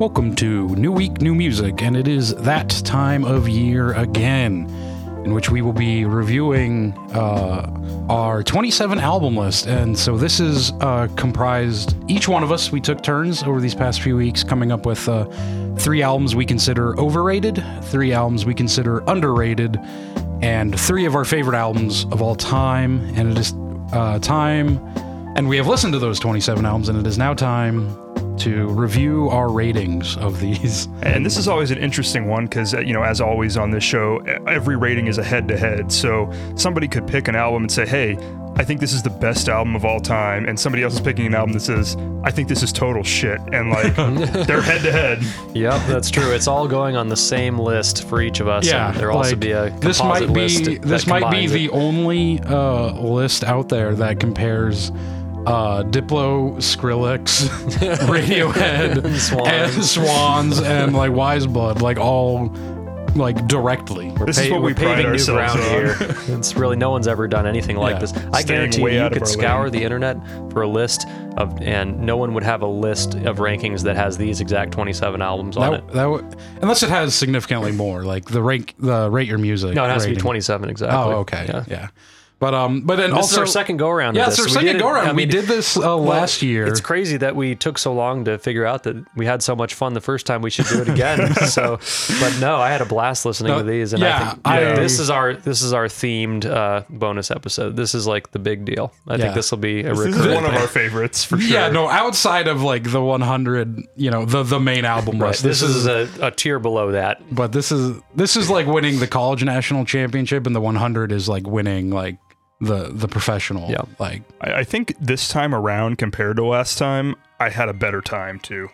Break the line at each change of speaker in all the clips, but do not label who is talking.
Welcome to New Week, New Music, and it is that time of year again in which we will be reviewing uh, our 27 album list. And so this is uh, comprised, each one of us, we took turns over these past few weeks coming up with uh, three albums we consider overrated, three albums we consider underrated, and three of our favorite albums of all time. And it is uh, time, and we have listened to those 27 albums, and it is now time to review our ratings of these.
And this is always an interesting one because, you know, as always on this show, e, every rating is a head to head. So somebody could pick an album and say, hey, I think this is the best album of all time. And somebody else is picking an album that says, I think this is total shit. And like,
Oh,
they're head to head.
Yep, that's true. It's all going on the same list for each of us. and there'll also
like,
be a
this
composite
might
list
be
that
this might be
combines
the
it.
only uh, list out there that compares uh, Diplo, Skrillex, Radiohead, and
Swans.
Swans, and like Wise Blood, like all like directly.
This is
Hey,
what
we're
we pride
paving new
ourselves
ground
on.
here. It's really no one's ever done anything like
Yeah.
this. I
Staying
guarantee
way
you, you
out of
could
our
scour
lane.
the internet for a list of, and no one would have a list of rankings that has these exact 27 albums on it.
That, that would, unless it has significantly more, like the rank, the rate your music.
No, it has to be
rating.
27 exactly.
Oh, okay, yeah.
Yeah.
But um, but then
This
also
is our second go around.
Yeah,
of
it's
this.
our
We
second
did it-
go around.
I
we
mean,
did this uh, last year.
It's crazy that we took so long to figure out that we had so much fun the first time. We should do it again. so, but no, I had a blast listening
No,
to these, and
yeah,
I think
I-
this is our this is our themed uh, bonus episode. This is like the big deal. I
Yeah.
think this will be a
This
recurring.
is one of
thing.
our favorites for sure.
Yeah, no, outside of like the 100, you know, the the main album
Right,
list.
This, is, a, a tier below that.
but this is this is like winning the college national championship, and the 100 is like winning like the the professional.
Yeah.
like
I, I think this time around compared to last time, I had a better time too.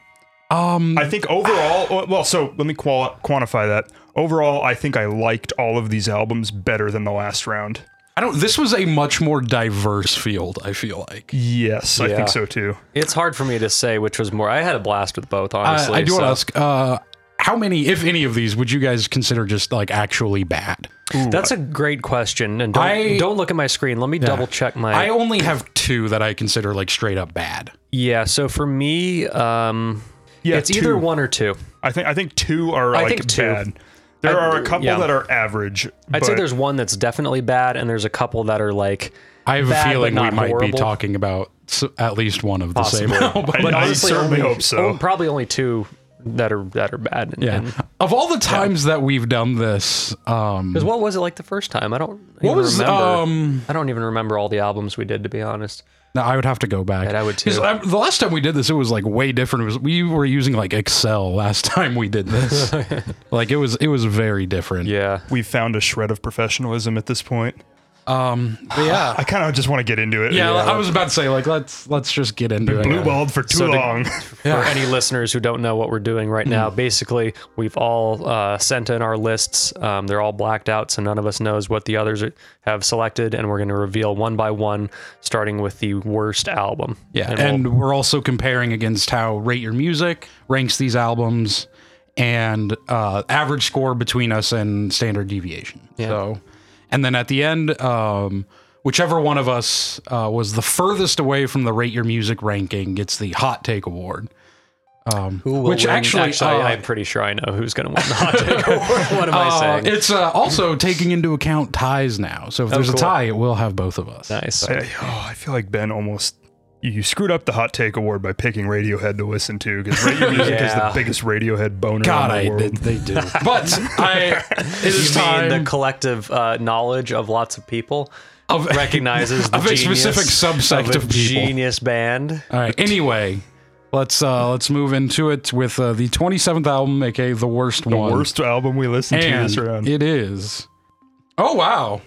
um,
I think overall, well, so let me qual- quantify that. Overall, I think I liked all of these albums better than the last round.
I don't. This was a much more diverse field. I feel like.
Yes, I
Yeah.
think so too.
It's hard for me to say which was more. I had a blast with both.
I,
Honestly,
I do
so.
want to ask, uh, how many, if any of these, would you guys consider just like actually bad?
That's a great question, and don't,
I-
don't look at my screen. Let me double check my.
I only have two that I consider like straight up bad.
yeah, so for me, um,
Yeah,
it's either
two.
one or two.
I think I think two are
I
like
think two.
bad. There
I-
are a couple
yeah.
that are average.
I'd say
but-
there's one that's definitely bad, and there's a couple that are like.
I have
Bad,
a
but
feeling we
not
might be
horrible.
talking about s at least one of the same
Possibly.
album.
I, I certainly
only,
hope so.
oh, probably only two that are that are bad. And,
Yeah. Of all the times that we've done this, um,
because what was it like the first time? I don't.
what
even
was
remember.
um?
I don't even remember all the albums we did, to be honest.
No, I would have to go back.
And I would
'Cause,
too.
um, the last time we did this, it was like way different. It was we were using like Excel last time we did this. like it was it was very different.
Yeah.
We've found a shred of professionalism at this point.
But yeah.
Ah.
I kind of just want to get into it.
Yeah, I was about to say like let's let's just get into it.
blue balled for too
So the-
long.
For any listeners who don't know what we're doing right
Hmm.
now, basically we've all uh, sent in our lists. Um, they're all blacked out, so none of us knows what the others are- have selected, and we're going to reveal one by one, starting with the worst album.
Yeah,
we'll-
and we're also comparing against how Rate Your Music ranks these albums and uh, average score between us and standard deviation. So, and then at the end, um, whichever one of us uh, was the furthest away from the Rate Your Music ranking gets the Hot Take Award. Um, which
Well,
actually, uh,
I- I'm pretty sure I know who's going to win the hot take Oh, award. What am I
uh,
saying?
it's uh, also taking into account ties now. So if there's
Oh, cool.
a tie, it will have both of us.
nice.
I, oh, I feel like Ben almost. You screwed up the hot take award by picking Radiohead to listen to because radio music is the
Yeah.
biggest Radiohead boner
God,
in the
I
world.
did, they do. But I, it is
you mean
time.
the collective uh, knowledge of lots of people
Of-
recognizes the
of a
genius
specific subsect
a
of people.
genius band.
All right. Anyway, let's uh let's move into it with uh, the 27th album, aka the worst
the
one.
worst album we listened to
and
this round.
it is. Oh wow.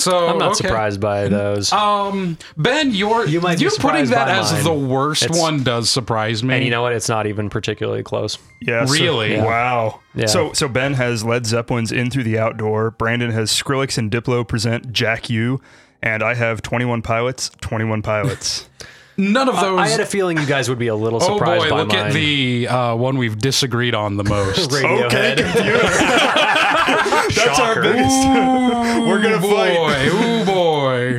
So
I'm
Oh,
not
okay.
surprised by those.
Um, Ben, you're you
You might be
putting
surprised
that
by
as
mine.
the worst
It's-
one does surprise me.
and you know what? It's not even particularly close.
Yeah, so-
Really? Yeah.
Wow.
Yeah.
So so Ben has Led Zeppelin's In Through the Outdoor. Brandon has Skrillex and Diplo present Jack U. And I have 21 Pilots, 21 Pilots.
none of those.
I had a feeling you guys would be a little
oh
surprised
boy,
by
look
mine.
at the uh, one we've disagreed on the most.
okay,
Radiohead.
computer. That's our
Shocker.
biggest.
Ooh,
We're gonna
boy.
fight.
Ooh boy.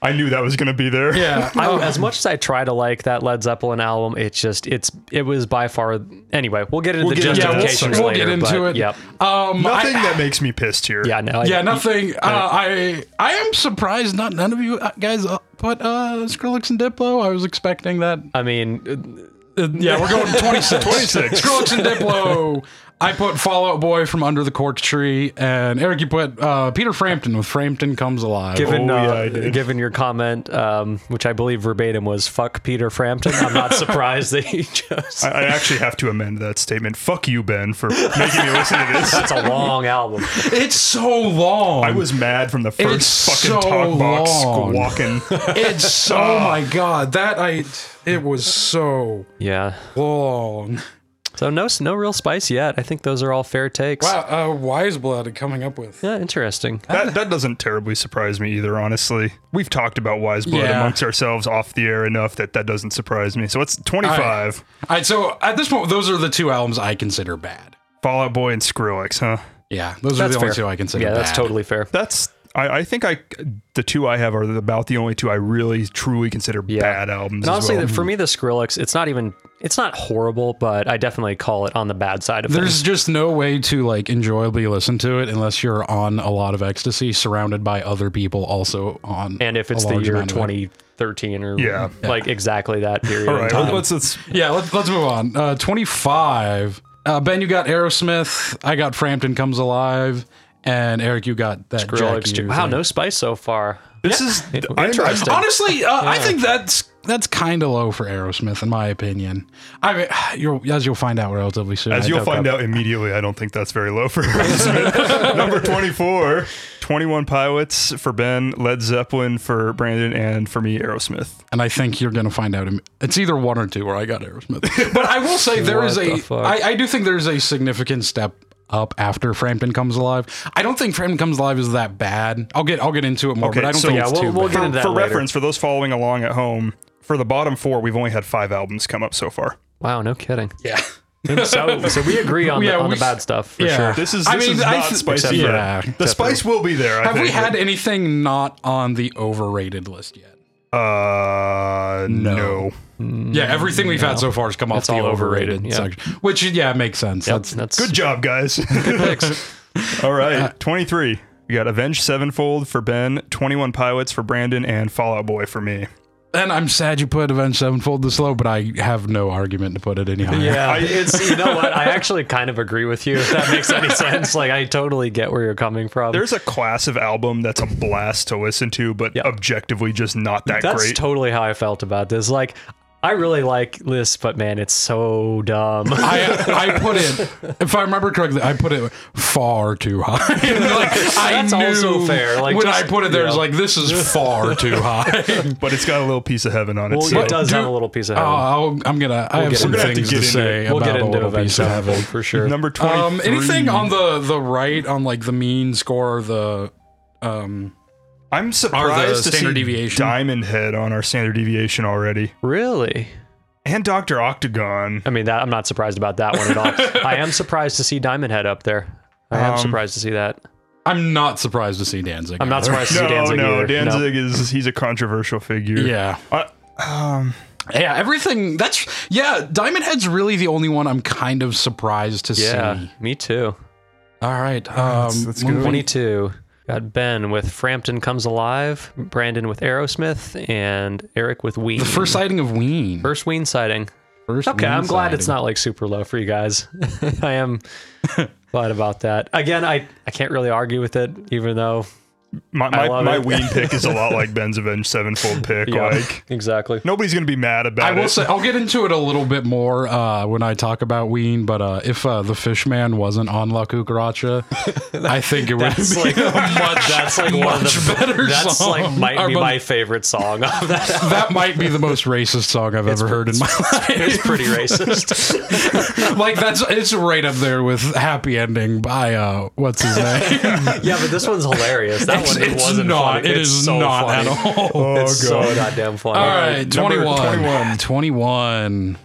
I knew that was going to be there.
Yeah.
I, as much as I try to like that Led Zeppelin album, it's just it's it was by far. Anyway, we'll get into
We'll
the
get into that
justifications
sometime.
we'll
later.
get into
but,
it.
Yep.
Um,
Nothing
I-
that makes me pissed here.
Yeah. No. I-
yeah, nothing. Uh, I I am surprised not none of you guys uh, put uh, Skrillex and Diplo. I was expecting that.
I mean,
Uh, yeah, we're going 26.
26.
Skrillex and Diplo. I put Fallout Boy from Under the Cork Tree, and Eric, you put uh, Peter Frampton with Frampton Comes Alive.
given
Oh, yeah,
uh,
I did.
given your comment, um, which I believe verbatim was "fuck Peter Frampton," I'm not surprised that he chose.
I, I actually have to amend that statement. Fuck you, Ben, for making me listen to this.
That's a long album.
It's so long.
I was mad from the
It's
first fucking
so
talk box
long.
squawking.
It's so. oh my god, that I. It was so
Yeah.
long.
So no s- no real spice yet. I think those are all fair takes.
Wow, uh, wise blood coming up with.
Yeah, interesting.
that, that doesn't terribly surprise me either, honestly. We've talked about Wise Blood
Yeah.
amongst ourselves off the air enough that that doesn't surprise me. So it's 25.
All right, so at this point, those are the two albums I consider bad.
Fall Out Boy and Skrillex, huh?
Yeah, those
That's
are the
fair.
only two I consider.
Yeah, that's
bad.
totally fair.
That's. I, I think I the two I have are about the only two I really truly consider bad albums.
And
as
honestly,
well.
the- for me, the Skrillex, it's not even, it's not horrible, but I definitely call it on the bad side of
There's
things.
just no way to like enjoyably listen to it unless you're on a lot of ecstasy, surrounded by other people also on.
And if
a
it's the
large
year
amount of it.
2013 or
Yeah.
like exactly that period.
all
in
right,
time.
let's, let's
yeah, let's let's move on. Uh, Twenty five. Uh, ben, you got Aerosmith. I got Frampton Comes Alive, and Eric, you got that
Skrillex,
Jack U
too. Wow,
thing.
no spice so far.
This is I'm-
Interesting.
Honestly, uh, I think that's that's kind of low for Aerosmith, in my opinion. I mean, you'll, as you'll find out relatively soon.
As
I
you'll
don't-
find out immediately, I don't think that's very low for Aerosmith. Number 24, 21 Pilots for Ben, Led Zeppelin for Brandon, and for me, Aerosmith.
and I think you're going to find out. im- It's either one or two where I got Aerosmith. But I will say there is
What the
a.
fuck?
I, I do think there's a significant step up after Frampton comes alive. I don't think Frampton comes alive is that bad. I'll get I'll get into it more,
Okay,
but I don't
so-
think
Yeah,
it's
we'll-
too
we'll
bad.
get
For,
into that
for
later.
reference, for those following along at home, for the bottom four, we've only had five albums come up so far.
Wow, no kidding.
yeah.
So, so we agree on,
Yeah,
the, on
we-
the bad stuff for
yeah.
sure.
This is, this
I mean,
is
I
not
th-
spicy
except for-
yet.
Yeah,
the
except
spice will be there. I
Have we
think.
had anything not on the overrated list yet?
Uh, no.
Yeah, everything we've had so far has come off
It's
the
all
Mm, overrated,
overrated, yeah.
section, which yeah makes sense.
Yep,
That's
that's
Good job, guys.
picks.
All
Uh,
right, 23. We got Avenged Sevenfold for Ben, 21 Pilots for Brandon, and Fallout Boy for me.
and I'm sad you put Avenged Sevenfold this low, but I have no argument to put it any higher.
Yeah, it's you know what? I actually kind of agree with you if that makes any sense. Like I totally get where you're coming from.
There's a class of album that's a blast to listen to, but objectively just not that
That's
great.
totally how I felt about this. Like, I really like this, but man, it's so dumb.
I, I put it, if I remember correctly, I put it far too high. like,
That's
I knew
also fair. Like,
when
just-
I put it there,
yeah.
it's like this is far too high.
but it's got a little piece of heaven on it.
well,
so
it does
do-
have a little piece of
Oh,
heaven.
I'll, I'm gonna. I have
get
some
into it. We're
have
gonna
to
things to,
get into
say
it.
about
we'll get
a
into
little piece of
eventually
heaven.
for sure.
number 23.
Um, anything on the the right on like the mean score or the um
I'm surprised to
standard
see
deviation?
Diamond Head on our standard deviation already,
Really?
and Doctor Octagon.
I mean, that I'm not surprised about that one at all. I am surprised to see Diamond Head up there. I am
Um,
surprised to see that.
I'm not surprised to see Danzig.
I'm
either.
not surprised to see
No,
Danzig.
no,
either.
Danzig is he's a controversial figure.
Yeah.
Uh, um,
Yeah, everything that's yeah, Diamond Head's really the only one I'm kind of surprised to
Yeah,
see.
me too.
All right. Um
let's
moving-
go.
22. Got Ben with Frampton Comes Alive, Brandon with Aerosmith, and Eric with Ween.
The first sighting of Ween.
First Ween sighting.
First
Okay, I'm
Ween
glad it's
sighting.
not like super low for you guys. I am glad about that. Again, I, I can't really argue with it, even though
my
I
my,
love
my
it.
Ween pick is a lot like Ben's Avenged Sevenfold pick.
yeah,
Like
exactly.
nobody's gonna be mad about
I will
it.
say I'll get into it a little bit more uh, when I talk about Ween, but uh, if uh, the Fishman wasn't on La Cucaracha, I think it would
That's
be
like
a much,
that's like one of
much
the
better
That's
song.
like might
Or
be
mu-
my favorite song of that.
that might be the most racist song I've ever heard in my
It's
life.
pretty racist.
like that's it's right up there with "Happy Ending" by uh, what's his name?
Yeah, but this one's hilarious. That
It's-
one it
it's
wasn't
not.
funny.
It
it's
is
so
not
funny.
at all.
It's
Oh,
so
God.
goddamn funny.
All right,
number
21. 21.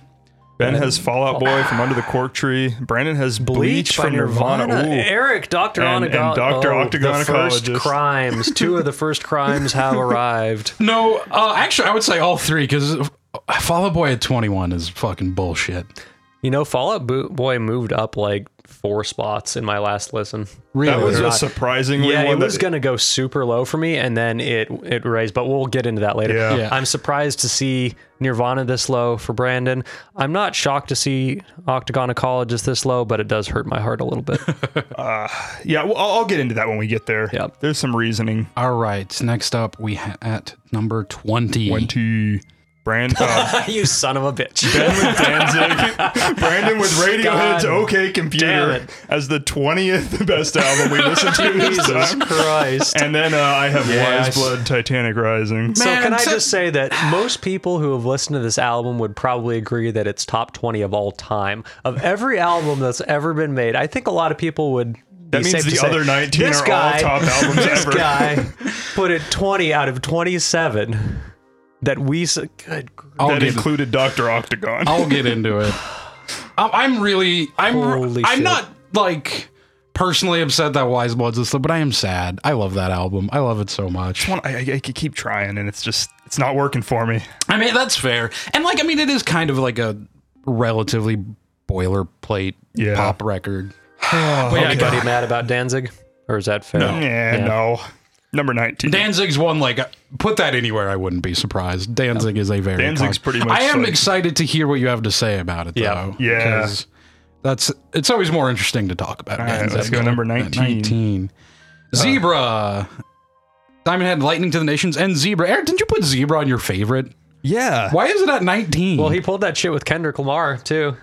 Ben has Fallout Boy from Under the Cork Tree. Brandon has Bleach,
Ah. by
from Nirvana. Ooh.
Eric, Doctor
And- and
Onagon. Oh,
Dr.
the first
Octagonacologist.
crimes. Two of the first crimes have arrived.
No, uh, actually, I would say all three because Fall Out Boy at 21 is fucking bullshit.
You know, Fallout Bo- Boy moved up like four spots in my last listen.
Really?
That was a
not-
surprisingly
Yeah,
one
it was
that-
going to go super low for me, and then it it raised. But we'll get into that later.
Yeah.
Yeah.
I'm surprised to see Nirvana this low for Brandon. I'm not shocked to see Octagon Ecologist this low, but it does hurt my heart a little bit.
Yeah, well, I'll, I'll get into that when we get there.
Yep.
There's some reasoning.
all right. Next up, we ha- at number 20.
Twenty. Brand, uh,
you son of a bitch.
ben with Danzig, Brandon with Radiohead's
God
OK
damn
Computer
it.
as the 20th best album we listened to this
Jesus
time.
Christ.
And then uh, I have Wise
Yes.
Blood Titanic Rising.
So
Man,
can I
so-
just say that most people who have listened to this album would probably agree that it's top 20 of all time. Of every album that's ever been made, I think a lot of people would
That means the other 19 are all top albums
This
ever.
guy put it 20 out of 27 that we s- good gr-
I'll,
that
get,
included Dr. Octagon.
I'll get into it. I'm, I'm really, I'm,
Holy
I'm
shit.
not like personally upset that Wise Blood's this low, but I am sad. I love that album. I love it so much.
I, I, I could keep trying, and it's just, it's not working for me.
I mean, that's fair. And like, I mean, it is kind of like a relatively boilerplate
Yeah.
pop record. But yeah,
anybody mad about Danzig or is that fair?
Yeah, no. Number 19.
Danzig's one like put that anywhere I wouldn't be surprised. Danzig is a very
Danzig's pretty much
I am
like-
excited to hear what you have to say about it
Yeah.
though.
Yeah.
because That's it's always more interesting to talk about.
right,
Danzig.
let's go number
At
19.
19. Zebra. Diamond Head Lightning to the Nations and Zebra. Eric, didn't you put Zebra on your favorite?
yeah.
Why is it at 19?
Well, he pulled that shit with Kendrick Lamar too.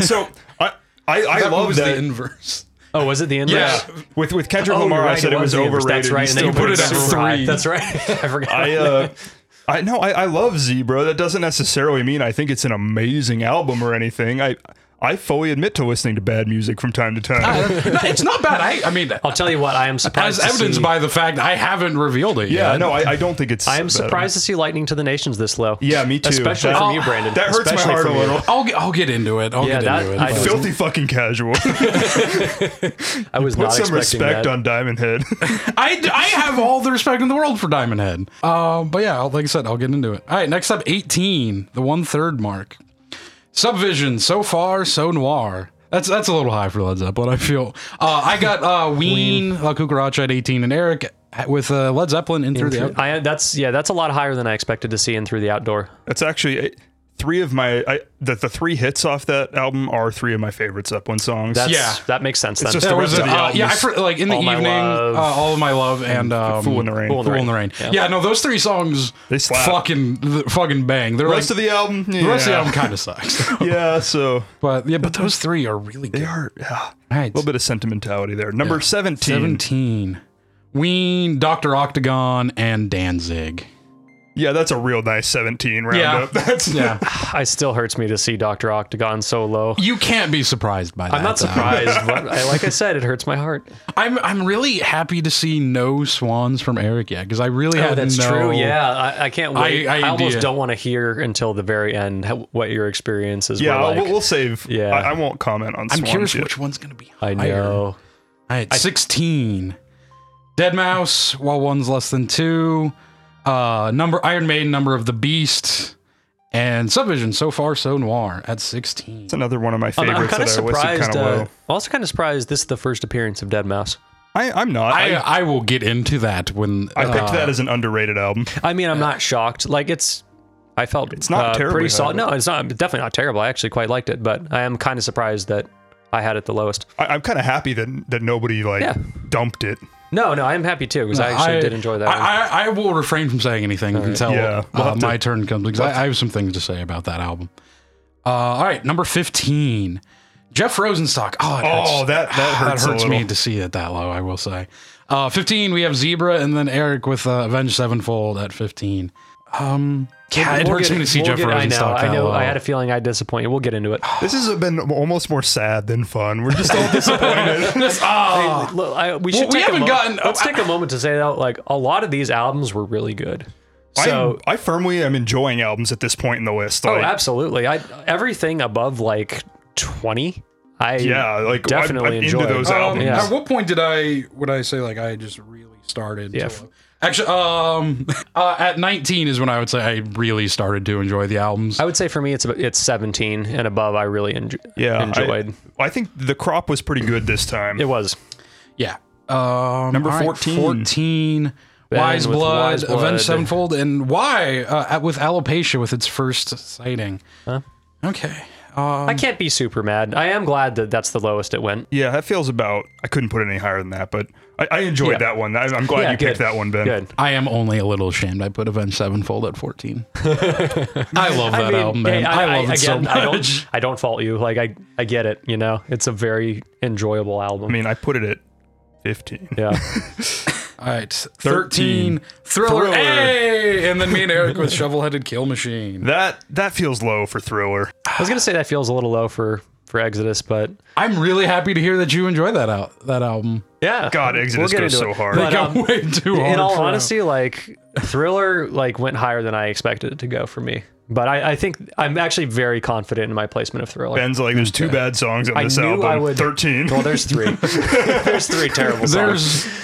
So I, I, I
that
love
was the
that.
inverse.
Oh, was it the inverse?
Yeah, with with Kendrick
Oh,
Lamar,
you're right,
I said it was,
the inverse.
overrated.
That's
He
right. And then
still
you put
put
it
it
at
at
three.
three.
That's right. I forgot.
I uh, I know I, I love Zebra. That doesn't necessarily mean I think it's an amazing album or anything. I I fully admit to listening to bad music from time to time.
Ah,
no, it's not bad. I, I mean,
I'll tell you what. I am
as
surprised. to
evidenced
see-
by the fact I haven't revealed it
yeah,
yet.
no, I, I don't think it's.
I am
bad.
surprised to see Lightning to the Nations this low.
Yeah, me too.
Especially
That-
from you, Brandon.
That hurts my
Especially
heart a
from you.
little.
I'll get, I'll get into it. I'll
Yeah,
get
that-
into it.
I
but-
don't-
Filthy fucking casual.
I was
Put
not
some
expecting
respect
that.
on Diamond Head.
I, I have all the respect in the world for Diamond Head. Um, but yeah, like I said, I'll get into it. All right, next up, 18, the one third mark. Subvision, so far, so noir. That's that's a little high for Led Zeppelin. I feel. Uh, I got uh, Ween, La Cucaracha at 18, and Eric with uh, Led Zeppelin in through the. Out-
I, that's yeah, that's a lot higher than I expected to see in through the outdoor.
That's actually. uh, Three of my I, the, the three hits off that album are three of my favorite Zeppelin songs.
That's,
Yeah.
that makes sense. Then
just
There
the
was
rest
a,
of the
uh,
album
yeah, I
is
for, like in the
All My
evening,
Love
uh, all of my love, and um,
Fool in the Rain.
Fool in the Rain. Yeah. no, those three songs,
They slap.
fucking th- fucking bang. They're
the rest
like,
of the album, yeah.
the rest of the album kind of sucks,
yeah. So
but yeah, but those three are really good.
they are yeah,
All
a
right.
little bit of sentimentality there. Number 17.
17. Ween, Dr. Octagon, and Danzig.
Yeah, that's a real nice
Yeah.
17 roundup. That's
Yeah.
I still hurts me to see Doctor Octagon so low.
you can't be surprised by that.
I'm not
though.
surprised, but I, like I said, it hurts my heart.
I'm I'm really happy to see no swans from Eric yet because I really
Oh,
had no.
Oh, Yeah, I, I can't wait.
I-
I,
I
almost
did.
don't want to hear until the very end how, what your experiences
Yeah,
were like.
we'll, we'll save.
Yeah.
I, I won't comment on
I'm
Swans
curious
yet.
which one's gonna be. Higher.
I know.
All right, 16. Dead Mouse, while one's less than two. Uh, number Iron Maiden, number of the Beast, and Subvision. So far, so noir at 16.
It's another one of my
I'm,
favorites
kind of
that I listed
surprised.
kind of
uh,
low.
also, kind of surprised this is the first appearance of Dead Mouse.
I, I'm not.
I,
I, I,
I will get into that when uh,
picked that as an underrated album.
I mean, I'm not shocked. Like it's, I felt it's
not terribly
Pretty solid.
high.
No, it's not. Definitely not terrible. I actually quite liked it, but I am kind of surprised that I had it the lowest.
I, I'm kind of happy that that nobody like
Yeah.
dumped it.
No, no, I'm happy too because I actually did enjoy that. one.
I, I, I will refrain from saying anything until
Yeah. We'll
uh,
have to-
my turn comes because I, I have some things to say about that album. Uh, all right, number fifteen, Jeff Rosenstock. Oh, it hurts.
Oh, that that hurts,
that hurts
a
me
little.
to see it that low. I will say, uh, fifteen. We have Zebra and then Eric with uh, Avenged Sevenfold at fifteen. Um, yeah, it
We'll
hurts
get-
me to see
we'll
Jeff
get- I know.
Rosenstock.
I
that
know.
low.
I had a feeling I disappointed. We'll get into it.
This has been almost more sad than fun. We're just all disappointed.
Ah,
Look, I- we should.
we
take a
haven't
mo-
gotten-
Let's take a moment to say that like a lot of these albums were really good. So
I, I firmly am enjoying albums at this point in the list.
oh,
Like,
absolutely. I everything above like twenty. I
Yeah, like I'm-
definitely
I'm
enjoy.
into those
Um,
albums.
yeah.
At what point did I would I say like I just really started?
Yeah.
To, actually, um, uh, at 19 is when I would say I really started to enjoy the albums.
I would say for me it's about, it's seventeen and above. I really enj-
Yeah,
enjoyed.
I, I think the crop was pretty good this time.
it was
yeah. Um,
Number
all right,
14.
14. Wise
with
Blood,
Wise Blood.
Avenged Sevenfold, and why uh, at- with Alopecia with its first sighting. Okay. Um,
I can't be super mad. I am glad that that's the lowest it went.
yeah, that feels about. I couldn't put it any higher than that, but I, I enjoyed
Yeah.
that one. I, I'm glad
yeah,
you
good.
picked that one, Ben.
Good.
I am only a little ashamed. I put Avenged Sevenfold at 14. I love that
mean,
album, man.
hey,
I, love it so
again,
much.
I don't, I don't fault you. Like I, I get it. You know, it's a very enjoyable album.
I mean, I put it at 15.
yeah,
All right, 13, Thriller,
Thriller.
Hey! and then me and Eric with Shovel-Headed Kill Machine.
That that feels low for Thriller.
I was gonna say that feels a little low for for Exodus, but
I'm really happy to hear that you enjoy that out that album.
yeah,
God, Exodus
get
goes
into
so
it.
hard.
It
But,
got
um,
way too hard.
in all
for-
honesty, like Thriller, like went higher than I expected it to go for me. But I, I think I'm actually very confident in my placement of Thriller.
Ben's like, there's two bad songs on
I
this
knew
album.
I would-
13.
well, there's three. there's three terrible songs.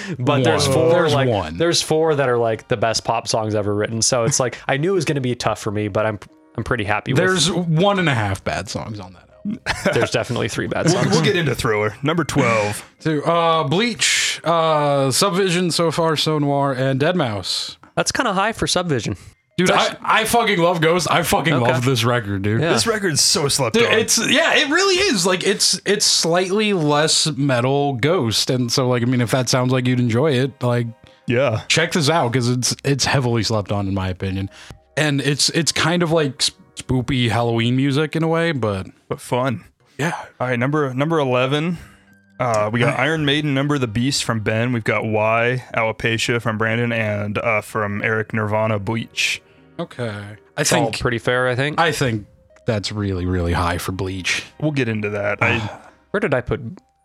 there's
but there's
one.
four
There's
like
one.
there's four that are like the best pop songs ever written. So it's like I knew it was going to be tough for me, but I'm I'm pretty happy.
there's one and a half bad songs on that album.
with, there's definitely three bad songs.
we'll get into Thriller. Number 12.
Two, uh, Bleach, uh, Subvision, so far so noir, and Dead Mouse.
That's kind of high for Subvision.
Dude, I, I fucking love Ghost. I fucking love this record, dude.
Yeah.
this record's so slept
Dude,
on.
It's yeah, it really is. Like it's it's slightly less metal ghost, and so like I mean, if that sounds like you'd enjoy it, like
yeah.
check this out because it's it's heavily slept on in my opinion, and it's it's kind of like sp- spoopy Halloween music in a way, but
But fun.
yeah,
All right, number number 11. Uh, we got Iron Maiden, Number of the Beast from Ben. We've got Y, Alopecia from Brandon, and uh, from Eric Nirvana, Bleach.
okay. I
It's all
think
pretty fair, I think.
I think that's really really high for Bleach.
We'll get into that. I
Where did I put?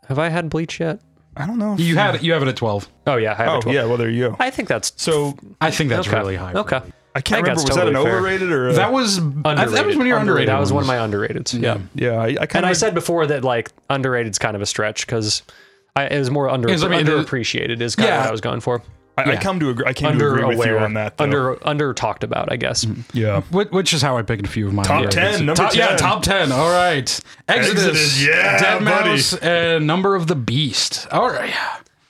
Have I had Bleach yet?
I don't know. if-
You have it you have it at twelve.
Oh yeah, I have
Oh
a 12.
yeah, well there you go.
I think that's
So
I think that's
okay.
really high. for
Okay,
Bleach.
I can't
I think
remember.
that's
Was that an
totally fair.
overrated or a,
that was I, that was when Mm. you're underrated.
That was one of
ones.
my underrateds. Yeah.
Yeah, I, I kind
And
of
I said before that like underrated's kind of a stretch because it was more under,
Yes, I mean, it-
underappreciated is kind
Yeah.
of what I was going for.
I, I
yeah.
come to agree. I came
Under
to agree with you
aware,
on that. Though. Mm.
under under talked about, I guess.
yeah,
Whi- Which is how I picked a few of mine.
Top 10, number
Top- Yeah,
10.
top ten. All right, Exodus,
Exodus, yeah,
Dead
buddy.
Mouse, and Number of the Beast. All right,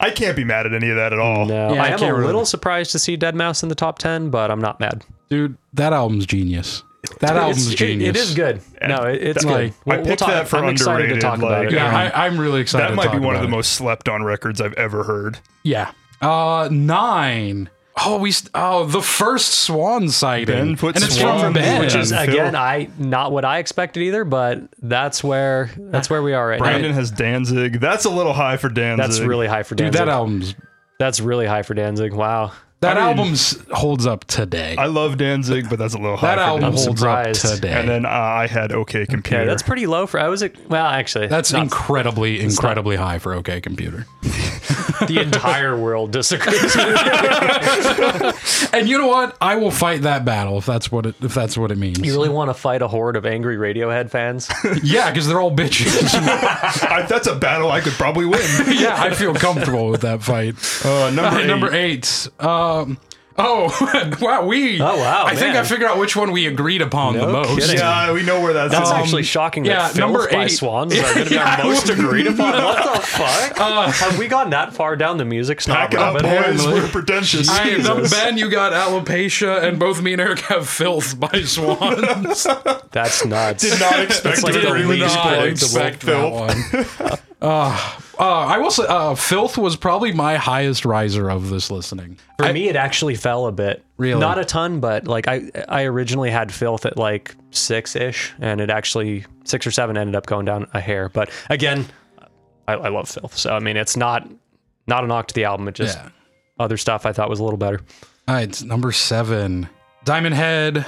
I can't be mad at any of that at all.
No,
Yeah, I
Uh, I am
can't
a
really-
little surprised to see Dead Mouse in the top ten, but I'm not mad.
dude, that album's genius. That album's
it's, it-
genius.
it is good. No, it, it's
like-
good. We'll,
I
we'll
picked
talk-
that for
I'm excited to
underrated,
talk about
like,
it.
Yeah, I, I'm really excited.
That
to
might be
talk
one
about
of the
it.
most slept on records I've ever heard.
Yeah. Uh, nine. Oh, we. st- Oh, the first Swan sighting.
Ben put
and it's
Swan,
from Ben.
which is- Phil-
Again, I not what I expected either, but that's where that's where we are right now.
Brandon has Danzig. That's a little high for Danzig.
That's really high for
dude,
Danzig.
that album's
that's really high for Danzig. Wow.
that
I mean-
album's holds up today.
I love Danzig, but that's a little high.
that
for
album
Danzig.
holds
surprised.
up today.
And then uh, I had OK Computer.
Yeah, that's pretty low for. I was ex- well, actually,
That's
not
incredibly, incredibly high for OK Computer.
the entire world disagrees. with you.
And you know what? I will fight that battle if that's what it if that's what it means.
You really want to fight a horde of angry Radiohead fans?
yeah, because they're all bitches.
I, that's a battle I could probably win.
yeah, I feel comfortable with that fight.
Uh, number eight.
Number eight. Um, oh wow, we.
Oh, wow,
I think I
man.
figured out which one we agreed upon the most.
kidding.
Yeah, we know where that's.
That's
at.
actually shocking.
Um, yeah,
that Filth
number
by
eight-
Swans are going to be
Yeah, Uh, I
our most
was-
agreed upon. What the fuck? Have we gone that far down the music snob
Back it up,
rabbit hole?
boys. We're pretentious.
I am number Ben. You got alopecia, and both me and Eric have filth by swans.
That's nuts.
did not expect
like
to
the
agree with
least
that.
predictable
expect that one. Uh, uh, I will say, uh, filth was probably my highest riser of this listening.
For me, it actually fell a bit.
Really?
Not a ton, but like I, I originally had filth at like six ish, and it actually six or seven ended up going down a hair. But again, I, I love filth, so I mean, it's not not a knock to the album. It just
Yeah.
other stuff I thought was a little better.
All right, number seven, Diamond Head.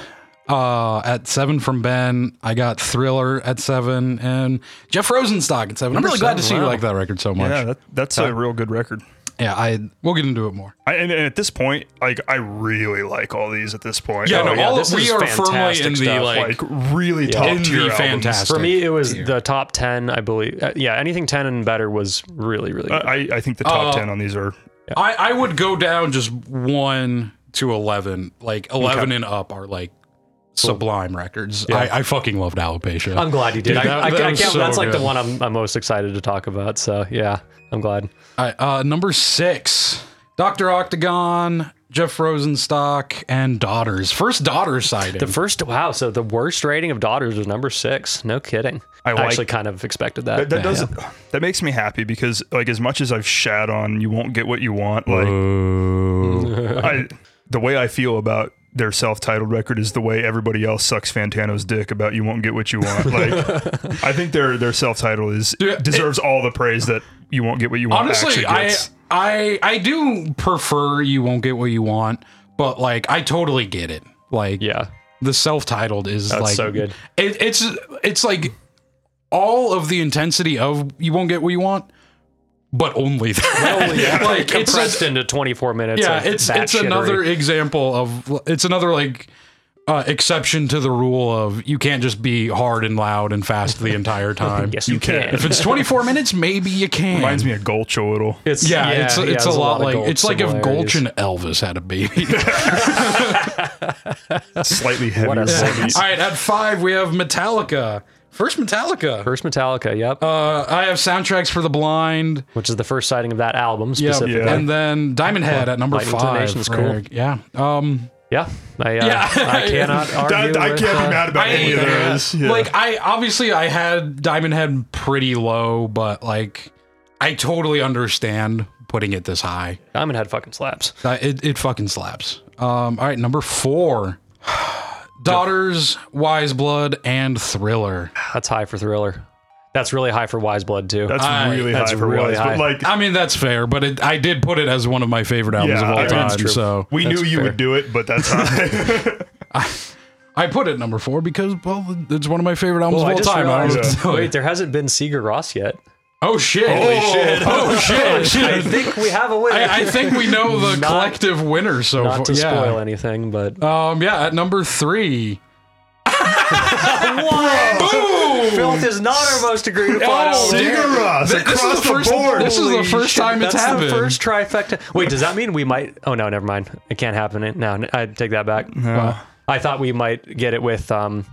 Uh, at seven from Ben, I got Thriller at seven, and Jeff Rosenstock at seven. I'm really glad to see you
seven, wow.
like that record so much.
Yeah, that, that's a real good record.
Yeah, I we'll get into it more.
I, and, and at this point, like I really like all these. At this point,
Yeah, no,
Oh, yeah,
all
this
we
is
are firmly
fantastic
in the
stuff,
like,
like really top
in
tier
the
albums.
fantastic.
For me, it was
tier.
the top 10, I believe. Uh, yeah, anything 10 and better was really, really good.
I, I think the top
Uh,
ten on these are
I, I would go down just one to eleven. Like eleven and up are like sublime records. I, I fucking loved alopecia.
I'm glad you did.
Dude,
I,
that-
I,
that
I
was
can't,
so
that's like the
good.
one I'm, I'm most excited to talk about. So, yeah, I'm glad.
All right, uh, number six, Doctor Octagon, Jeff Rosenstock, and Daughters. First Daughters sighting.
The first, wow, so the worst rating of Daughters was number six. No kidding.
I
I,
like-
actually kind of expected
that, that
that.
does that makes me happy because like as much as I've shat on you won't get what you want like I the way I feel about their self-titled record is the way everybody else sucks Fantano's dick about you won't get what you want like I think their their self-title is
Dude,
deserves all the praise that you won't get what you want
Honestly,
actually
I
gets.
I I do prefer you won't get what you want, but like I totally get it. Like
yeah.
the self-titled is
That's
like
so good.
It, it's it's like all of the intensity of you won't get what you want, but only that. like it's a-
Compressed into 24 minutes.
yeah,
of
it's
that
it's
shittery.
another example of it's another like uh, exception to the rule of you can't just be hard and loud and fast the entire time.
Yes, you,
can.
can.
If it's 24 minutes, maybe you can.
reminds me of Gulch a little
It's,
Yeah, it's it's
yeah,
a
there's
lot,
of
like
gold
it's like if
similarities.
Gulch and Elvis had a baby.
slightly heavier
a
than
All right, at five we have Metallica. First Metallica.
First Metallica, yep.
Uh, I have soundtracks for the blind.
which is the first sighting of that album specifically.
Yeah.
And then Diamond Head at number
Lightning
five.
Donation's
where- Yeah. Um,
Yeah, I, uh,
Yeah.
I cannot argue.
That- I can't
with,
be
uh,
mad about
I-
any of
yeah.
those yeah.
Like I obviously I had Diamond Head pretty low, but like I totally understand putting it this high.
Diamond Head fucking slaps.
Uh, it, it fucking slaps. Um, all right, number four. Daughters, Wise Blood, and Thriller.
That's high for Thriller. That's really high for Wise Blood too.
that's
I-
really
that's
high for
really
Wise,
high.
but like
I mean that's fair, but it, I did put it as one of my favorite albums
Yeah,
of
I
all
mean,
time.
it's true.
So
we knew you
fair.
would do it but that's high
I put it number four because well, it's one of my favorite albums
Well, I
of all
just
time. I don't know
realized-
what to tell you.
Wait, there hasn't been Seeger Ross yet.
Oh shit! oh,
shit.
Oh shit!
I think we have a winner.
I, I think we know the
Not-
collective winner so far.
Not to
yeah.
spoil anything, but
Um, yeah, at number three.
Oh, Filth is not our most agreed upon.
Oh,
album.
dude,
Sigur Rós
Th- this is
across
the
the,
first-
board
this is the
Holy
first
shit,
time it's
that's
happened.
The first trifecta. Wait, does that mean we might? Oh no, never mind. It can't happen. It- No, I take that back.
Wow.
I thought we might get it with um,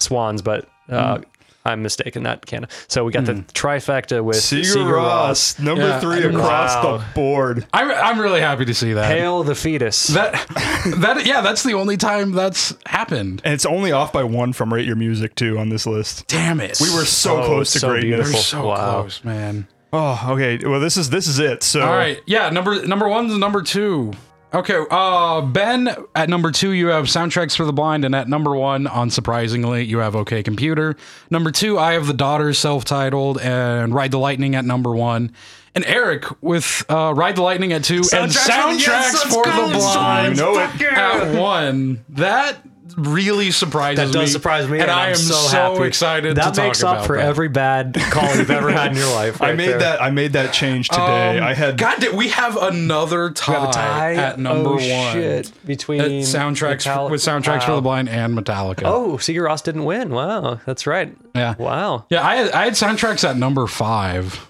Swans, but
Hmm.
uh, I'm mistaken. That can't. So we got the trifecta with
Sigur,
Sigur Ross.
Rós, number
Yeah.
three across
Wow.
the board.
I'm, I'm really happy to see that.
Hail the fetus.
That that yeah, that's the only time that's happened.
And it's only off by one from Rate Your Music, too, on this list.
Damn it!
We were so
Oh,
close to
so
greatness.
We're
beautiful.
so
Wow.
close, man.
Oh, okay. Well, this is this is it. So,
All right, yeah. Number number one's number two. Okay, uh, Ben, at number two, you have Soundtracks for the Blind, and at number one, unsurprisingly, you have OK Computer. Number two, I have The Daughters, self titled, and Ride the Lightning at number one. And Eric with uh, Ride the Lightning at two, and Soundtracks for the
you
Blind
know it.
at one. That really surprises me.
that does surprise me,
And,
and,
I
I'm
am so,
happy.
excited
That
to
makes
talk
up
about
for
that.
every bad call you've ever had in your life.
I
right
made
there. Um,
that. I made that change today. I had.
God damn, we have another tie,
We have a tie
at number
oh,
one.
shit, between
At Uh, soundtracks
Metallica-
with soundtracks for
Wow.
the blind and Metallica.
Oh, Sigur Ross didn't win. Wow, that's right.
yeah,
Wow.
yeah. I had, I had soundtracks at number five,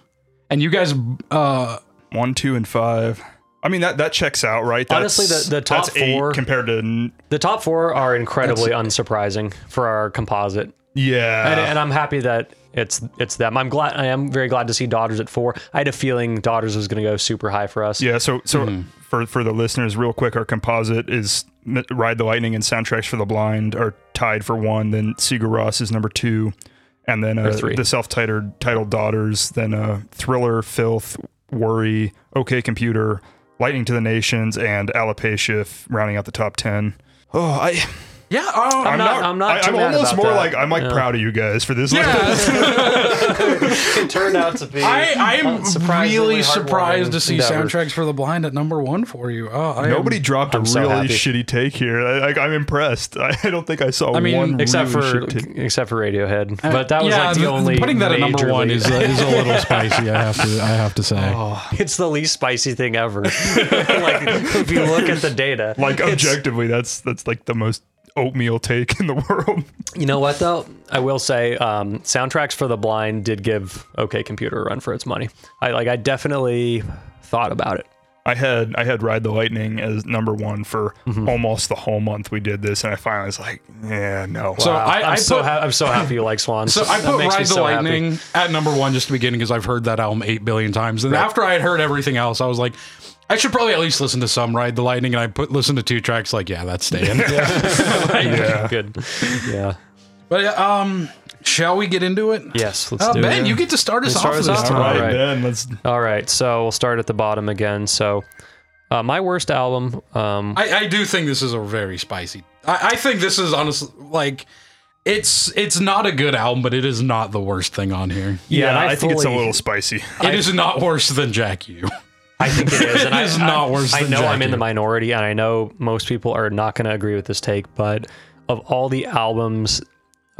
and you guys, uh,
one, two, and five. I mean that that checks out, right?
Honestly, the- the top
that's eight
four-
compared to n-
The top four are incredibly unsurprising for our composite,
yeah.
Uh.
and, and I'm happy that it's it's them. I'm glad. I am very glad to see Daughters at four. I had a feeling Daughters was going to go super high for us.
Yeah, so so
Mm-hmm.
for for the listeners, real quick, our composite is M- Ride the Lightning and Soundtracks for the Blind are tied for one. Then Sigur Ross is number two, and then uh,
three.
the self-titled titled Daughters. Then uh, Thriller, Filth, Worry, OK Computer, Lightning to the Nations, and Alopecia, f- rounding out the top ten. Oh, I
Yeah. Oh,
I'm not- I'm not too
I, am
mad
almost
about
more
that.
like I'm like proud of you guys for this.
Yeah.
it turned out to be.
I, I am
surprisingly
really surprised
heartwarming
to see
endeavor.
soundtracks for the blind at number one for you. Oh, I am-
Nobody dropped a
I'm
really
so happy.
shitty take here. I, like I'm impressed. I, I don't think I saw
I mean,
one
except
really
for
shit take.
except for Radiohead, but that was
Uh, yeah,
like the,
th-
only
putting that at number
major
one
lead-
is, uh, is a little spicy. I have to I have to say.
it's the least spicy thing ever. like if you look at the data,
Like
it's-
objectively, that's that's like the most oatmeal take in the world.
You know what though? I will say, um, soundtracks for the blind did give OK Computer a run for its money. I like. I definitely thought about it.
I had I had Ride the Lightning as number one for
Mm-hmm.
almost the whole month we did this, and I finally was like, yeah, no.
So I,
I'm
I
so
put-
ha- I'm so happy you like Swans.
So I
That
put
makes me
Ride the
so happy.
Lightning at number one just to begin because I've heard that album eight billion times. And after I had heard everything else, I was like, I should probably at least listen to some Ride the Lightning. And I put listen to two tracks, like, yeah, that's staying.
yeah.
Good. Yeah.
But yeah, um, shall we get into it?
Yes. Let's
Uh,
do
ben,
it.
you get to start us
start
off
us
this
off.
time.
All right,
Alright.
Ben. Let's.
All right. So we'll start at the bottom again. So uh, my worst album. Um,
I, I do think this is a very spicy. I, I think this is honestly like it's it's not a good album, but it is not the worst thing on here.
Yeah,
and
I, think it's a
fully-
little spicy.
It is not worse than Jack U.
I think it is. And
It
I-
is
I,
not worse
I
than
know I'm in the
Jackie.
minority, and I know most people are not going to agree with this take. But of all the albums,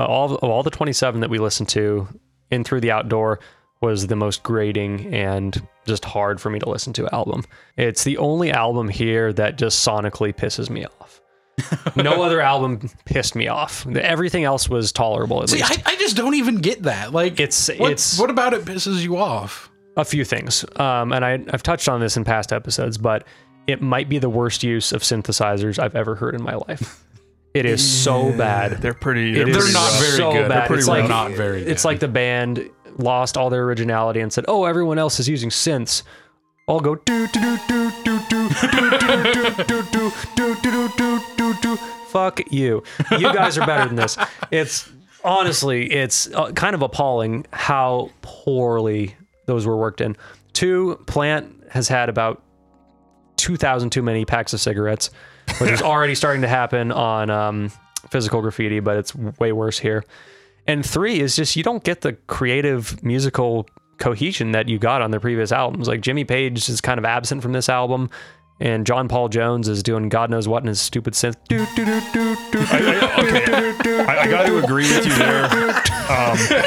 uh, all of all the 27 that we listened to, in through the outdoor was the most grating and just hard for me to listen to album. It's the only album here that just sonically pisses me off. no other album pissed me off. Everything else was tolerable. At
See,
least.
I, I just don't even get that. Like
It's-
what,
it's-
what about it pisses you off?
a few things, um, and I, I've touched on this in past episodes, but it might be the worst use of synthesizers I've ever heard in my life. It is so bad.
They're pretty.
It
They're
is
not very
so
good. They're
Bad.
pretty
it's
rough.
like
Not very
It's
good.
like the band lost all their originality and said, "Oh, everyone else is using synths. I'll go do do do do do do do do do do do do do do do." Fuck you. You guys are better than this. It's honestly, it's uh, kind of appalling how poorly those were worked in. Two, Plant has had about 2,000 too many packs of cigarettes, which is already starting to happen on um, physical graffiti, but it's way worse here. And three is just you don't get the creative musical cohesion that you got on their previous albums. Like Jimmy Page is kind of absent from this album, and John Paul Jones is doing God knows what in his stupid synth. Do, do, do, do, do,
I, I, okay. I, I got to agree with you there.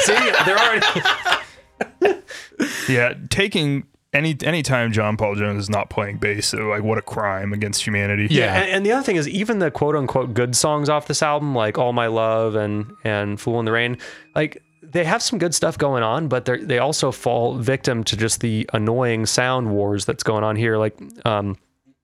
See, they're already.
Yeah, taking any any time John Paul Jones is not playing bass, so, like what a crime against humanity.
Yeah.
And, and the other thing is, even the quote unquote good songs off this album, like All My Love and and Fool in the Rain, like they have some good stuff going on, but they they also fall victim to just the annoying sound wars that's going on here. Like, um,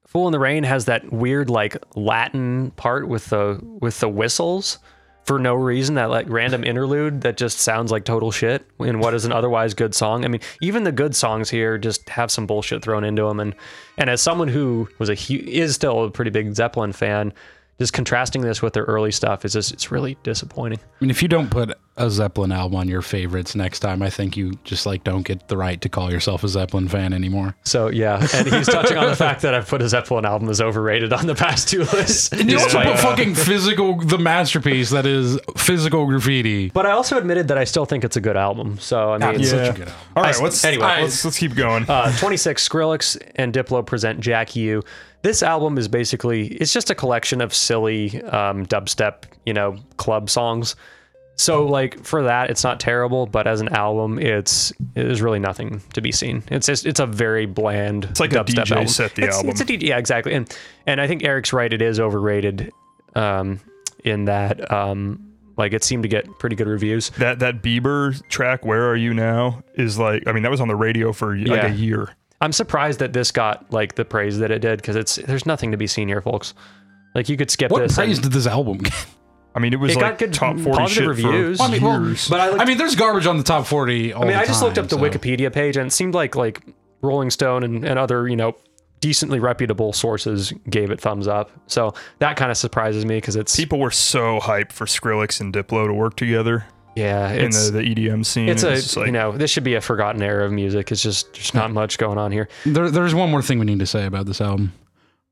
Fool in the Rain has that weird like Latin part with the with the whistles for no reason that like random interlude that just sounds like total shit in what is an otherwise good song. I mean, even the good songs here just have some bullshit thrown into them and and as someone who was a hu- is still a pretty big Zeppelin fan, just contrasting this with their early stuff is just it's really disappointing.
I mean, if you don't put a Zeppelin album on your favorites next time, I think you just like don't get the right to call yourself a Zeppelin fan anymore.
So yeah, and he's touching on the fact that I've put a Zeppelin album as overrated on the past two lists.
You also
Despite-
put fucking physical, the masterpiece that is physical graffiti.
but I also admitted that I still think it's a good album. So I mean,
It's
it's-
such a good album.
All right.
I-
let's
anyway.
Let's let's keep going.
Uh, 26 Skrillex and Diplo present Jack U. This album is basically it's just a collection of silly um, dubstep, you know, club songs. So like for that, it's not terrible, but as an album, it's there's really nothing to be seen. It's just it's a very bland. It's
like a
dubstep
DJ
album.
set the
it's,
album.
It's a DJ, yeah, exactly. And and I think Eric's right. It is overrated, um, in that um, like it seemed to get pretty good reviews.
that that Bieber track, "Where Are You Now," is like I mean that was on the radio for like
Yeah.
a year.
I'm surprised that this got like the praise that it did because it's there's nothing to be seen here, folks. Like you could skip
What
this. um,
praise
and-
did this album get?
I mean it was
It got
like
good
top forty
positive
shit
reviews.
for
I mean,
well,
years.
but I, like,
I mean, there's garbage on the top 40 all
I mean,
the
I just looked
time,
up the
so-
Wikipedia page and it seemed like like Rolling Stone and, and other you know decently reputable sources gave it thumbs up. So that kind of surprises me because it's
People were so hyped for Skrillex and Diplo to work together
yeah
in
it's.
the, the EDM scene.
it's
It
a
was just like,
you know this should be a forgotten era of music. It's just there's not much going on here.
There, there's one more thing we need to say about this album.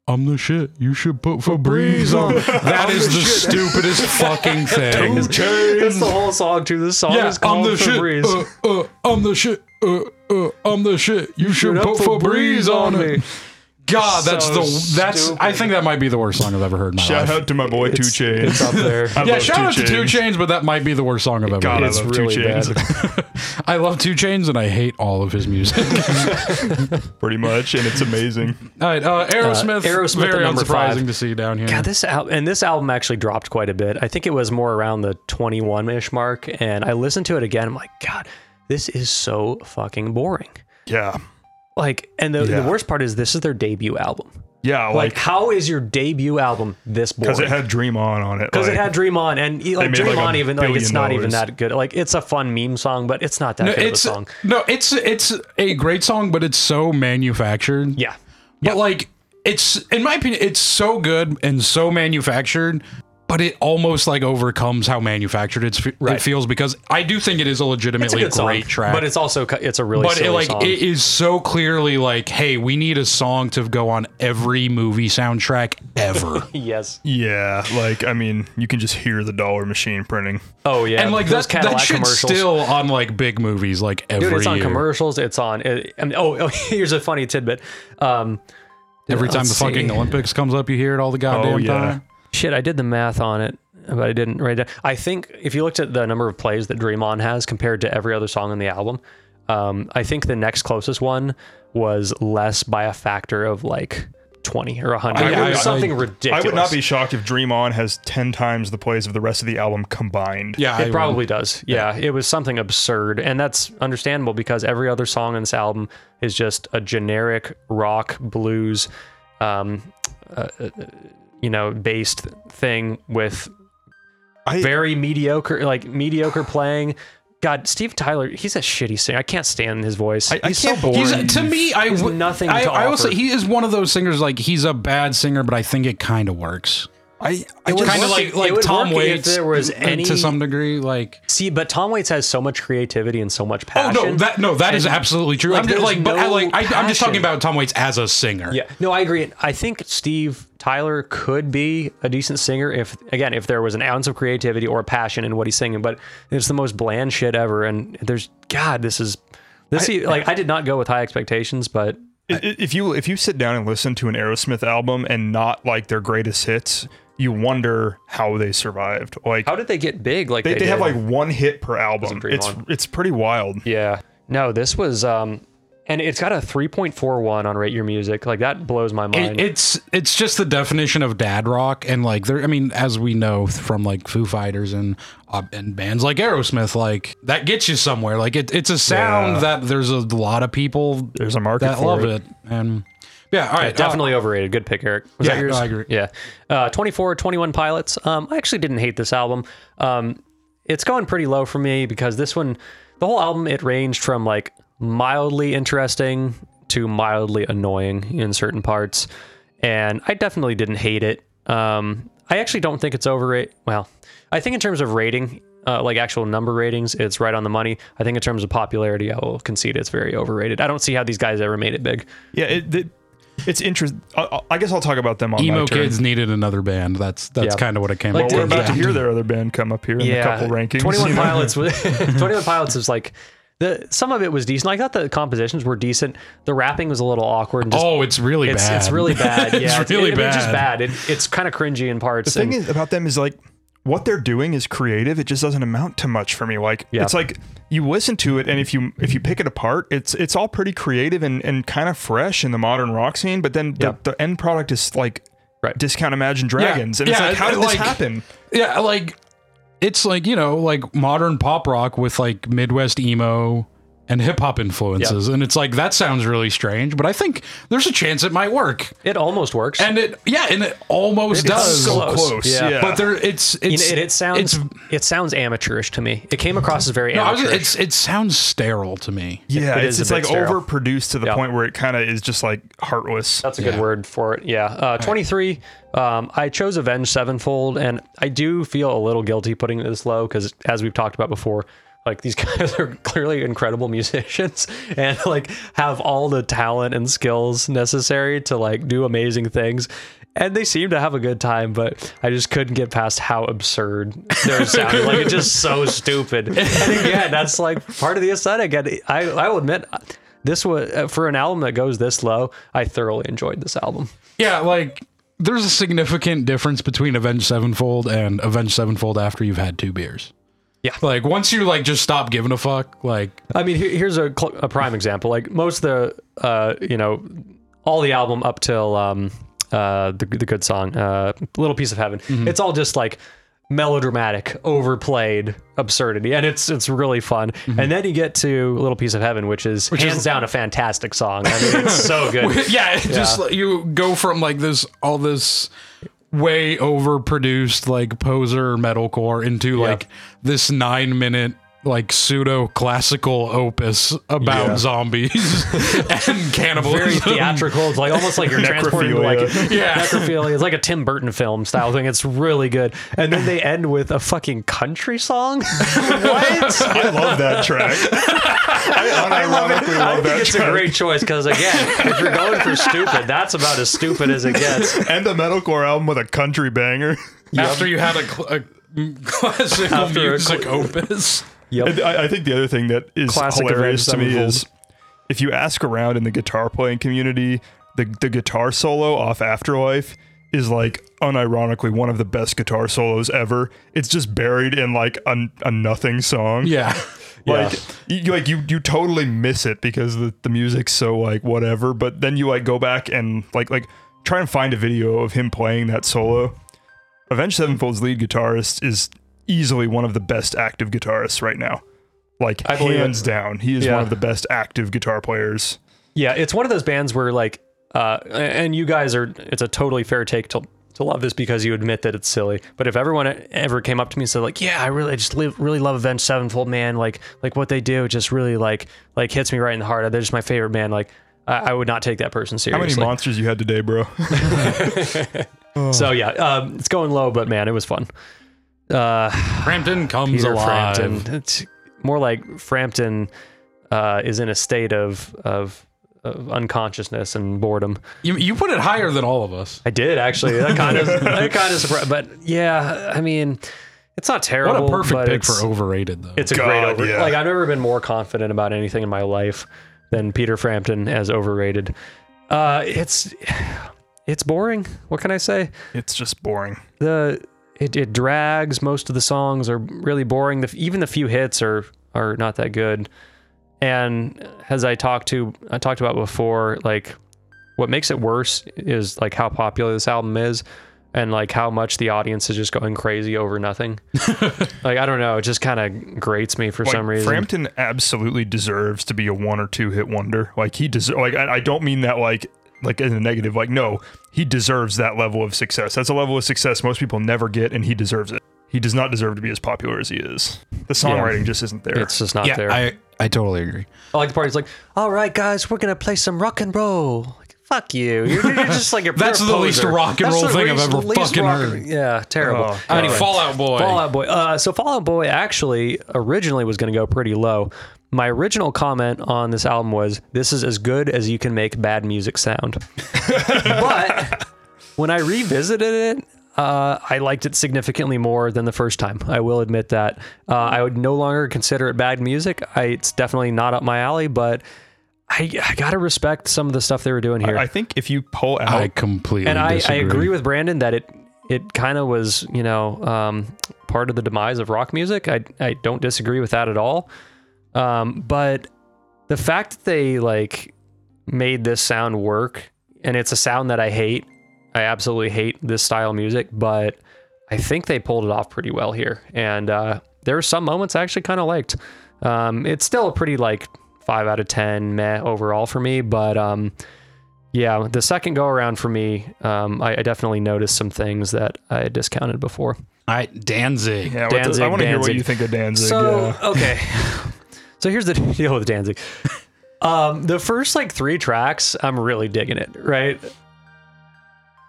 I'm the shit. You should put Febreze on. That is the stupidest fucking thing.
That's the whole song too. This song
Yeah,
is
I'm
called
the shit.
Febreze.
Uh, uh, I'm the shit. Uh, uh, I'm the shit. You should
Shoot up
put Febreze on it. God, that's
So
the that's. I think that might be the worst song I've ever heard in my
Shout
life.
out to my boy Two Chains.
uh, It's up there.
I
yeah,
love
shout
Two
out to Two
Chainz.
Chains, but that might be the worst song I've ever
God,
heard.
I
It's
love Two
really
Chains.
I love Two Chains, and I hate all of his music.
Pretty much, and it's amazing.
all right, uh, Aerosmith.
Aerosmith at
very
number
unsurprising
five.
to see down here.
Yeah, this al- and this album actually dropped quite a bit. I think it was more around the 21 ish mark, and I listened to it again. I'm like, God, this is so fucking boring.
Yeah,
Like, and the,
Yeah.
the worst part is this is their debut album.
yeah,
Like,
like
how is your debut album this boring?
because it had Dream On on it.
Because it
like-
had Dream On, and e- like
made,
Dream
like, a
On, even like
billion
it's not even
dollars.
that good. Like, it's a fun meme song, but it's not that
no,
good
it's
of a song.
no, it's it's a great song, but it's so manufactured.
Yeah.
But like it's in my opinion, it's so good and so manufactured, but it almost like overcomes how manufactured it's, it
Right.
feels because I do think it is a
It's a
legitimately
good song,
great track.
but it's also cu- it's a really
but it,
silly
like
song.
it is so clearly like, hey, we need a song to go on every movie soundtrack ever.
yes.
yeah, like I mean, you can just hear the dollar machine printing.
Oh yeah.
and like
those
that, that shit's still on like big movies like every
Dude, it's on
year.
commercials. It's on. It, I mean, oh, oh, here's a funny tidbit. Um,
Every time
Let's
the fucking
see.
Olympics comes up, you hear it all the goddamn
Oh, yeah.
time.
shit, I did the math on it, but I didn't write it. down. I think if you looked at the number of plays that Dream On has compared to every other song on the album, um, I think the next closest one was less by a factor of like twenty or hundred.
I
It was
would- I-
something
I
ridiculous.
would not be shocked if Dream On has ten times the plays of the rest of the album combined.
Yeah,
It probably does. Yeah, it was something absurd, and that's understandable because every other song on this album is just a generic rock blues, um, uh, uh, you know, based thing with
I-
very mediocre, like mediocre playing. God, Steve Tyler, he's a shitty singer. I can't stand his voice.
I, I
he's
can't.
so boring.
He's to me. I
He's
w-
nothing
I,
to
I will
offer.
say he is one of those singers. Like he's a bad singer, but I think it kind of works.
I, I
was
just
Kind of
working-
like
it
like
would
Tom
work if
Waits.
there was
uh,
any-
to some degree. Like
See, but Tom Waits has so much creativity and so much
oh
passion.
no, that no, that is
And-
absolutely true.
like,
I'm just,
there's
like, but I
no
like I, I'm just talking
passion.
about Tom Waits as a singer.
Yeah, no, I agree. I think Steve Tyler could be a decent singer if, again, if there was an ounce of creativity or passion in what he's singing. But it's the most bland shit ever. And there's God, this is this. e, like, I did not go with high expectations, but
I- I- if you if you sit down and listen to an Aerosmith album and not like their greatest hits, you wonder how they survived. Like
how did they get big? Like
they, they have
did?
like one hit per album.
pretty
It's
long.
it's pretty wild.
yeah. No, this was um, and it's got a three point four one on Rate Your Music. Like that blows my
It,
mind.
it's it's just the definition of dad rock, and like there, I mean, as we know from like Foo Fighters and uh, and bands like Aerosmith, like that gets you somewhere. Like it, it's a sound
Yeah.
that there's a lot of people
There's a market
that
for
love
it.
it. and yeah, all right, uh,
Definitely overrated. Good pick, Eric. Was
Yeah,
that yours?
no, I agree.
Yeah. Uh, 24, 21 Pilots. Um, I actually didn't hate this album. Um, it's going pretty low for me because this one, the whole album, it ranged from like mildly interesting to mildly annoying in certain parts. And I definitely didn't hate it. Um, I actually don't think it's overrated. Well, I think in terms of rating, uh, like actual number ratings, it's right on the money. I think in terms of popularity, I will concede it's very overrated. I don't see how these guys ever made it big.
Yeah, it, it- it's interesting. I, I guess I'll talk about them on
emo
my turn.
kids needed another band. That's that's
Yeah.
kind of what it came.
Like,
up
We're
with.
about to
Yeah.
hear their other band come up here in a couple rankings.
21 Pilots was 21 Pilots was like the some of it was decent. I thought the compositions were decent. The rapping was a little awkward and just
Oh, it's really
it's,
bad.
it's really bad. Yeah,
it's really
I mean, It's just
bad.
bad. It, it's kind of cringy in parts.
The thing
and-
is about them is like what they're doing is creative. It just doesn't amount to much for me. Like
Yeah.
it's like you listen to it, and if you if you pick it apart, it's it's all pretty creative and and kind of fresh in the modern rock scene. But then the,
Yeah.
the end product is like
Right.
discount Imagine Dragons, and it's
Yeah,
like how did
like-
this happen?
Yeah, like it's like you know, like modern pop rock with like Midwest emo and hip hop influences, and it's like that sounds really strange, but I think there's a chance it might work,
it almost works.
and it yeah, and it almost does.
It's
so
close.
close.
Yeah.
Yeah.
But there, it's
You
it's
know, it, it sounds
It's,
it sounds amateurish to me. It came across as very
no, I was,
amateurish.
it's it sounds sterile to me.
yeah,
it
it's,
is a
it's
bit
like
sterile.
overproduced to the
Yeah.
point where it kind of is just like heartless.
That's a good word for it. Yeah. Uh, 23. Um, I chose Avenged Sevenfold, and I do feel a little guilty putting this low because, as we've talked about before, Like these guys are clearly incredible musicians and like have all the talent and skills necessary to like do amazing things. And they seem to have a good time, but I just couldn't get past how absurd their sound. like it's just so stupid. And again, that's like part of the aesthetic. And I, I will admit, this was for an album that goes this low. I thoroughly enjoyed this album.
Yeah, like there's a significant difference between Avenged Sevenfold and Avenged Sevenfold after you've had two beers.
Yeah.
Like once you like just stop giving a fuck, like
I mean, here, here's a, cl- a prime example. Like most of the, uh, you know, all the album up till um, uh, the the good song, uh, "Little Piece of Heaven." It's all just like melodramatic, overplayed absurdity, and it's it's really fun. And then you get to "Little Piece of Heaven," Mm-hmm. which is hands down a fantastic song. I mean, it's so good.
yeah, it just like, you go from like this all this way overproduced like poser metalcore into like this 9 minute like pseudo classical opus about
Yeah.
zombies and cannibalism.
Very theatrical. It's like almost like you're transported to like
Necrophilia.
Yeah.
necrophilia. It's like a Tim Burton film style thing. It's really good. And then they end with a fucking country song. what?
I love that track. I unironically love
I think
that
it's a
track.
great choice because again, if you're going for stupid, that's about as stupid as it gets.
And a metalcore album with a country banger.
After you had a, cl- a mm, classical
After a
music opus.
And I, I think the other thing that is
Classic
hilarious to
Avenged
me
Sevenfold.
is if you ask around in the guitar playing community, the, the guitar solo off Afterlife is like unironically one of the best guitar solos ever. It's just buried in like a, a nothing song.
Yeah.
Like, you, like you, you totally miss it because the, the music's so like whatever. But then you like go back and like like try and find a video of him playing that solo. Avenged Sevenfold's lead guitarist is easily one of the best active guitarists right now. Like
I believe
hands down, he is
Yeah.
one of the best active guitar players.
Yeah, it's one of those bands where like, uh, and you guys are. It's a totally fair take to to love this because you admit that it's silly. But if everyone ever came up to me and said like, yeah, I really I just live, really love Avenged Sevenfold, man. Like like what they do just really like like hits me right in the heart. They're just my favorite man. Like. I I would not take that person
How many
seriously.
monsters you had today, bro?
so yeah, um, it's going low, but man, it was fun. Uh,
Frampton comes
Peter
alive.
Frampton. It's more like Frampton uh, is in a state of, of of unconsciousness and boredom.
You, you put it higher than all of us.
I did actually. That kind of that kind of surprised. But yeah, I mean, it's not
What
terrible.
a perfect
but
pick
it's-
for overrated, though.
It's a
God,
great over.
yeah.
Like I've never been more confident about anything in my life than Peter Frampton as overrated. Uh, it's it's boring. What can I say?
it's just boring.
the it, it drags most of the songs are really boring the, even the few hits are are not that good and as i talked to i talked about before like what makes it worse is like how popular this album is and like how much the audience is just going crazy over nothing like i don't know it just kind of grates me for
Like,
some reason
Frampton absolutely deserves to be a one or two hit wonder. Like he deserves. Like I, I don't mean that like like in a negative. Like no, he deserves that level of success. That's a level of success most people never get, and he deserves it. He does not deserve to be as popular as he is. The songwriting just isn't there.
it's just not there
I, I totally agree.
I like the part. He's like, "All right, guys, we're gonna play some rock and roll." Like, fuck you. You're, you're just like you're
That's
a
the least
poser.
rock and
That's
roll
the
thing I've
least-
ever
least
fucking
rock-
heard.
Yeah, terrible.
Oh,
Anyway,
Anyway,
Fallout Boy.
Fallout Boy. Uh, so Fallout Boy actually originally was gonna go pretty low. My original comment on this album was, "This is as good as you can make bad music sound." but when I revisited it, uh, I liked it significantly more than the first time. I will admit that. Uh, I would no longer consider it bad music. I, it's definitely not up my alley, but I, I gotta respect some of the stuff they were doing here.
I think if you pull out,
I completely
and I, I
disagree.
agree with Brandon that it it kind of was you know um, part of the demise of rock music. I I don't disagree with that at all. Um, but the fact that they like made this sound work, and it's a sound that I hate. I absolutely hate this style of music, but I think they pulled it off pretty well here. And uh, there were some moments I actually kind of liked. Um, it's still a pretty like five out of ten meh overall for me, but um, yeah, the second go around for me, um, I, I definitely noticed some things that I had discounted before.
I Danzig.
yeah, what does- I
Danzig,
want to hear what
Danzig.
you think of Danzig. yeah.
okay, so here's the deal with Danzig. Um, the first like three tracks, I'm really digging it, right?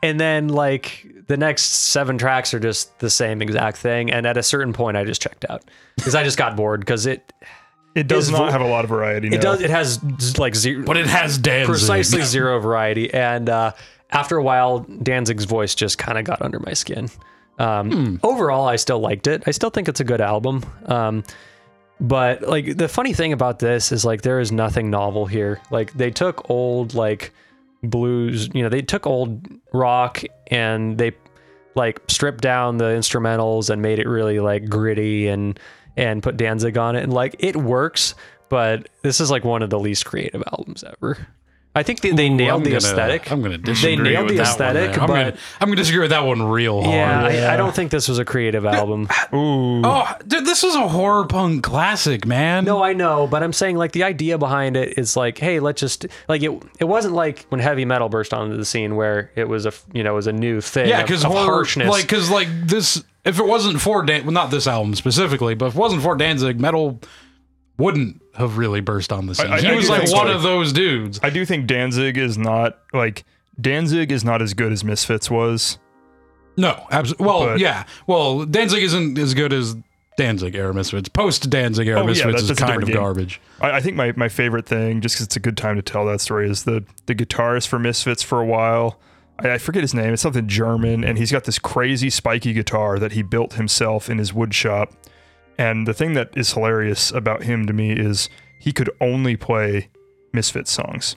and then like the next seven tracks are just the same exact thing. And at a certain point, I just checked out because I just got bored because it
It does
His
not
vo-
have a lot of variety.
it
no.
does it has like zero,
But it has Danzig.
precisely zero variety. And uh, after a while, Danzig's voice just kind of got under my skin. Um, Overall, I still liked it. I still think it's a good album. Um, but like the funny thing about this is like there is nothing novel here. Like they took old like blues, you know, they took old rock and they like stripped down the instrumentals and made it really like gritty and and put Danzig on it and like it works, but this is like one of the least creative albums ever. I think they, they nailed
I'm
the
gonna-
aesthetic.
I'm going to disagree
They nailed
with
the
that
aesthetic,
one. man. I'm
but-
gonna, Oh, I'm gonna disagree with that one real hard.
yeah, I, I don't think this was a creative album.
Oh, dude, this is a horror punk classic, man.
No, I know, but I'm saying like the idea behind it is like, hey, let's just like it. It wasn't like when heavy metal burst onto the scene where it was a f- you know it was a new thing.
yeah,
because
because harshness.
harshness.
Like, because like this, if it wasn't for Dan, well, not this album specifically, but if it wasn't for Danzig, metal wouldn't have really burst on the scene.
I-
he
I
was
do
like
think
one
so.
of those dudes.
I do think Danzig is not like Danzig is not as good as Misfits was.
No, absolutely. Well,
But-
yeah. Well, Danzig isn't as good as Danzig Era Misfits. Post Danzig Era
Oh, yeah,
Misfits
that's-
is
that's a
kind of
different game.
garbage.
I, I think my, my favorite thing, just 'cause it's a good time to tell that story, is the the guitarist for Misfits for a while. I, I forget his name. It's something German, and he's got this crazy spiky guitar that he built himself in his wood shop. And the thing that is hilarious about him to me is he could only play Misfits songs.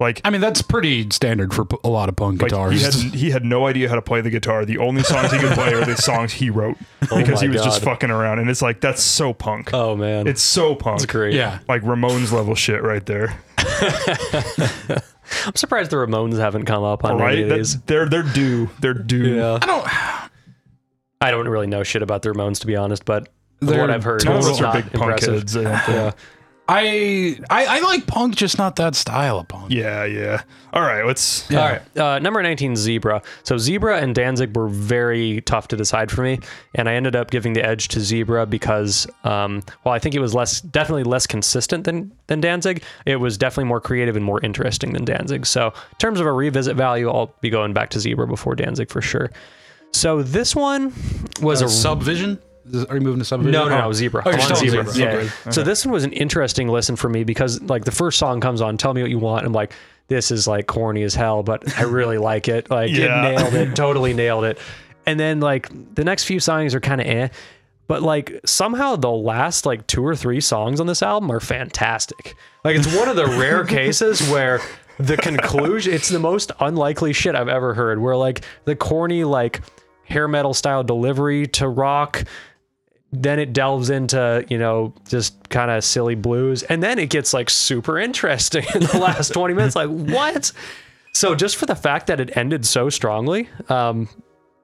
Like
I mean, that's pretty standard for p- a lot of punk
Like,
guitarists.
He had, he had no idea how to play the guitar. The only songs he could play are the songs he wrote because
Oh my
he was just
God.
fucking around. And it's like that's so punk.
oh man,
it's so punk.
That's great.
yeah.
Like Ramones level shit right there.
I'm surprised the Ramones haven't come up on any
Right?
of these.
That, they're they're due. They're due.
yeah,
I don't.
I don't really know shit about the Ramones to be honest, but from
They're
what I've heard,
None of
it's
us are
not
big punk
impressive.
heads. I don't think.
Yeah.
I, I I like punk, just not that style of punk.
Yeah, yeah. All right, let's.
Yeah.
All right. Uh, number 19, Zebra. So Zebra and Danzig were very tough to decide for me. And I ended up giving the edge to Zebra because, um, while I think it was less, definitely less consistent than, than Danzig, it was definitely more creative and more interesting than Danzig. So in terms of a revisit value, I'll be going back to Zebra before Danzig for sure. So this one was a
Subvision? Is- Are you moving to Subvision?
no, no,
Oh.
no, zebra.
Oh, you're
I'm on
still
zebra.
on Zebra.
Yeah.
Okay.
So this one was an interesting listen for me because like the first song comes on, tell me what you want. I'm like, this is like corny as hell, but I really like it. Like
Yeah.
it nailed it, totally nailed it. And then like the next few songs are kind of eh, but like somehow the last like two or three songs on this album are fantastic. Like it's one of the rare cases where the conclusion it's the most unlikely shit I've ever heard where like the corny like hair metal style delivery to rock then it delves into you know just kind of silly blues and then it gets like super interesting in the last 20 minutes like what so just for the fact that it ended so strongly um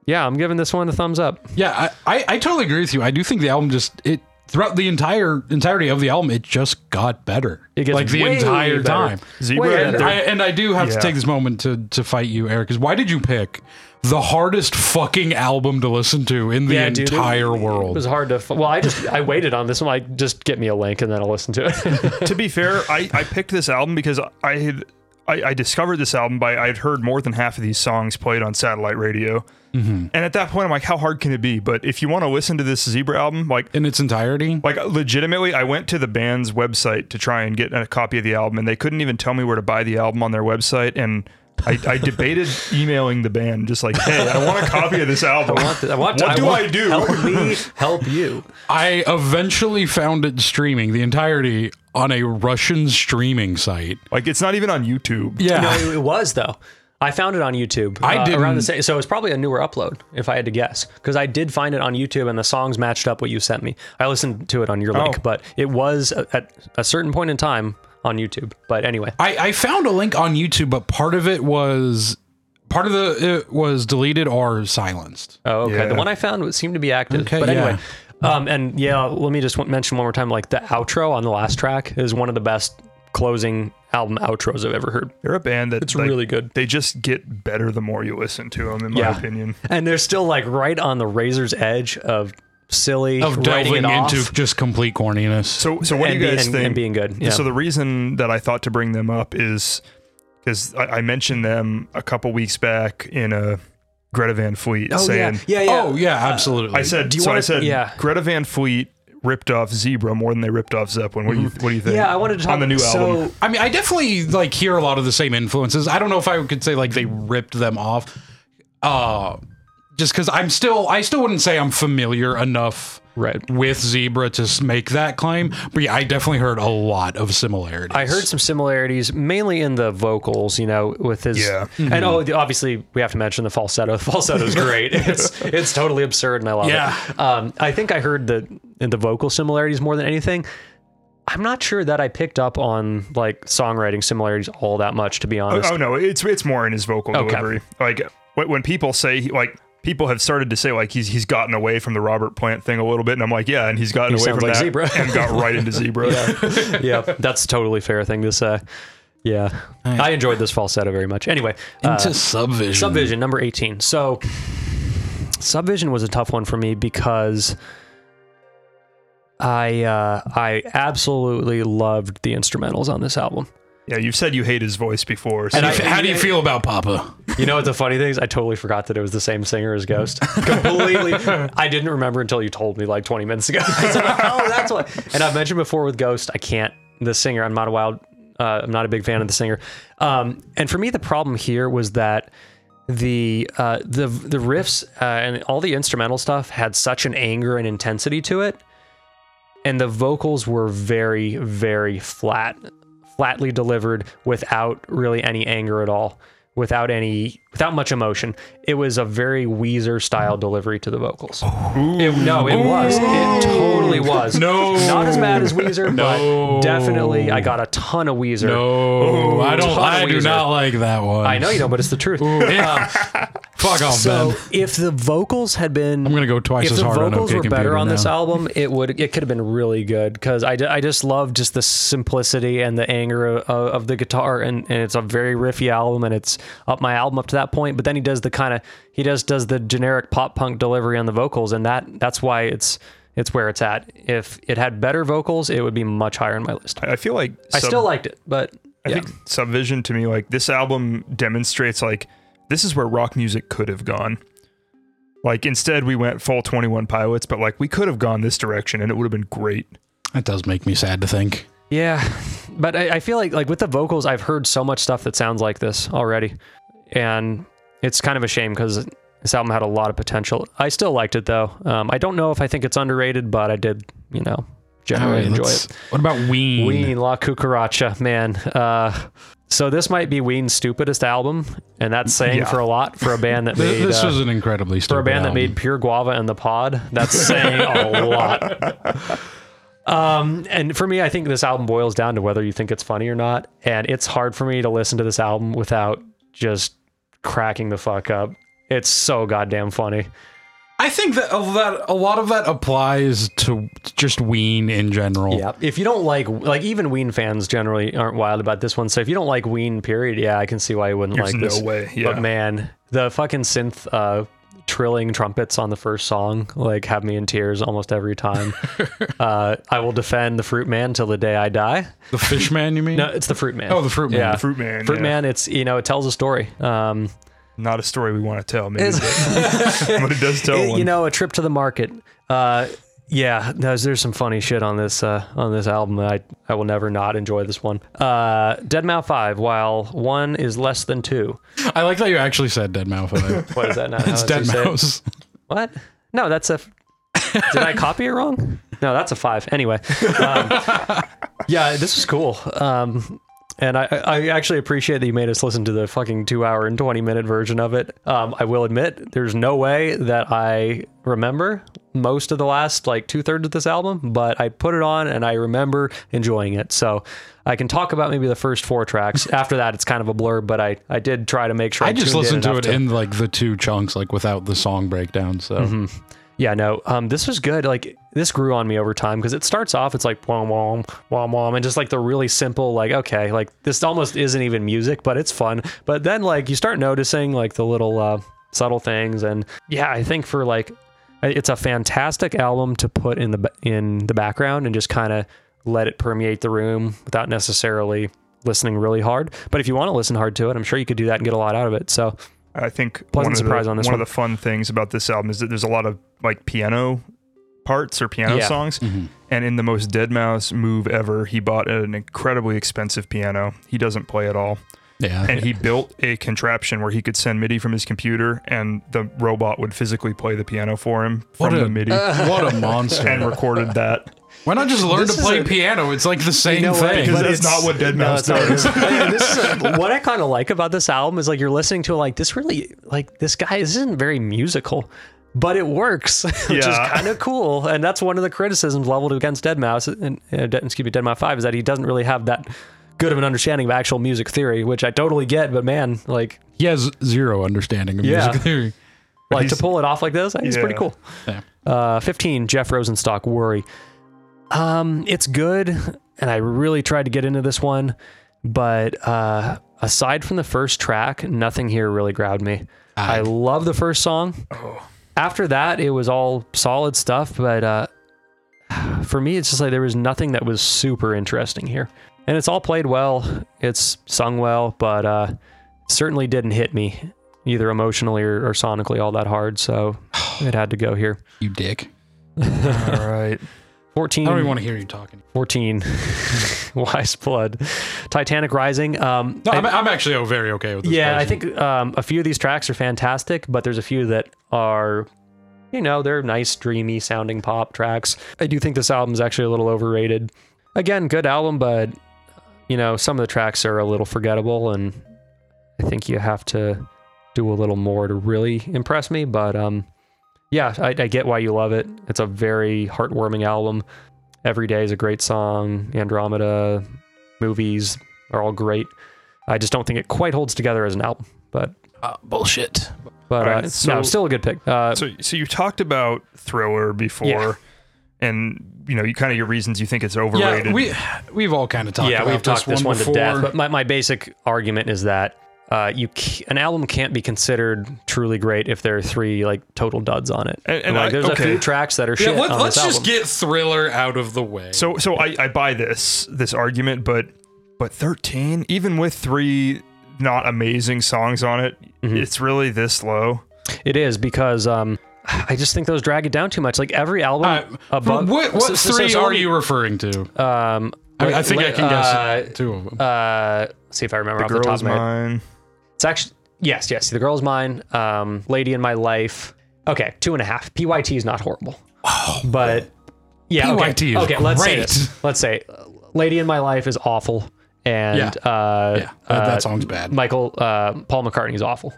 yeah i'm giving this one a thumbs up
Yeah, I, I, I totally agree with you. I do think the album just it throughout the entire entirety of the album, it just got better.
It gets
like the
way
entire
better.
time.
Zebra
Way
and
And
better.
I, and I do have to
Yeah.
take this moment to to fight you, Eric. Because why did you pick the hardest fucking album to listen to in the
Yeah, dude, it-
entire
it
world?
was hard to f- well i just i waited on this one like just get me a link and then i'll listen to it
to be fair, I, I picked this album because I had I, I discovered this album by I'd heard more than half of these songs played on satellite radio,
Mm-hmm.
and at that point I'm like, how hard can it be? But if you want to listen to this Zebra album, like
in its entirety.
like legitimately, I went to the band's website to try and get a copy of the album, and they couldn't even tell me where to buy the album on their website, and. I, I debated emailing the band, just like, "Hey, I want a copy of this album.
i want to,
what do
want-
I do?"
help me help you
I eventually found it streaming the entirety on a Russian streaming site.
Like, it's not even on YouTube.
Yeah.
no it, it was though I found it on YouTube. uh,
I
around
didn't-
the same, so it's probably a newer upload, if I had to guess, because I did find it on YouTube, and the songs matched up what you sent me. I listened to it on your link,
Oh.
but it was a- at a certain point in time on YouTube. But anyway,
I, I found a link on YouTube, but part of it was part of the it was deleted or silenced.
oh, okay, the
Yeah.
one I found would seem to be active.
Okay,
but anyway,
yeah.
um, and yeah, let me just w- mention one more time, like the outro on the last track is one of the best closing album outros I've ever heard.
They're a band that it's
really good.
They just get better the more you listen to them, in my
Yeah.
opinion.
And they're still like right on the razor's edge of silly
Of
writing
delving
it off,
into just complete corniness.
So, so what
and,
do you
be-
guys
and-
think?
and being good. Yeah.
So the reason that I thought to bring them up is because I, I mentioned them a couple weeks back in a Greta Van Fleet
Oh
saying
yeah, yeah, yeah.
Oh yeah, absolutely.
I said
do you
so I
wanna-
said
yeah.
Greta Van Fleet ripped off Zebra more than they ripped off Zeppelin. What do you what do you think?
Yeah, I wanted to talk
on the new
so,
album.
I mean, I definitely like hear a lot of the same influences. I don't know if I could say like they ripped them off, uh, just because I'm still I still wouldn't say I'm familiar enough
Right.
with Zebra to s- make that claim. But yeah, I definitely heard a lot of similarities.
I heard some similarities, mainly in the vocals, you know, with his.
Yeah.
And oh, the- obviously, we have to mention the falsetto. The falsetto is great. it's it's totally absurd, and I love
Yeah.
it. Um, I think I heard the the vocal similarities more than anything. I'm not sure that I picked up on like songwriting similarities all that much, to be honest.
Oh no, it's it's more in his vocal
Okay.
delivery. Like wh- when people say he- like people have started to say like he's he's gotten away from the Robert Plant thing a little bit, and I'm like, yeah, and he's gotten
He
away
sounds
from
like
that
Zebra.
and got right into Zebra.
yeah, that's a totally fair thing to say. Yeah, I enjoyed this falsetto very much. Anyway, uh,
into Subvision.
Subvision, number 18. So, Subvision was a tough one for me because I uh, I absolutely loved the instrumentals on this album.
Yeah, you've said you hate his voice before. So
And I-
F- How do you feel about Papa?
You know what the funny thing is? I totally forgot that it was the same singer as Ghost. Completely. I didn't remember until you told me like 20 minutes ago. I was like, oh, that's why. And I've mentioned before with Ghost, I can't. The singer, I'm not a wild. Uh, I'm not a big fan of the singer. Um, and for me, the problem here was that the uh, the the riffs uh, and all the instrumental stuff had such an anger and intensity to it, and the vocals were very very flat, flatly delivered without really any anger at all, without any without much emotion. It was a very Weezer style delivery to the vocals. It- no, it was. It totally was.
No.
not as bad as Weezer,
No.
but definitely I got a ton of Weezer.
No, I don't.
ton of
I do
Oh, Weezer.
not like that one.
I know you don't, but it's the truth.
Yeah. Fuck off,
So
Ben.
if the vocals had been, I'm
gonna go twice
If
as
the
hard on
vocals
OK
were better
Computer
on this
now.
album, it would it could have been really good because I, d- I just love just the simplicity and the anger of, of the guitar and, and it's a very riffy album and it's up my album up to that point. But then he does the kind of he just does the generic pop punk delivery on the vocals and that that's why it's it's where it's at. If it had better vocals, it would be much higher on my list.
I feel like
I
Sub-
still liked it, but
I
yeah.
think Subvision to me, like this album demonstrates like this is where rock music could have gone. Like instead we went full 21 pilots, but like we could have gone this direction and it would have been great.
That does make me sad to think.
Yeah, but I, I feel like like with the vocals, I've heard so much stuff that sounds like this already, and it's kind of a shame because this album had a lot of potential. I still liked it though. Um, I don't know if I think it's underrated, but I did, you know,
All
generally
right,
enjoy
let's-
it.
What about Ween?
Ween La Cucaracha, man. Uh, so this might be Ween's stupidest album, and that's saying
Yeah.
for a lot for a band that
Th-
made
This
uh,
was an incredibly
for a band that made pure guava and the pod that's saying a lot um and for me i think this album boils down to whether you think it's funny or not and it's hard for me to listen to this album without just cracking the fuck up it's so goddamn funny
I think that a, that a lot of that applies to just Ween in general.
if you don't like like even ween fans generally aren't wild about this one so if you don't like ween period yeah i can see why you wouldn't
There's
like
no
this
way. Yeah.
but man the fucking synth uh trilling trumpets on the first song like have me in tears almost every time uh i will defend the fruit man till the day i die
The Fishman, you mean?
no it's the fruit man
Oh, the Fruit Man.
yeah
The
Fruit Man.
fruit
yeah.
man it's you know it tells a story um
Not a story we want to tell, maybe. but- but it does tell
it-
one.
you know a trip to the market uh yeah, there's, there's some funny shit on this uh, on this album. I I will never not enjoy this one. Uh, Dead Mouth Five, while one is less than two.
I like that you actually said Dead Mouse.
What is that? Not
it's Dead Mouse.
What? No, that's a. did I copy it wrong? No, that's a five. Anyway, um, yeah, this was cool. Um, and I, I actually appreciate that you made us listen to the fucking two hour and 20 minute version of it. Um, I will admit, there's no way that I remember most of the last like two thirds of this album, but I put it on and I remember enjoying it. So I can talk about maybe the first four tracks. After that, it's kind of a blur, but I, I did try to make sure
I just
tuned in
listened to
enough
it in like the two chunks, like without the song breakdown. So
Mm-hmm. Yeah, no. Um, this was good. Like this grew on me over time because it starts off, it's like wom wom wom wom, and just like the really simple, like okay, like this almost isn't even music, but it's fun. But then like you start noticing like the little uh, subtle things, and yeah, I think for like I- it's a fantastic album to put in the ba- in the background and just kind of let it permeate the room without necessarily listening really hard. But if you want to listen hard to it, I'm sure you could do that and get a lot out of it. So
I think
Pleasant
one of
surprise
the,
on this
one,
one.
of the fun things about this album is that there's a lot of like piano parts or piano
Yeah.
songs. And in the most dead mouse move ever, he bought an incredibly expensive piano. He doesn't play at all.
Yeah.
And he built a contraption where he could send MIDI from his computer and the robot would physically play the piano for him
what
from
a
the MIDI
Uh.
What a monster!
and recorded that.
Why not just learn
This
to play
is a-
piano? It's like the same
know what?
thing.
Because
But
that's
it's-
not what Dead
No,
Mouse
it's not.
does.
I- this is a- what I kind of like about this album is like you're listening to it like this really like this guy this isn't very musical, but it works, which is
Yeah.
kind of cool. And that's one of the criticisms leveled against Dead Mouse and uh, De- excuse me, Dead Mouse Five is that he doesn't really have that good of an understanding of actual music theory, which I totally get. But man, like
He has zero understanding of
Yeah.
music theory.
like to
he's-
pull it off like this, I think it's pretty
Yeah.
cool.
Yeah.
Uh, 15, Jeff Rosenstock, Worry. Um, it's good, and I really tried to get into this one, but uh, aside from the first track, nothing here really grabbed me. I, love the first song. After that, it was all solid stuff, but uh, for me, it's just like there was nothing that was super interesting here. And it's all played well, it's sung well, but uh, certainly didn't hit me either emotionally or, or sonically all that hard. So it had to go here.
You dick.
All right.
14.
I don't even want to hear you talking.
14. Wise Blood. Titanic Rising. Um,
No,
I-
I'm, I'm actually oh, very okay with this.
yeah, I
person.
think um, a few of these tracks are fantastic, but there's a few that are, you know, they're nice, dreamy sounding pop tracks. I do think this album's actually a little overrated. Again, good album, but, you know, some of the tracks are a little forgettable, and I think you have to do a little more to really impress me. But um, yeah, I, I get why you love it. It's a very heartwarming album. Every Day is a great song. Andromeda, movies are all great. I just don't think it quite holds together as an album. But
Uh, bullshit.
but uh,
Alright,
no,
so-
still a good pick. Uh,
So so you talked about Thriller before and you know, you kind of your reasons you think it's overrated.
Yeah, we we've all kind of talked.
yeah,
about
we've talked this one,
before.
to death. But my, my basic argument is that uh, you c- an album can't be considered truly great if there are three like total duds on it.
And- and
like
I-
there's
okay.
a few tracks that are shit
yeah, let,
on
us
this
just
album.
get Thriller out of the way.
So so I, I buy this this argument, but but thirteen, even with three not amazing songs on it,
Mm-hmm.
it's really this low.
It is because um, I just think those drag it down too much. Like every album
Uh,
above
what what
so- so- so-
three
so let
are
me-
you referring to?
Um,
I, mean, I think I can guess
uh,
two of them.
Uh, see if I remember off the top
Girl's
of my head.
mine.
It's actually yes, yes. The girl's mine. Um, lady in my life. Okay, two and a half. Pyt is not horrible.
Oh,
but yeah, okay.
PYT is
okay. Let's say
great.
this. Let's say, uh, lady in my life is awful, and
Yeah.
uh,
yeah, that,
uh,
that song's bad.
Michael uh, Paul McCartney is awful.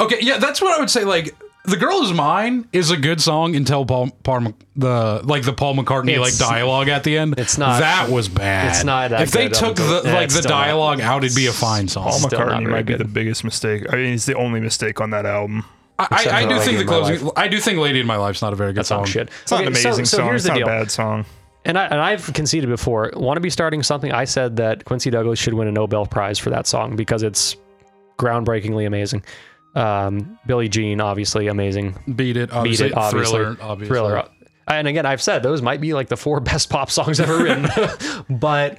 Okay, yeah, that's what I would say. Like, "The Girl Is Mine" is a good song until Paul, Paul Mc- the like the Paul McCartney like
It's-
dialogue at the end.
it's not-
That was bad.
it's not that
If they
good of
took
a-
the
yeah,
like
it's
the
still not-
dialogue out, it'd be a fine song.
Paul
Still not
McCartney
very
might be
good.
the biggest mistake. I mean, it's the only mistake on that album.
I, I, I
for
do
Lady
think the
in My
closing. I do think "Lady in My Life's not a very good
That song shit.
It's not an amazing
so, so
song. it's
here's the
not
deal.
a bad song.
And I and I've conceded before. Want to be starting something? I said that Quincy Douglas should win a Nobel Prize for that song because it's groundbreakingly amazing. Um, Billie Jean, obviously amazing.
Beat it,
Beat
obviously.
it, obviously.
Thriller, obviously.
Thriller. And again, I've said those might be like the four best pop songs ever written. but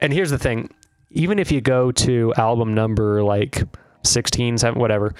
and here's the thing: even if you go to album number like 16, 17, whatever,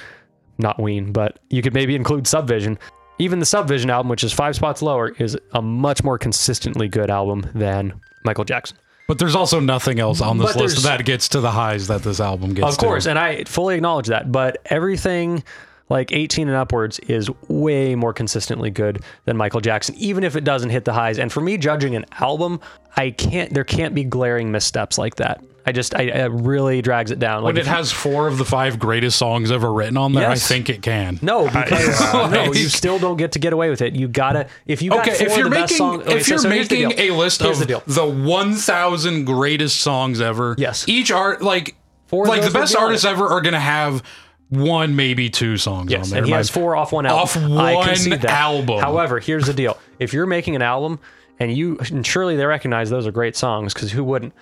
not Ween, but you could maybe include Subvision. Even the Subvision album, which is five spots lower, is a much more consistently good album than Michael Jackson.
But there's also nothing else on this
But
list
there's-
that gets to the highs that this album gets.
Of course,
to.
and I fully acknowledge that, but everything like 18 and upwards is way more consistently good than Michael Jackson, even if it doesn't hit the highs. And for me, judging an album, I can't. There can't be glaring missteps like that. I just, I it really drags it down. Like
When it has four of the five greatest songs ever written on there,
Yes.
I think it can.
no, because no,
Like-
you still don't get to get away with it. You gotta if you got
Okay,
four
if
of
you're
the best
making
song, okay,
if
so-
you're
so here's the
making
deal.
a list
Here's
of
the deal.
the 1,000 greatest songs ever,
Yes.
each art like
Four of
like the
those would
best
be on
artists ever are gonna have one maybe two songs
Yes,
on there.
and he
My-
has four off one album.
Um, Off
I
one
concede that.
album.
However, here's the deal: if you're making an album, and you and surely they recognize those are great songs because who wouldn't?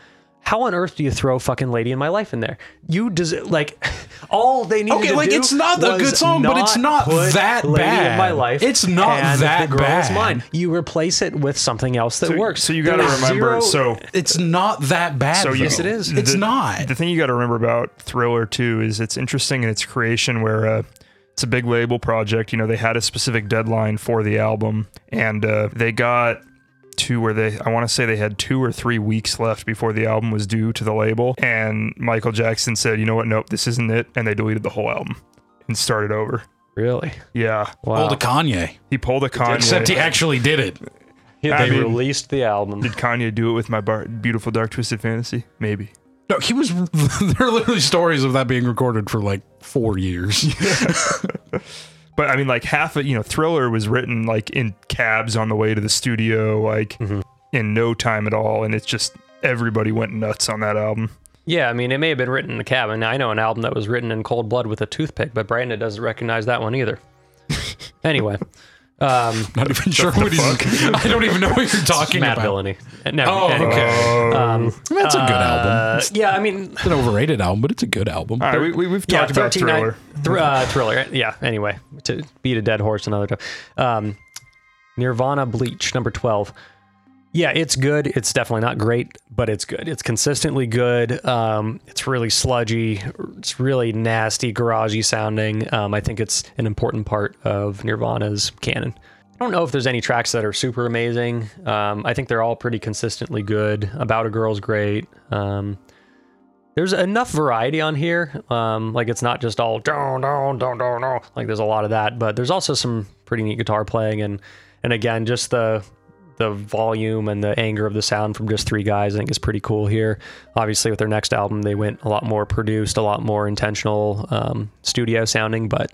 How on earth do you throw fucking Lady in My Life in there? You does like all they needed
Okay,
to
like
do
it's not a
was
good song, but it's not
put
that
Lady
bad.
in My Life.
It's not
and
that
the girl's
bad.
Mine. You replace it with something else that
So-
works.
So you got to
There's
remember.
zero-
So
It's not that bad.
So
though.
you,
yes, it is.
the-
it's not.
The thing you got to remember about Thriller too is it's interesting in its creation where uh, it's a big label project. You know, they had a specific deadline for the album, and uh, they got to where they I want to say they had two or three weeks left before the album was due to the label, and Michael Jackson said, "You know what? Nope, this isn't it," and they deleted the whole album and started over.
really,
Yeah,
wow.
Old Kanye.
he pulled a Kanye.
Except he actually did it.
they
I mean-
released the album.
Did Kanye do it with my bar- beautiful dark twisted fantasy? Maybe.
No, he was. there are literally stories of that being recorded for like four years.
But I mean, like half of you know, Thriller was written like in cabs on the way to the studio, like
Mm-hmm.
in no time at all, and it's just everybody went nuts on that album.
Yeah, I mean, it may have been written in the cabin. I know an album that was written in cold blood with a toothpick, but Brandon doesn't recognize that one either. anyway, um,
not even sure what he's. I don't even know what you're talking
Mad
about.
Villainy. No,
Oh,
anyway.
okay.
Um,
That's a good album.
uh, yeah, I mean,
It's an overrated album, but it's a good album.
All right, we, we, we've
yeah,
talked about
13 night-
Thriller. Mm-hmm.
thr- uh, thriller. Yeah. Anyway, to beat a dead horse another time. Um, Nirvana Bleach, number 12. Yeah, it's good. It's definitely not great, but it's good. It's consistently good. Um, it's really sludgy. It's really nasty, garagey sounding. Um, I think it's an important part of Nirvana's canon. I don't know if there's any tracks that are super amazing. Um, I think they're all pretty consistently good. About a Girl's great. Um, there's enough variety on here. Um, like it's not just all don't don't don't don't don't. Like there's a lot of that, but there's also some pretty neat guitar playing and and again just the the volume and the anger of the sound from just three guys I think is pretty cool here. Obviously with their next album they went a lot more produced, a lot more intentional um, studio sounding, but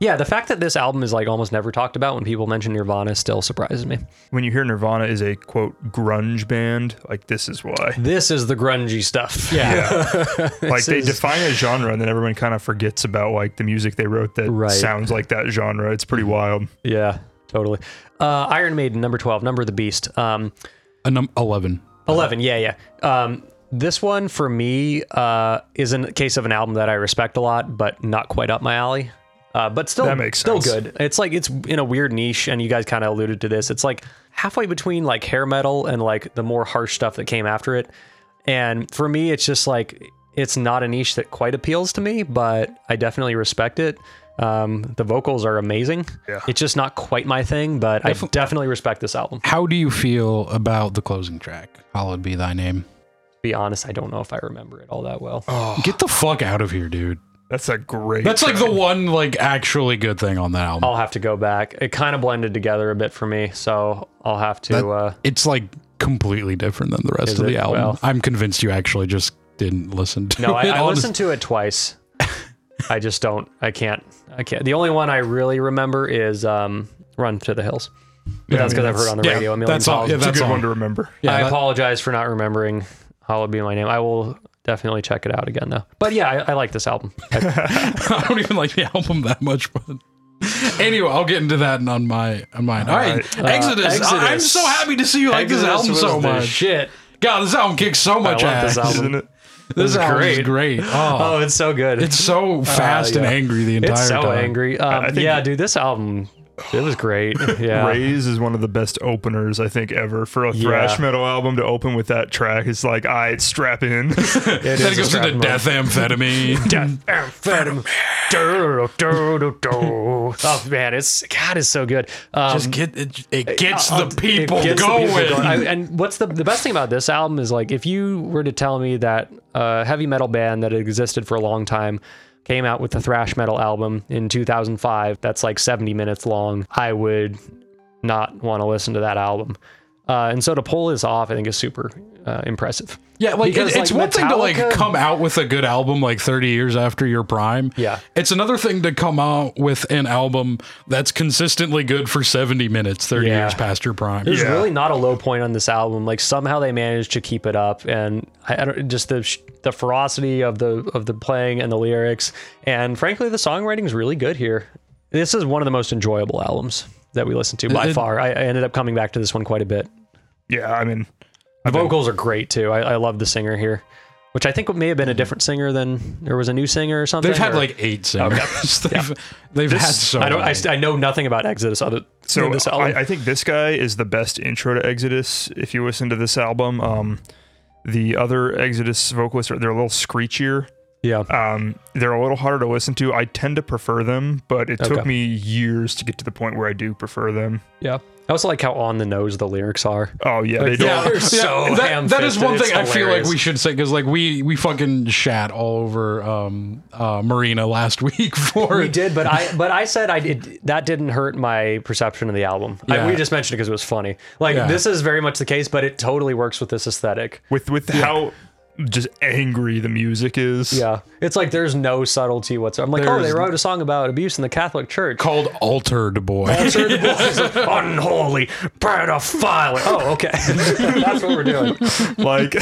yeah, the fact that this album is like almost never talked about when people mention Nirvana still surprises me.
When you hear Nirvana is a quote grunge band, like this is why.
This is the grungy stuff. Yeah.
Like they
is-
define a genre, and then everyone kind of forgets about like the music they wrote that
Right.
sounds like that genre. It's pretty wild.
Yeah, totally. Uh, Iron Maiden, number 12, Number of the Beast. Um,
A num- Eleven.
11, yeah, yeah. Um, this one for me uh, is in case of an album that I respect a lot, but not quite up my alley. Uh, but still,
That makes
still
sense.
good. It's like it's in a weird niche, and you guys kind of alluded to this. It's like halfway between like hair metal and like the more harsh stuff that came after it. And for me, it's just like it's not a niche that quite appeals to me, but I definitely respect it. Um, the vocals are amazing.
Yeah.
It's just not quite my thing, but I definitely respect this album.
How do you feel about the closing track? Hallowed be thy name.
be honest, I don't know if I remember it all that well.
Get the fuck out of here, dude.
That's a great.
That's like
track.
the one like actually good thing on that album.
I'll have to go back. It kind of blended together a bit for me, so I'll have to. uh,
It's like completely different than the rest
Is
of the
it?
album.
Well-
I'm convinced you actually just didn't listen to
no, I,
it.
I
honest-
listened to it twice. I just don't. I can't. I can't. The only one I really remember is um, "Run to the Hills." But
Yeah,
that's
I mean,
because I've heard on the
yeah,
radio a million
that's all-
times.
yeah,
It's a
that
good
song.
one to remember.
yeah,
I
that-
apologize for not remembering "Hallowed Be My Name." I will definitely check it out again though. But yeah, I, I like this album. I-
I don't even like the album that much, but anyway, I'll get into that on my on mine. All right,
right.
Exodus. I- I'm
Uh, Exodus.
so happy to see you like this
Exodus
album
was
so
the
much.
Shit.
God, this album kicks so much
love
ass.
this album.
Isn't it?
This
is
album is
great.
great. Oh,
Oh, it's so good.
it's so fast
yeah.
and angry the entire
it's so
time.
angry. Um,
I think-
yeah, dude, this album it was great. Yeah,
Raise is one of the best openers I think ever for a thrash metal album to open with that track. It's like, I strap in.
It
Then it
is
goes into
distracting.
death amphetamine.
Death amphetamine. Do, do, do, do. Oh man, it's God is so good. Um,
Just get it, it gets
I'll-
the
it
people
gets the
going.
people I- and what's the the best thing about this album is like if you were to tell me that a heavy metal band that existed for a long time came out with a thrash metal album in 2005 that's like 70 minutes long, I would not want to listen to that album. Uh, and so to pull this off, I think is super uh, impressive.
Yeah, like
Because,
it- it's
like,
one thing to like
Metallica-
come out with a good album like 30 years after your prime.
Yeah.
It's another thing to come out with an album that's consistently good for 70 minutes 30
Yeah.
years past your prime.
There's
Yeah.
really not a low point on this album. Like somehow they managed to keep it up, and I, I don't just the sh- the ferocity of the of the playing and the lyrics, and frankly the songwriting is really good here. This is one of the most enjoyable albums that we listened to by
It-
far. I, I ended up coming back to this one quite a bit.
yeah, I mean,
The vocals are great too. I, I love the singer here, which I think may have been a different singer than there was a new singer or something.
Mm-hmm. They've had
or-
like eight singers. they've they've had so.
I don't. I,
many.
st- I know nothing about Exodus other
So
than this album.
I, I think this guy is the best intro to Exodus. If you listen to this album, um, the other Exodus vocalists are they're a little screechier.
yeah.
Um, they're a little harder to listen to. I tend to prefer them, but it took
Okay.
me years to get to the point where I do prefer them.
Yeah. I also like how on the nose the lyrics are.
Oh yeah, they don't.
yeah. they're so
that, that is
ham-fisted,
one
it's
thing I feel like
hilarious.
we should say because like we we fucking shat all over um uh Marina last week for
We did, but I but I said I did that didn't hurt my perception of the album. I-
Yeah.
we just mentioned it because it was funny. Like
Yeah.
this is very much the case, but it totally works with this aesthetic.
With with how just angry the music is.
Yeah, it's like there's no subtlety whatsoever. I'm like, oh, they
There's-
wrote a song about abuse in the Catholic Church.
called Altered Boy.
Answer the boys, like, Unholy pedophile. Oh, okay, that's what we're doing.
Like,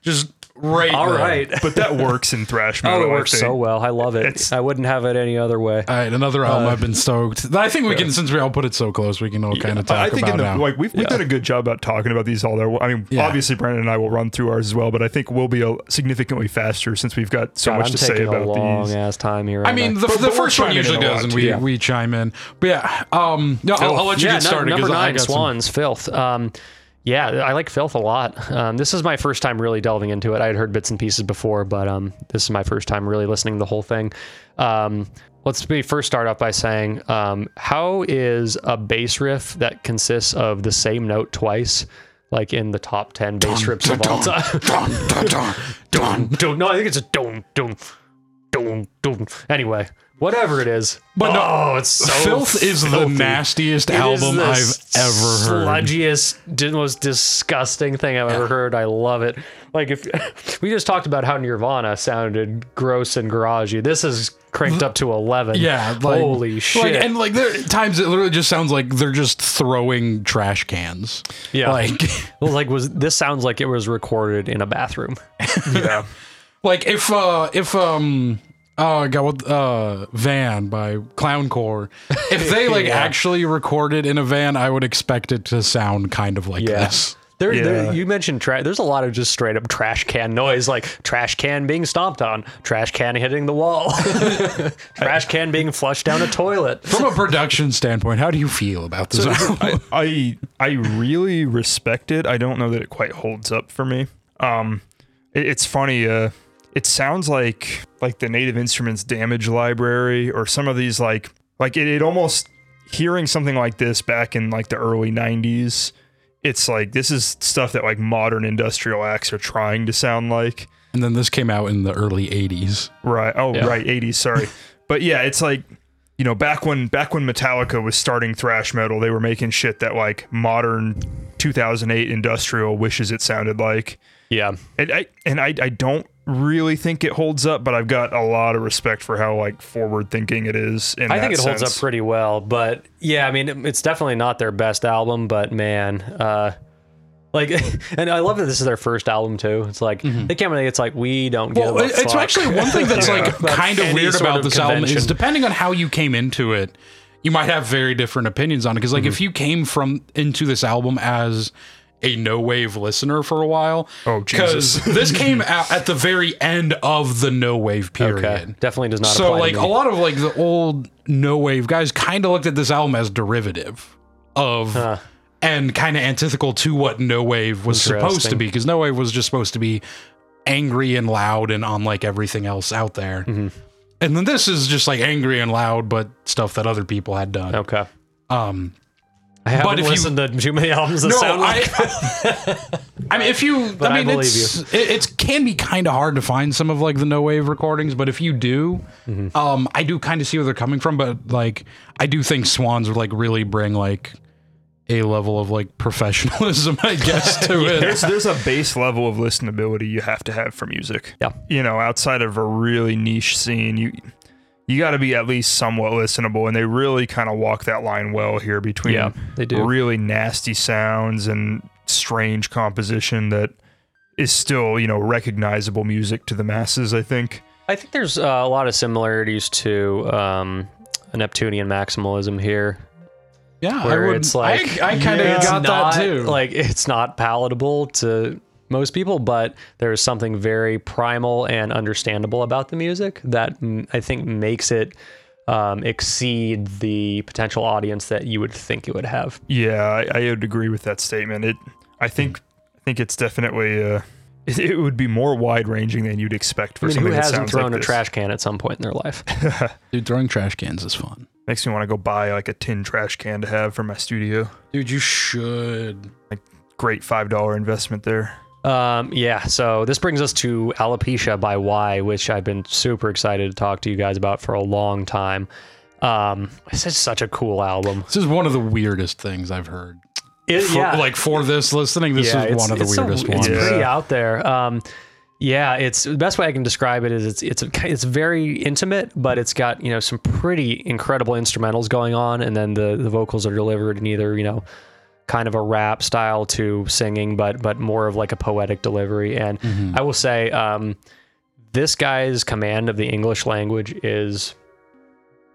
Just right.
All
there.
right.
but that works in thrash metal.
Oh, it
I
works
think.
so well. I love it.
It's-
I wouldn't have it any other way.
All right, another album
Uh,
I've been stoked. I think we can, since we all put it so close, we can all kind of talk
I think
about
in the,
now.
like we've, we've done a good job about talking about these all there. I mean,
Yeah.
obviously Brandon and I will run through ours as well, but I think we'll be a, significantly faster since we've got so
God,
much
I'm
to
taking
say
a
about
long
these.
ass time here.
I mean, the,
But-
the
but we're
first one
chiming in
usually
a lot,
does, and we,
yeah.
we chime in. But yeah, um, no, I'll, I'll let you
Oh, yeah,
get started
Number
because I
nine,
got some.
Swans, Filth. Um, yeah, I like Filth a lot. Um, this is my first time really delving into it. I had heard bits and pieces before, but um, this is my first time really listening to the whole thing. Um, let's be first start off by saying, um, how is a bass riff that consists of the same note twice, like in the top ten bass riffs of all time?
Dun, dun, dun, dun.
Dun, no, I think it's a dun dun dun dun. Anyway, whatever it is,
But no,
oh, it's so
Filth is the
filthy.
nastiest
It is
album
the
I've ever heard.
Sludgiest, di- most disgusting thing I've ever heard. I love it. Like if we just talked about how Nirvana sounded gross and garagey, this is cranked up to eleven.
Yeah, like,
holy
like,
shit.
and like there are times it literally just sounds like they're just throwing trash cans.
yeah,
Like
Well, like was this sounds like it was recorded in a bathroom.
Yeah.
like if uh if um uh got what uh van by clowncore if they like actually recorded in a van i would expect it to sound kind of like this
There,
Yeah.
there, you mentioned tra- there's a lot of just straight up trash can noise, like trash can being stomped on, trash can hitting the wall, trash can being flushed down a toilet.
from a production standpoint how do you feel about this album?
I, I I really respect it. I don't know that it quite holds up for me. Um, it- it's funny. Uh, it sounds like like the Native Instruments Damage Library or some of these like like it, it almost hearing something like this back in like the early '90s. It's like this is stuff that like modern industrial acts are trying to sound like.
and then this came out in the early 80s
Right. Oh, right. 80s. Sorry. but yeah, it's like, you know, back when back when Metallica was starting thrash metal, they were making shit that like modern 2008 industrial wishes it sounded like.
Yeah,
And I and I, I don't really think it holds up, but I've got a lot of respect for how like forward thinking it is. In
I think it
that
holds up
sense.
pretty well, but yeah, I mean, it- it's definitely not their best album, but man, uh, like, and I love that this is their first album too. It's like they can't really. It's like we don't get.
Mm-hmm. Well, it- it's actually one thing that's like
About
kind of
any
weird
sort
about
of
this album is
convention.
depending on how you came into it, you might have very different opinions on it. Because like
Mm-hmm.
if you came from into this album as a no wave listener for a while,
Oh, Jesus.
this came out at the very end of the no wave period.
okay, definitely does not.
So
apply to
like
me.
a lot of like the old no wave guys kind of looked at this album as derivative of and kind of antithetical to what no wave was supposed to
Interesting.
be because no wave was just supposed to be angry and loud and unlike everything else out there.
Mm-hmm.
And then this is just like angry and loud, but stuff that other people had done.
okay.
Um,
I haven't
if you-
listened to too many albums that sound like
I, I mean, if you, I
I
mean,
believe
it's it it's can be kind of hard to find some of like the no wave recordings, but if you do, um, I do kind of see where they're coming from. But like, I do think Swans would like really bring like a level of like professionalism, I guess, to it.
There's there's a base level of listenability you have to have for music.
Yeah.
You know, outside of a really niche scene, you you got to be at least somewhat listenable, and they really kind of walk that line well here between
Yeah, they do.
really nasty sounds and strange composition that is still you know recognizable music to the masses. I think.
I think there's uh, a lot of similarities to um, Neptunian maximalism here.
Yeah,
where
I would,
it's like
I, I kind of
it's
got
not,
that too.
Like it's not palatable to most people, but there is something very primal and understandable about the music that mm, I think makes it um, exceed the potential audience that you would think it would have.
Yeah, I, I would agree with that statement. It, I think, I think it's definitely. Uh, it, it would be more wide ranging than you'd expect for
I mean, who
something that
hasn't
sounds
thrown
like
a
this.
trash can at some point in their life?
Dude, throwing trash cans is fun.
Makes me want to go buy like a tin trash can to have for my studio.
Dude, you should.
Great five dollar investment there.
Um, yeah, so this brings us to Alopecia by Y, which I've been super excited to talk to you guys about for a long time. Um, this is such a cool album.
This is one of the weirdest things I've heard.
It-
For, Like for this listening, this
yeah,
is
it's-
one of the
it's so-
weirdest
It's
ones.
Yeah.
pretty out there. Um, yeah, it's the best way I can describe it is it's it's a, it's very intimate, but it's got you know some pretty incredible instrumentals going on, and then the the vocals are delivered in either you know kind of a rap style to singing, but but more of like a poetic delivery. And
Mm-hmm.
I will say, um, this guy's command of the English language is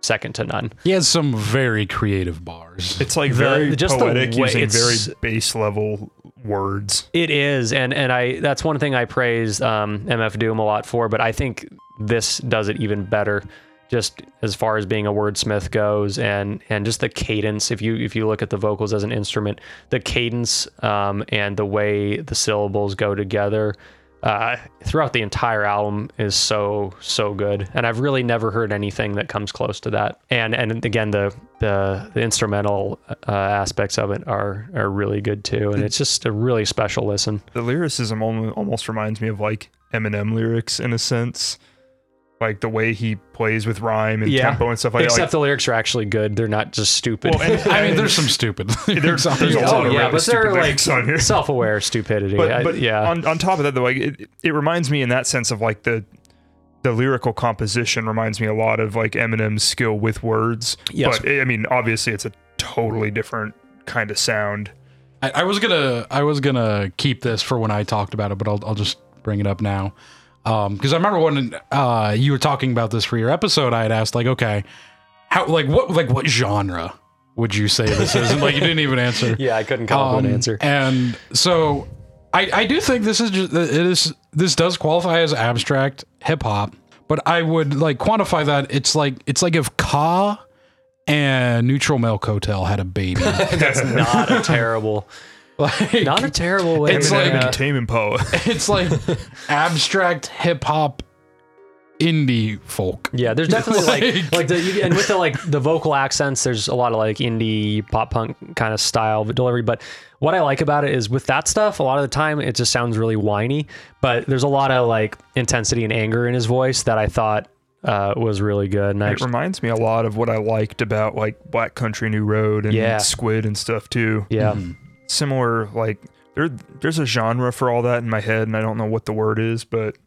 second to none.
He has some very creative bars.
It's like very
just the
poetic,
way
using
it's-
very base level words.
It is, and and I that's one thing I praise um, MF Doom a lot for, but I think this does it even better, just as far as being a wordsmith goes, and and just the cadence. If you if you look at the vocals as an instrument, the cadence um, and the way the syllables go together uh, throughout the entire album is so so good, and I've really never heard anything that comes close to that. And and again, the the, the instrumental uh, aspects of it are are really good too, and it's just a really special listen.
The lyricism almo- almost reminds me of like Eminem lyrics in a sense, like the way he plays with rhyme and
Yeah.
tempo and stuff like that.
Except the lyrics are actually good; they're not just stupid.
Like, and-
I mean,
and-
there's some stupid. lyrics on
there's a
here.
lot
oh
of
yeah,
really
but they're
stupid
like
lyrics on here.
self-aware stupidity. I-
but, but
yeah,
on, on top of that though like it, it reminds me in that sense of like the the lyrical composition reminds me a lot of like eminem's skill with words
Yes.
but i mean obviously it's a totally different kind of sound
I, I was gonna I was gonna keep this for when I talked about it, but I'll, I'll just bring it up now because I remember when uh, you were talking about this for your episode. I had asked like, okay, how like what like what genre would you say this is? And like you didn't even answer.
yeah, I couldn't come up with
Um,
an answer.
And so I, I do think this is just, it is this does qualify as abstract hip hop, but I would like quantify that it's like it's like if Ka and Neutral Milk Hotel had a baby.
That's not a terrible,
like,
not a terrible way.
It's
to,
like-
eminem
uh,
and tame impala
it's like abstract hip hop indie folk.
Yeah, there's definitely like
Like-
like the, you, and with the like the vocal accents, there's a lot of like indie pop punk kind of style of delivery. But what I like about it is with that stuff, a lot of the time it just sounds really whiny. But there's a lot of like intensity and anger in his voice that I thought uh, was really good. And I
it
actually,
reminds me a lot of what i liked about like black country new road and
Yeah.
squid and stuff too
yeah,
similar like there there's a genre for all that in my head and I don't know what the word is, but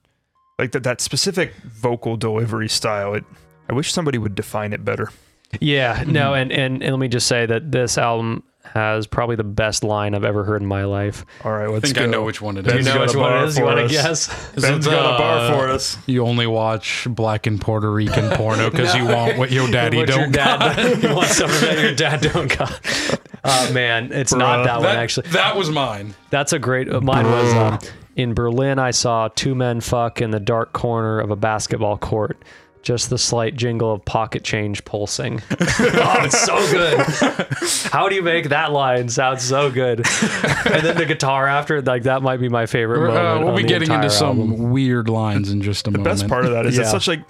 like that that specific vocal delivery style, it I wish somebody would define it better.
yeah, no, and, and and let me just say that this album has probably the best line I've ever heard in my life.
All right, let's
I think
go.
I know which one it
Ben's
is.
You know got which a one it bar is? You
You
for
want
wanna
to
us.
guess?
Is
Ben's
it
got a
the,
bar for us.
You only watch black and Puerto Rican porno because you want what your daddy
What your
don't.
dad you want something that your dad don't got. Oh man, it's not
Bruh.
that, one
That,
actually.
that was mine.
That's a great. uh, Mine was um, in Berlin. I saw two men fuck in the dark corner of a basketball court. Just the slight jingle of pocket change pulsing. oh, it's so good. How do you make that line sound so good? And then the guitar after it, like that might be my favorite moment.
Uh, we'll
on
be
the
getting into
entire
some
album.
weird lines in just a moment.
Best part of that is
Oh, Yeah.
it's such like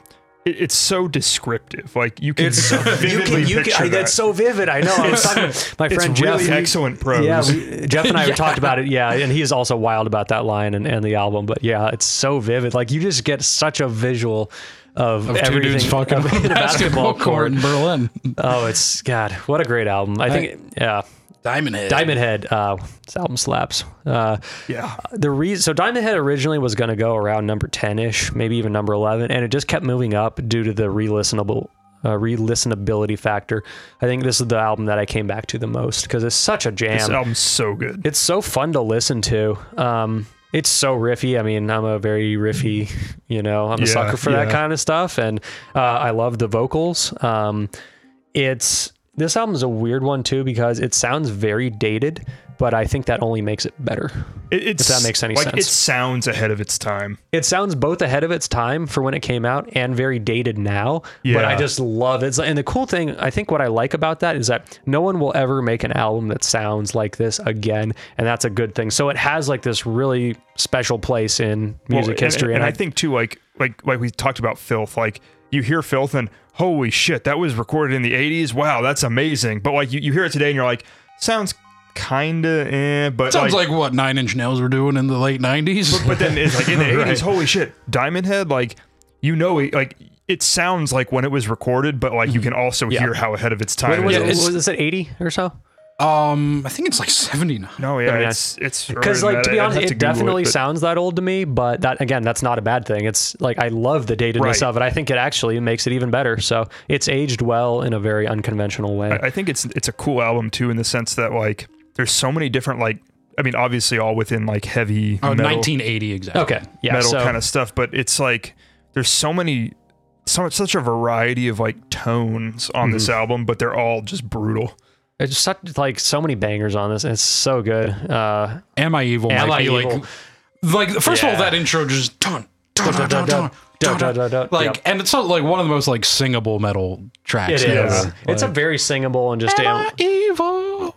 it, it's so descriptive. Like you can vividly
You can, you
picture
can, I, that's
that.
so vivid. I know. I was talking to my
it's
friend Jeff.
really
we-
excellent prose.
Yeah, we, Jeff and I talked about it. Yeah, and he's also wild about that line and, and the album. But yeah, it's so vivid. Like you just get such a visual of,
of two
everything
dudes fucking
of- in a basketball court.
in Berlin.
Oh, it's God, what a great album! I think yeah,
Diamond Head.
Diamond Head. Uh, this album slaps. Uh,
yeah.
the reason so Diamond Head originally was going to go around number 10 ish, maybe even number 11, and it just kept moving up due to the re-listenable uh, re-listenability factor. I think this is the album that I came back to the most because it's such a jam.
This album's so good.
it's so fun to listen to. Um, it's so riffy. I mean, I'm a very riffy, you know, I'm a
Yeah,
sucker for that
yeah.
kind of stuff, and uh, I love the vocals. Um, it's This album's a weird one too because it sounds very dated, but I think that only makes it better.
It, it's,
that makes any
like,
sense.
It sounds ahead of its time.
It sounds both ahead of its time for when it came out and very dated now. But I
Yeah.
just love it. And the cool thing, I think what I like about that is that no one will ever make an album that sounds like this again. And that's a good thing. So it has like this really special place in
Well,
music
and-
history.
and, I, think too, like like like we talked about filth. Like you hear filth and holy shit, that was recorded in the '80s. Wow, that's amazing. But like you, you hear it today and you're like, sounds kinda, eh, but
Sounds like, what Nine Inch Nails were doing in the late '90s.
But then it's like in the 80s, holy shit, Diamond Head, like, you know, it, like, it sounds like when it was recorded, but like you can also hear how ahead of its time
Mm-hmm. was,
it
it,
is.
was this at 80 or so?
um, I think it's like '79.
No, yeah,
mean,
it's it's
Because
earlier
like to
than
be
that. I'd
honest,
have to
it
Google
definitely
but-
sounds that old to me. But that again, that's not a bad thing. It's like I love the datedness
Right.
of it. I think it actually makes it even better. So it's aged well in a very unconventional way.
I think it's it's a cool album too, in the sense that like there's so many different like, I mean, obviously all within like heavy
Oh,
metal,
1980 exactly.
okay, yeah.
metal
so
kind of stuff, but it's like there's so many. So, such a variety of like tones
Mm-hmm.
on this album, but they're all just brutal.
it's such like so many bangers on this. It's so good. Uh,
Am I evil?
Am
might
I
be
Evil?
Like, like first of
Yeah.
all, that intro just dun dun
Dun,
dun
dun,
dun
dun,
dun dun,
dun, dun, dun, dun.
Like,
Yep.
and it's not like one of the most like singable metal tracks.
it
ever.
is. It's a
Like,
very singable and just.
Am I evil?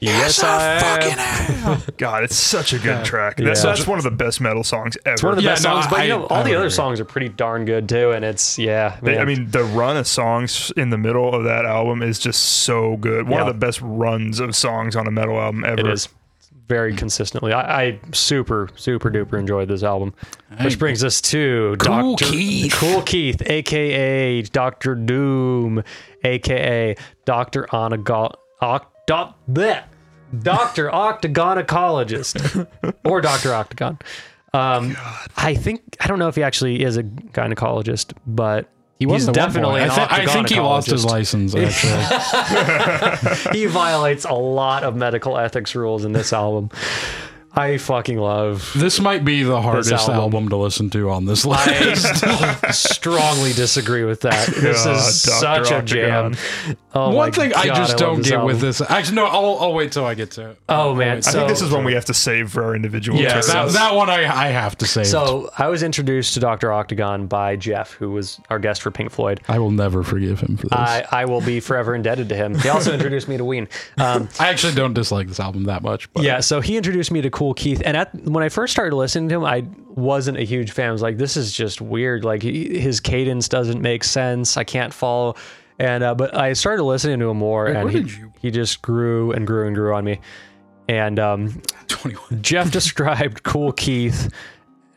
Yes, I am.
fucking am.
God, it's such a good track. That's,
Yeah.
that's one of the best metal songs ever.
It's one of the
Yeah,
best
no,
songs, but
I-
you know,
I
all
would
the other
agree.
songs are pretty darn good too. And it's yeah.
They- I
man.
mean, the run of songs in the middle of that album is just so good. One
Yeah.
of the best runs of songs on a metal album ever.
It is very consistently. I, I super, super duper enjoyed this album. Which brings us to
Cool
Dr.
Keith.
Cool Keith, aka Dr. Doom, aka Dr. Onagal Oc, doc, bleh, Dr. Octagonologist or Dr. Octagon. Um, I think I don't know if he actually is a gynecologist, but he
was
he's
at one
definitely
point.
an
I, thi- I think he lost his
octagonologist
license. Actually,
he violates a lot of medical ethics rules in this album. I fucking love.
this might be the hardest
album.
album. to listen to on this list.
I strongly disagree with that. This
God,
is
Dr.
such a jam. Oh
One
my
thing I
God,
just
love
don't
this
get
album.
with this. Actually, no, I'll, I'll wait till I get to it.
Oh man,
I
so,
think this is one we have to save for our individual.
yeah,
turns.
that, that one I, I have to say.
so. I was introduced to Doctor Octagon by Jeff, who was our guest for Pink Floyd.
I will never forgive him for this.
I, I will be forever indebted to him. He also introduced me to Ween. Um,
I actually don't dislike this album that much. But
Yeah, so he introduced me to Cool Keith, and at, when I first started listening to him, I wasn't a huge fan. I was like, "This is just weird. Like he, his cadence doesn't make sense. I can't follow." And uh, but I started listening to him more, and
where
he,
did you-
he just grew and grew and grew on me. And um,
21.
Jeff described Cool Keith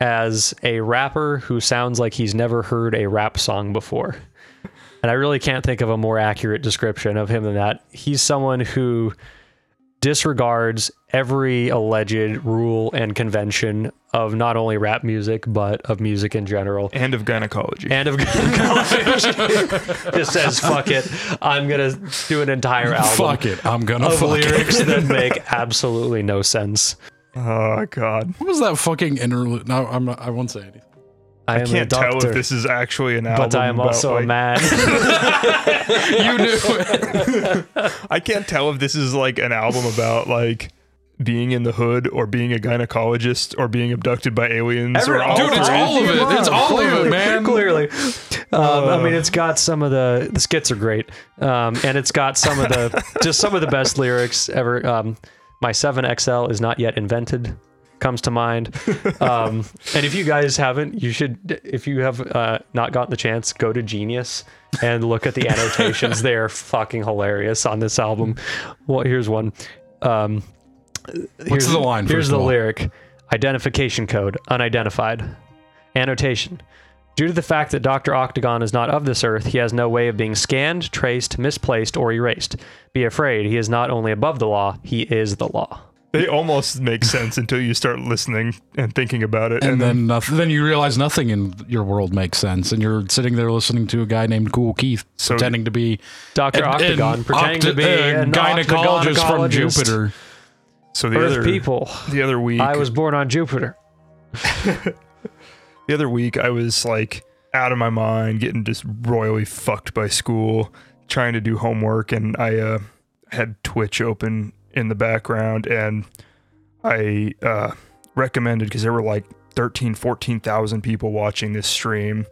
as a rapper who sounds like he's never heard a rap song before. And I really can't think of a more accurate description of him than that. He's someone who disregards every alleged rule and convention of not only rap music, but of music in general.
and of gynecology.
And of just says, fuck it. I'm going to do an entire album
Fuck it. I'm gonna
of
fuck it.
lyrics that make absolutely no sense.
oh God,
What was that fucking interlude? No, I'm not, I won't say anything.
I, am a
can't tell
doctor.
if this is actually an album.
but I am
about,
also a
like-
man.
You knew it.
I can't tell if this is like an album about like being in the hood or being a gynecologist or being abducted by aliens or all
Dude, it's
three.
all of it. It's all of it, man. Uh.
Clearly, um, I mean, it's got some of the the skits are great, um, and it's got some of the just some of the best lyrics ever. Um, My seven XL is not yet invented comes to mind, um, and if you guys haven't, you should. If you have uh, not gotten the chance, go to Genius and look at the annotations. They're fucking hilarious on this album. Well, here's one. Um,
What's
here's-
the line,
Here's
first
the
of all?
lyric: identification code unidentified. Annotation: Due to the fact that Doctor Octagon is not of this earth, he has no way of being scanned, traced, misplaced, or erased. Be afraid, he is not only above the law; he is the law.
They almost make sense until you start listening and thinking about it.
And then nothing, then you realize nothing in your world makes sense, and you're sitting there listening to a guy named Cool Keith pretending to be
Doctor
an- an
Octagon pretending to
octa-
be
a
an
gynecologist from
octagonologist.
Jupiter.
so the
Earth
other
people.
the other week,
I was born on Jupiter.
the other week I was like out of my mind, getting just royally fucked by school. trying to do homework and I uh, had Twitch open in the background and I uh, recommended because there were like 13, 14,000 people watching this stream.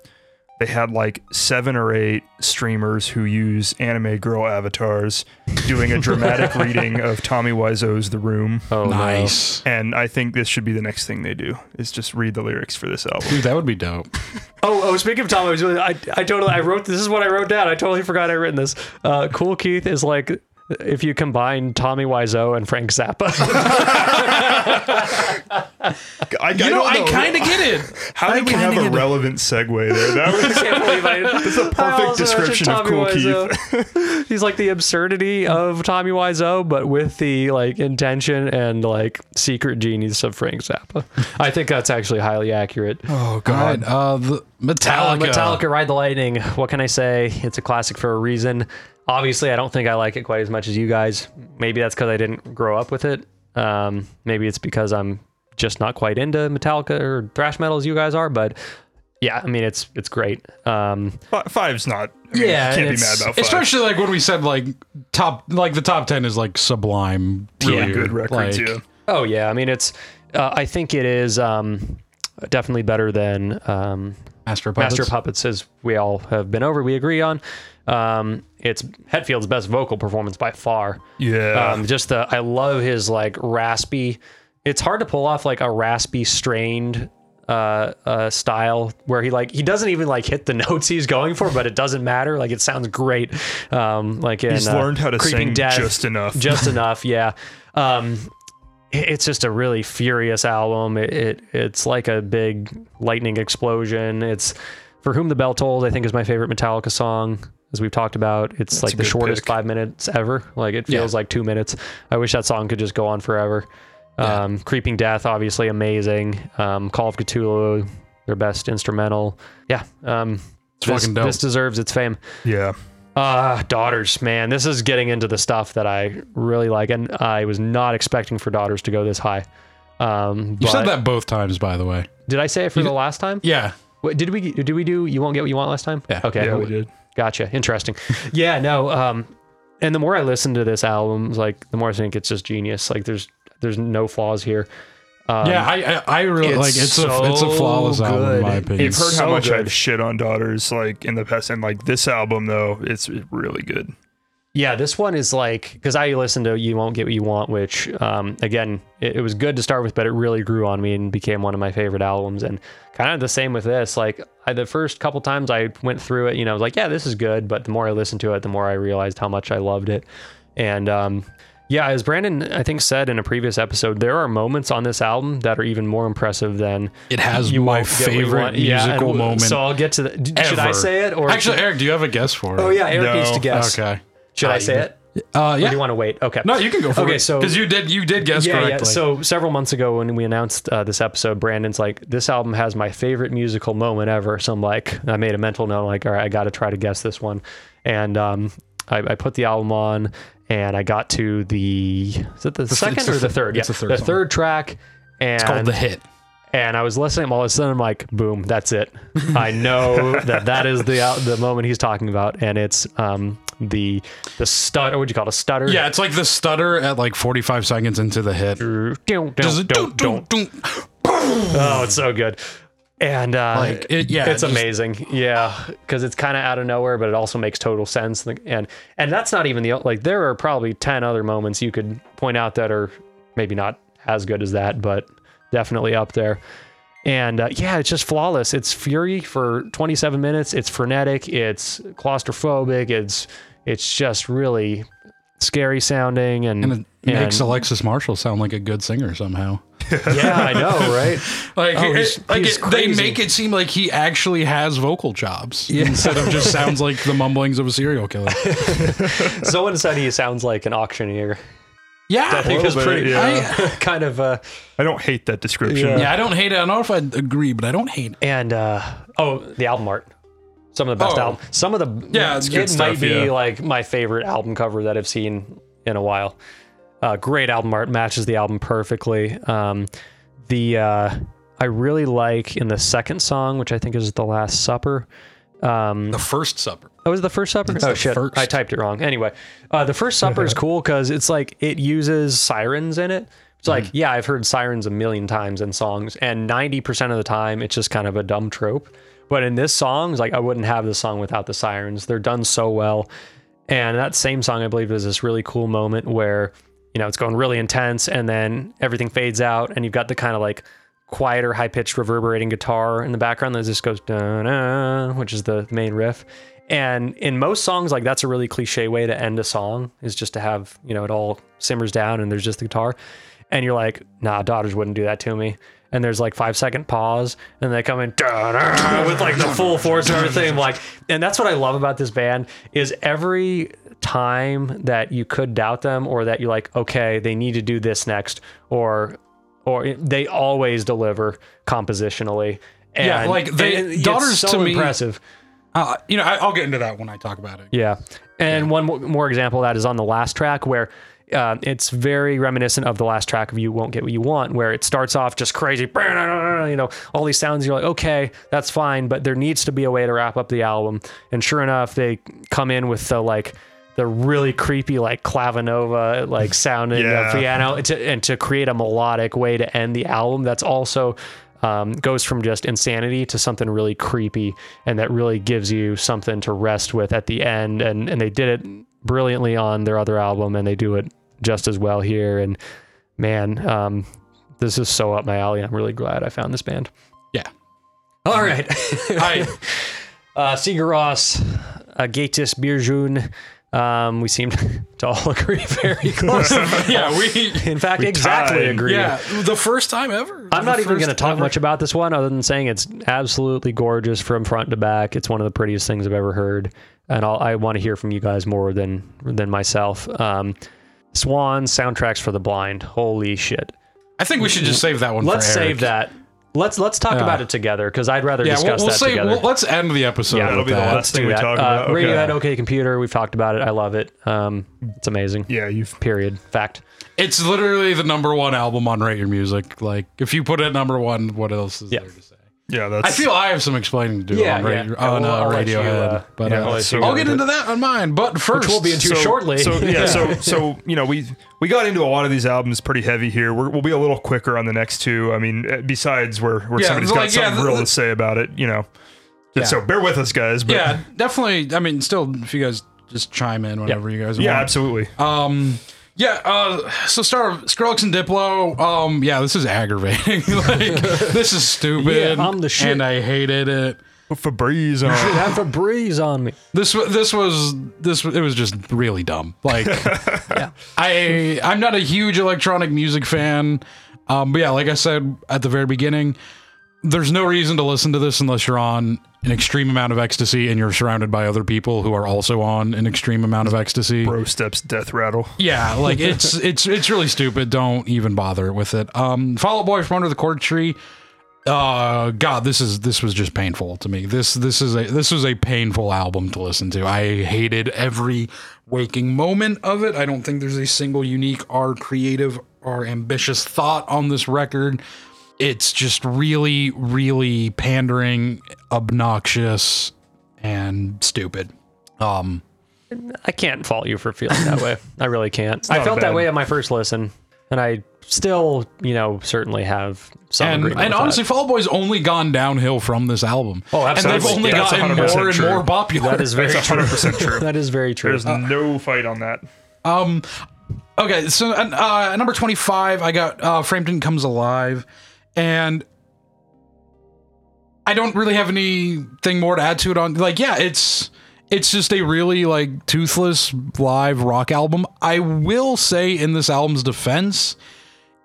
They had like seven or eight streamers who use anime girl avatars doing a dramatic reading of Tommy Wiseau's The Room.
Oh, no.
nice.
And I think this should be the next thing they do is just read the lyrics for this album.
Dude, that would be dope.
Oh, oh, speaking of Tom, I, was really, I, I totally, I wrote, this is what I wrote down. I totally forgot I written this. Uh, cool Keith is like, if you combine Tommy Wiseau and Frank Zappa.
I,
You know, I kind of get it.
How did
I
we have
kinda
a
get it.
relevant segue there? That was
I can't believe I, That's a
perfect description of Cool
Keith. He's like the absurdity of Tommy Wiseau, but with the like intention and like secret genius of Frank Zappa. I think that's actually highly accurate.
oh
All right, uh, the
Uh,
Metallica.
Metallica Ride the Lightning. What can I say? It's a classic for a reason. Obviously, I don't think I like it quite as much as you guys. Maybe that's because I didn't grow up with it. Um, maybe it's because I'm just not quite into Metallica or thrash metal as you guys are. But yeah, I mean, it's it's great. Um,
Fi- Five's not. I
Yeah,
can't be
it's-
mad about five.
Especially like when we said like top, like the top ten is like Sublime,
really
tier,
good records.
like-
yeah,
oh yeah, I mean, it's. Uh, I think it is um, definitely better than um,
Master of Puppets.
Master of Puppets, as we all have been over, we agree on. Um, it's Hetfield's best vocal performance by far.
yeah.
Um, just the I love his like raspy. It's hard to pull off like a raspy strained uh, uh, style where he like he doesn't even like hit the notes he's going for, but it doesn't matter. Like it sounds great. Um, like in,
He's
uh,
learned how to
Creeping
sing
Death,
just enough.
just enough. Yeah. Um, it- it's just a really furious album. It, it it's like a big lightning explosion. It's for whom the bell tolls. I think is my favorite Metallica song, as we've talked about. It's like
a
the
good
shortest
pick.
five minutes ever. Like it feels
Yeah.
like two minutes. I wish that song could just go on forever. Um, Creeping Death, obviously amazing. Um, Call of Cthulhu, their best instrumental. Yeah. Um, this,
fucking dope.
this deserves its fame.
yeah,
Ah, daughters, man. This is getting into the stuff that I really like, and I was not expecting for daughters to go this high. Um,
You said
but-
that both times, by the way.
Did I say it for the last time?
Yeah.
Wait, did we? Did we do? You won't get what you want last time.
Yeah.
Okay.
yeah, we did.
Gotcha. Interesting. yeah. No. Um, and the more I listen to this album, like the more I think it's just genius. Like there's there's no flaws here. Um,
yeah, I, I, I really
it's
like it's a it's a
so
flawless album in my
good.
opinion.
You've heard
so
how much
good.
I've shit on daughters like in the past, and like this album though, it's really good.
Yeah, this one is like because I listened to "You Won't Get What You Want," which um, again, it, it was good to start with, but it really grew on me and became one of my favorite albums. And kind of the same with this. Like I, the first couple times I went through it, you know, I was like, "Yeah, this is good," but the more I listened to it, the more I realized how much I loved it. And um, yeah, as Brandon I think said in a previous episode, there are moments on this album that are even more impressive than
it has my
Won't Get What You
favorite
Want. Yeah, and
musical
w-
moment.
So I'll get to that. D- Should I
ever.
say it or
actually, Eric, do you have a guess for it?
Oh yeah, Eric
No.
needs to guess.
Okay.
Should I say it?
Uh,
Or do
yeah.
you want to wait? Okay.
no, you can go for it.
Okay, so-
because you did you did guess correctly.
So several months ago, when we announced uh, this episode, Brandon's like, "This album has my favorite musical moment ever." So I'm like, I made a mental note, like, "All right, I got to try to guess this one," and um, I, I put the album on, and I got to the is it the, second
it's the
or the
thir-
third?
it's the third song.
third track. And
called the hit.
and I was listening while I was listening. I'm like, boom, that's it. I know that that is the out the moment he's talking about, and it's um the the stutter. What'd you call it? A stutter?
Yeah, it's like the stutter at like 45 seconds into the hit.
Don't
Does
don't
it-
don't don't
dun- dun-
Oh, it's so good. And uh,
Like, it- yeah,
it's
just-
amazing. Yeah, because it's kind of out of nowhere, but it also makes total sense. Like, And and that's not even the like. There are probably ten other moments you could point out that are maybe not as good as that, but definitely up there. And uh, yeah, it's just flawless. It's fury for 27 minutes. It's frenetic. It's claustrophobic. It's it's just really scary sounding and,
And it makes
and-
Alexis Marshall sound like a good singer somehow.
yeah, I know, right?
Like,
Oh,
it-
he's-
like
he's
it- they
crazy.
make it seem like he actually has vocal chops instead of just sounds like the mumblings of a serial killer.
Someone said he sounds like an auctioneer.
Yeah,
I think
A
it's
little
pretty
bit,
kind of uh
I don't hate that description.
Yeah.
Yeah, I don't hate it. I don't know if I agree, but I don't hate it.
and uh oh the album art. Some of the best
Oh.
album. Some of the
Yeah, it's
it
good
might
stuff,
be
yeah.
like my favorite album cover that I've seen in a while. Uh great album art matches the album perfectly. Um the uh I really like in the second song, which I think is The Last Supper.
The First Supper.
That was the first supper. oh
the
shit!
first.
I typed it wrong. Anyway, uh, the first supper is cool because it's like it uses sirens in it. It's like
Mm-hmm.
yeah, I've heard sirens a million times in songs, and ninety percent of the time it's just kind of a dumb trope. But in this song, it's like I wouldn't have this song without the sirens. They're done so well, and that same song I believe is this really cool moment where you know it's going really intense, and then everything fades out, and you've got the kind of like quieter, high pitched, reverberating guitar in the background that just goes, da which is the main riff. And in most songs, like that's a really cliche way to end a song is just to have, you know, it all simmers down and there's just the guitar. And you're like, nah, daughters wouldn't do that to me. And there's like five second pause, and they come in "Da-da," with like the full force and everything. I'm like, and that's what I love about this band is every time that you could doubt them or that you're like, okay, they need to do this next, or or they always deliver compositionally. And
Yeah, like, they-
and it's
Daughters
so
to me-
impressive.
Uh, you know, I, I'll get into that when I talk about it.
Yeah. And one mo- more example of that is on the last track where uh, it's very reminiscent of the last track of You Won't Get What You Want, where it starts off just crazy, you know, all these sounds. You're like, okay, that's fine, but there needs to be a way to wrap up the album. And sure enough, they come in with the like, the really creepy like clavinova like sounding uh,
Yeah.
piano to, and to create a melodic way to end the album that's also um, goes from just insanity to something really creepy and that really gives you something to rest with at the end and and they did it brilliantly on their other album and they do it just as well here and man um, this is so up my alley i'm really glad i found this band
Yeah.
all right
I,
uh, Sigur Rós, Agatis Birjun. Um, we seem to all agree very close.
yeah, we.
In fact, exactly
tied.
agree.
Yeah, the first time ever.
I'm not
The
even
first
going to talk
ever.
much about this one other than saying it's absolutely gorgeous from front to back. It's one of the prettiest things I've ever heard, and I'll, I want to hear from you guys more than than myself. Um, Swan soundtracks for the blind. Holy shit!
I think we should just save that one.
Let's
for Eric.
save that. Let's let's talk about it together because I'd rather
Yeah, we'll,
discuss
we'll
that
save.
together.
We'll, let's end the episode.
Yeah,
with
That'll be the
that.
last thing
do
we
that.
talk
Uh,
about. Okay.
Radiohead, OK Computer. We've talked about it. I love it. Um, it's amazing.
Yeah, you've
Period. Fact.
It's literally the number one album on Rate Your Music. Like, if you put it number one, what else is
Yeah.
there to say?
yeah. That's
I feel I have some explaining to do on, Ra- on
I'll-
uh,
I'll let you,
Radiohead,
uh,
but
yeah,
uh,
I'll let you
I'll
go
get
with
into that on mine. But first,
will be in two-
so,
shortly.
So yeah, so so you know we we got into a lot of these albums pretty heavy here. We're, we'll be a little quicker on the next two. I mean, eh, besides where where
Yeah,
somebody's got
like, yeah,
something
the-
real
the-
to say about it, you know.
Yeah.
So bear with us, guys. But
yeah, definitely. I mean, still, if you guys just chime in whenever you guys
yeah,
want.
absolutely.
Um, yeah. Uh, so Star Skrillex and Diplo. Um, yeah, this is aggravating. like, this is stupid.
Yeah, I'm the shit.
and I hated it.
Febreze on.
Have a breeze on me.
This wa- this was this it was just really dumb. Like, I I'm not a huge electronic music fan. Um, but yeah, like I said at the very beginning, there's no reason to listen to this unless you're on an extreme amount of ecstasy and you're surrounded by other people who are also on an extreme amount of ecstasy.
Bro steps death rattle.
Yeah, like it's it's it's really stupid. Don't even bother with it. Um Fall Out Boy from Under the Cord Tree. Uh God, this is this was just painful to me. This this is a this was a painful album to listen to. I hated every waking moment of it. I don't think there's a single unique or creative or ambitious thought on this record. It's just really, really pandering, obnoxious, and stupid. Um
I can't fault you for feeling that way. I really can't. I
not
felt that
bad.
way at my first listen, and I still, you know, certainly have some
and,
agreement.
and
with that.
honestly, Fall Out Boy's only gone downhill from this album.
Oh,
And they've only
absolutely.
That's
gotten
100%
more and
true.
more popular.
that is very
That's
true.
100% true.
That is very true.
uh,
There's no fight on that.
um, okay, so and, uh, at number twenty-five, I got uh, Frampton Comes Alive, and I don't really have anything more to add to it. On like, yeah, it's it's just a really like toothless live rock album. I will say, in this album's defense,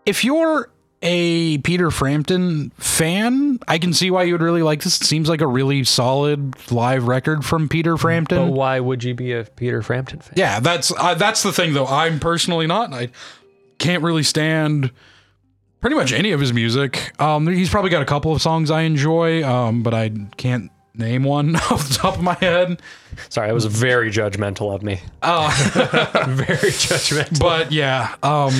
if you're a Peter Frampton fan, I can see why you would really like this. It seems like a really solid live record from Peter Frampton.
But why would you be a Peter Frampton fan?
Yeah, that's uh, that's the thing though. I'm personally not. I can't really stand pretty much any of his music. Um, he's probably got a couple of songs I enjoy, um, but I can't name one off the top of my head.
Sorry, I was very judgmental of me.
Uh,
Very judgmental.
but yeah, um,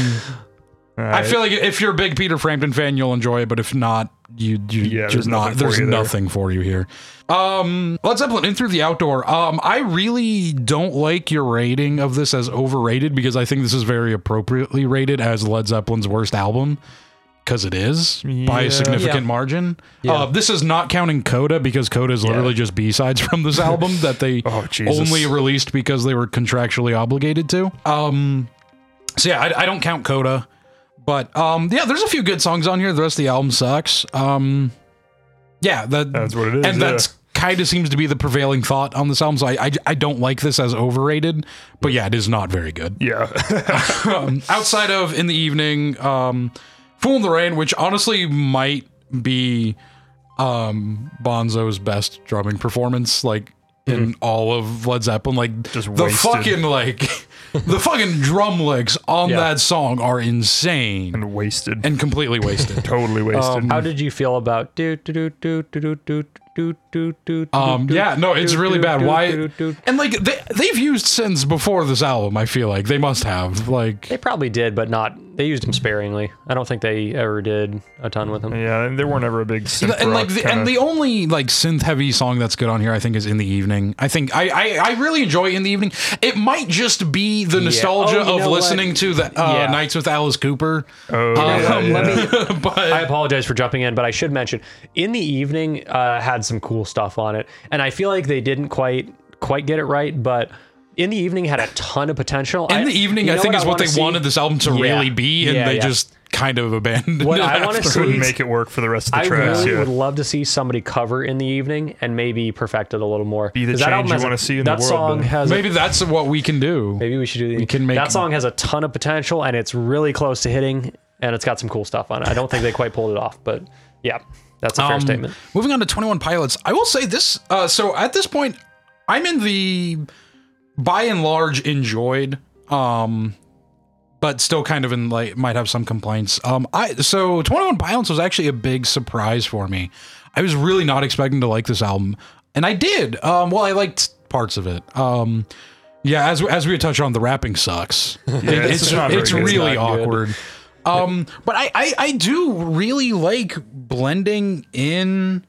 I feel like if you're a big Peter Frampton fan, you'll enjoy it, but if not, you you
Yeah,
just
there's nothing
not
for
there's
you there.
nothing for you here. Um, Led Zeppelin in through the outdoor. Um, I really don't like your rating of this as overrated because I think this is very appropriately rated as Led Zeppelin's worst album because it is by
Yeah.
a significant
Yeah.
margin. Uh, this is not counting Coda because Coda is literally just B sides from this album that they
Oh, Jesus.
only released because they were contractually obligated to. Um, so yeah, I, I don't count Coda, but um, yeah, there's a few good songs on here. The rest of the album sucks. Um, yeah, that,
That's what it is,
and that's kind of seems to be the prevailing thought on this album. So I, I I don't like this as overrated, but yeah, it is not very good.
yeah.
Um, outside of in the evening, um, Fool in the Rain, which honestly might be um, Bonzo's best drumming performance, like in all of Led Zeppelin. Like
Mm-hmm. Just
the
wasted.
fucking like the fucking drum licks on
Yeah.
that song are insane
and wasted.
and Um, completely wasted.
totally wasted.
How did you feel about do do do do do do do do do do?
Um,
do,
yeah, no, it's
do,
really
do,
bad.
do,
Why?
do, do.
And like they they've used since before this album. I feel like they must have like
They probably did, but not. They used them sparingly. I don't think they ever did a ton with them.
yeah, they weren't ever a big synth
and like
rock
the, and
kinda-
the only like synth heavy song that's good on here i think is in the evening i think i i, I really enjoy in the evening it might just be the nostalgia
Oh, you
of
know what?
listening to the uh,
Yeah.
nights with alice cooper
Oh, yeah,
um,
yeah.
but
I apologize for jumping in, but I should mention in the evening uh, had some cool stuff on it, and I feel like they didn't quite quite get it right, but. In the evening had a ton of potential.
in the evening
you
i
know
think is what
wanna
they
see?
wanted this album to
Yeah.
really be and
Yeah,
they
yeah.
just kind of abandoned
What
it
I wanna
after.
see-
couldn't
Please.
make it work for the rest of the
I
tracks.
really
yeah.
would love to see somebody cover in the evening and maybe perfect it a little more.
Be the
'Cause that
change
album
you
has a-
wanna see in the
that
world,
song
man.
has a-
maybe that's what we can do
maybe we should do. The,
We can make-
that song has a ton of potential and it's really close to hitting and it's got some cool stuff on it. I don't think they quite pulled it off, but yeah, that's a fair
Um,
statement.
Moving on to 21 Pilots, I will say this. Uh, so at this point, I'm in the by and large enjoyed, um, but still kind of in like might have some complaints. Um, I so 21 Pilots was actually a big surprise for me. I was really not expecting to like this album, and I did. Um, well, I liked parts of it. Um, yeah, as as we had touched on, the rapping sucks. It-
it's
it's
not
it's,
very good. It's
really
not good.
awkward. Um, but I, I I do really like blending in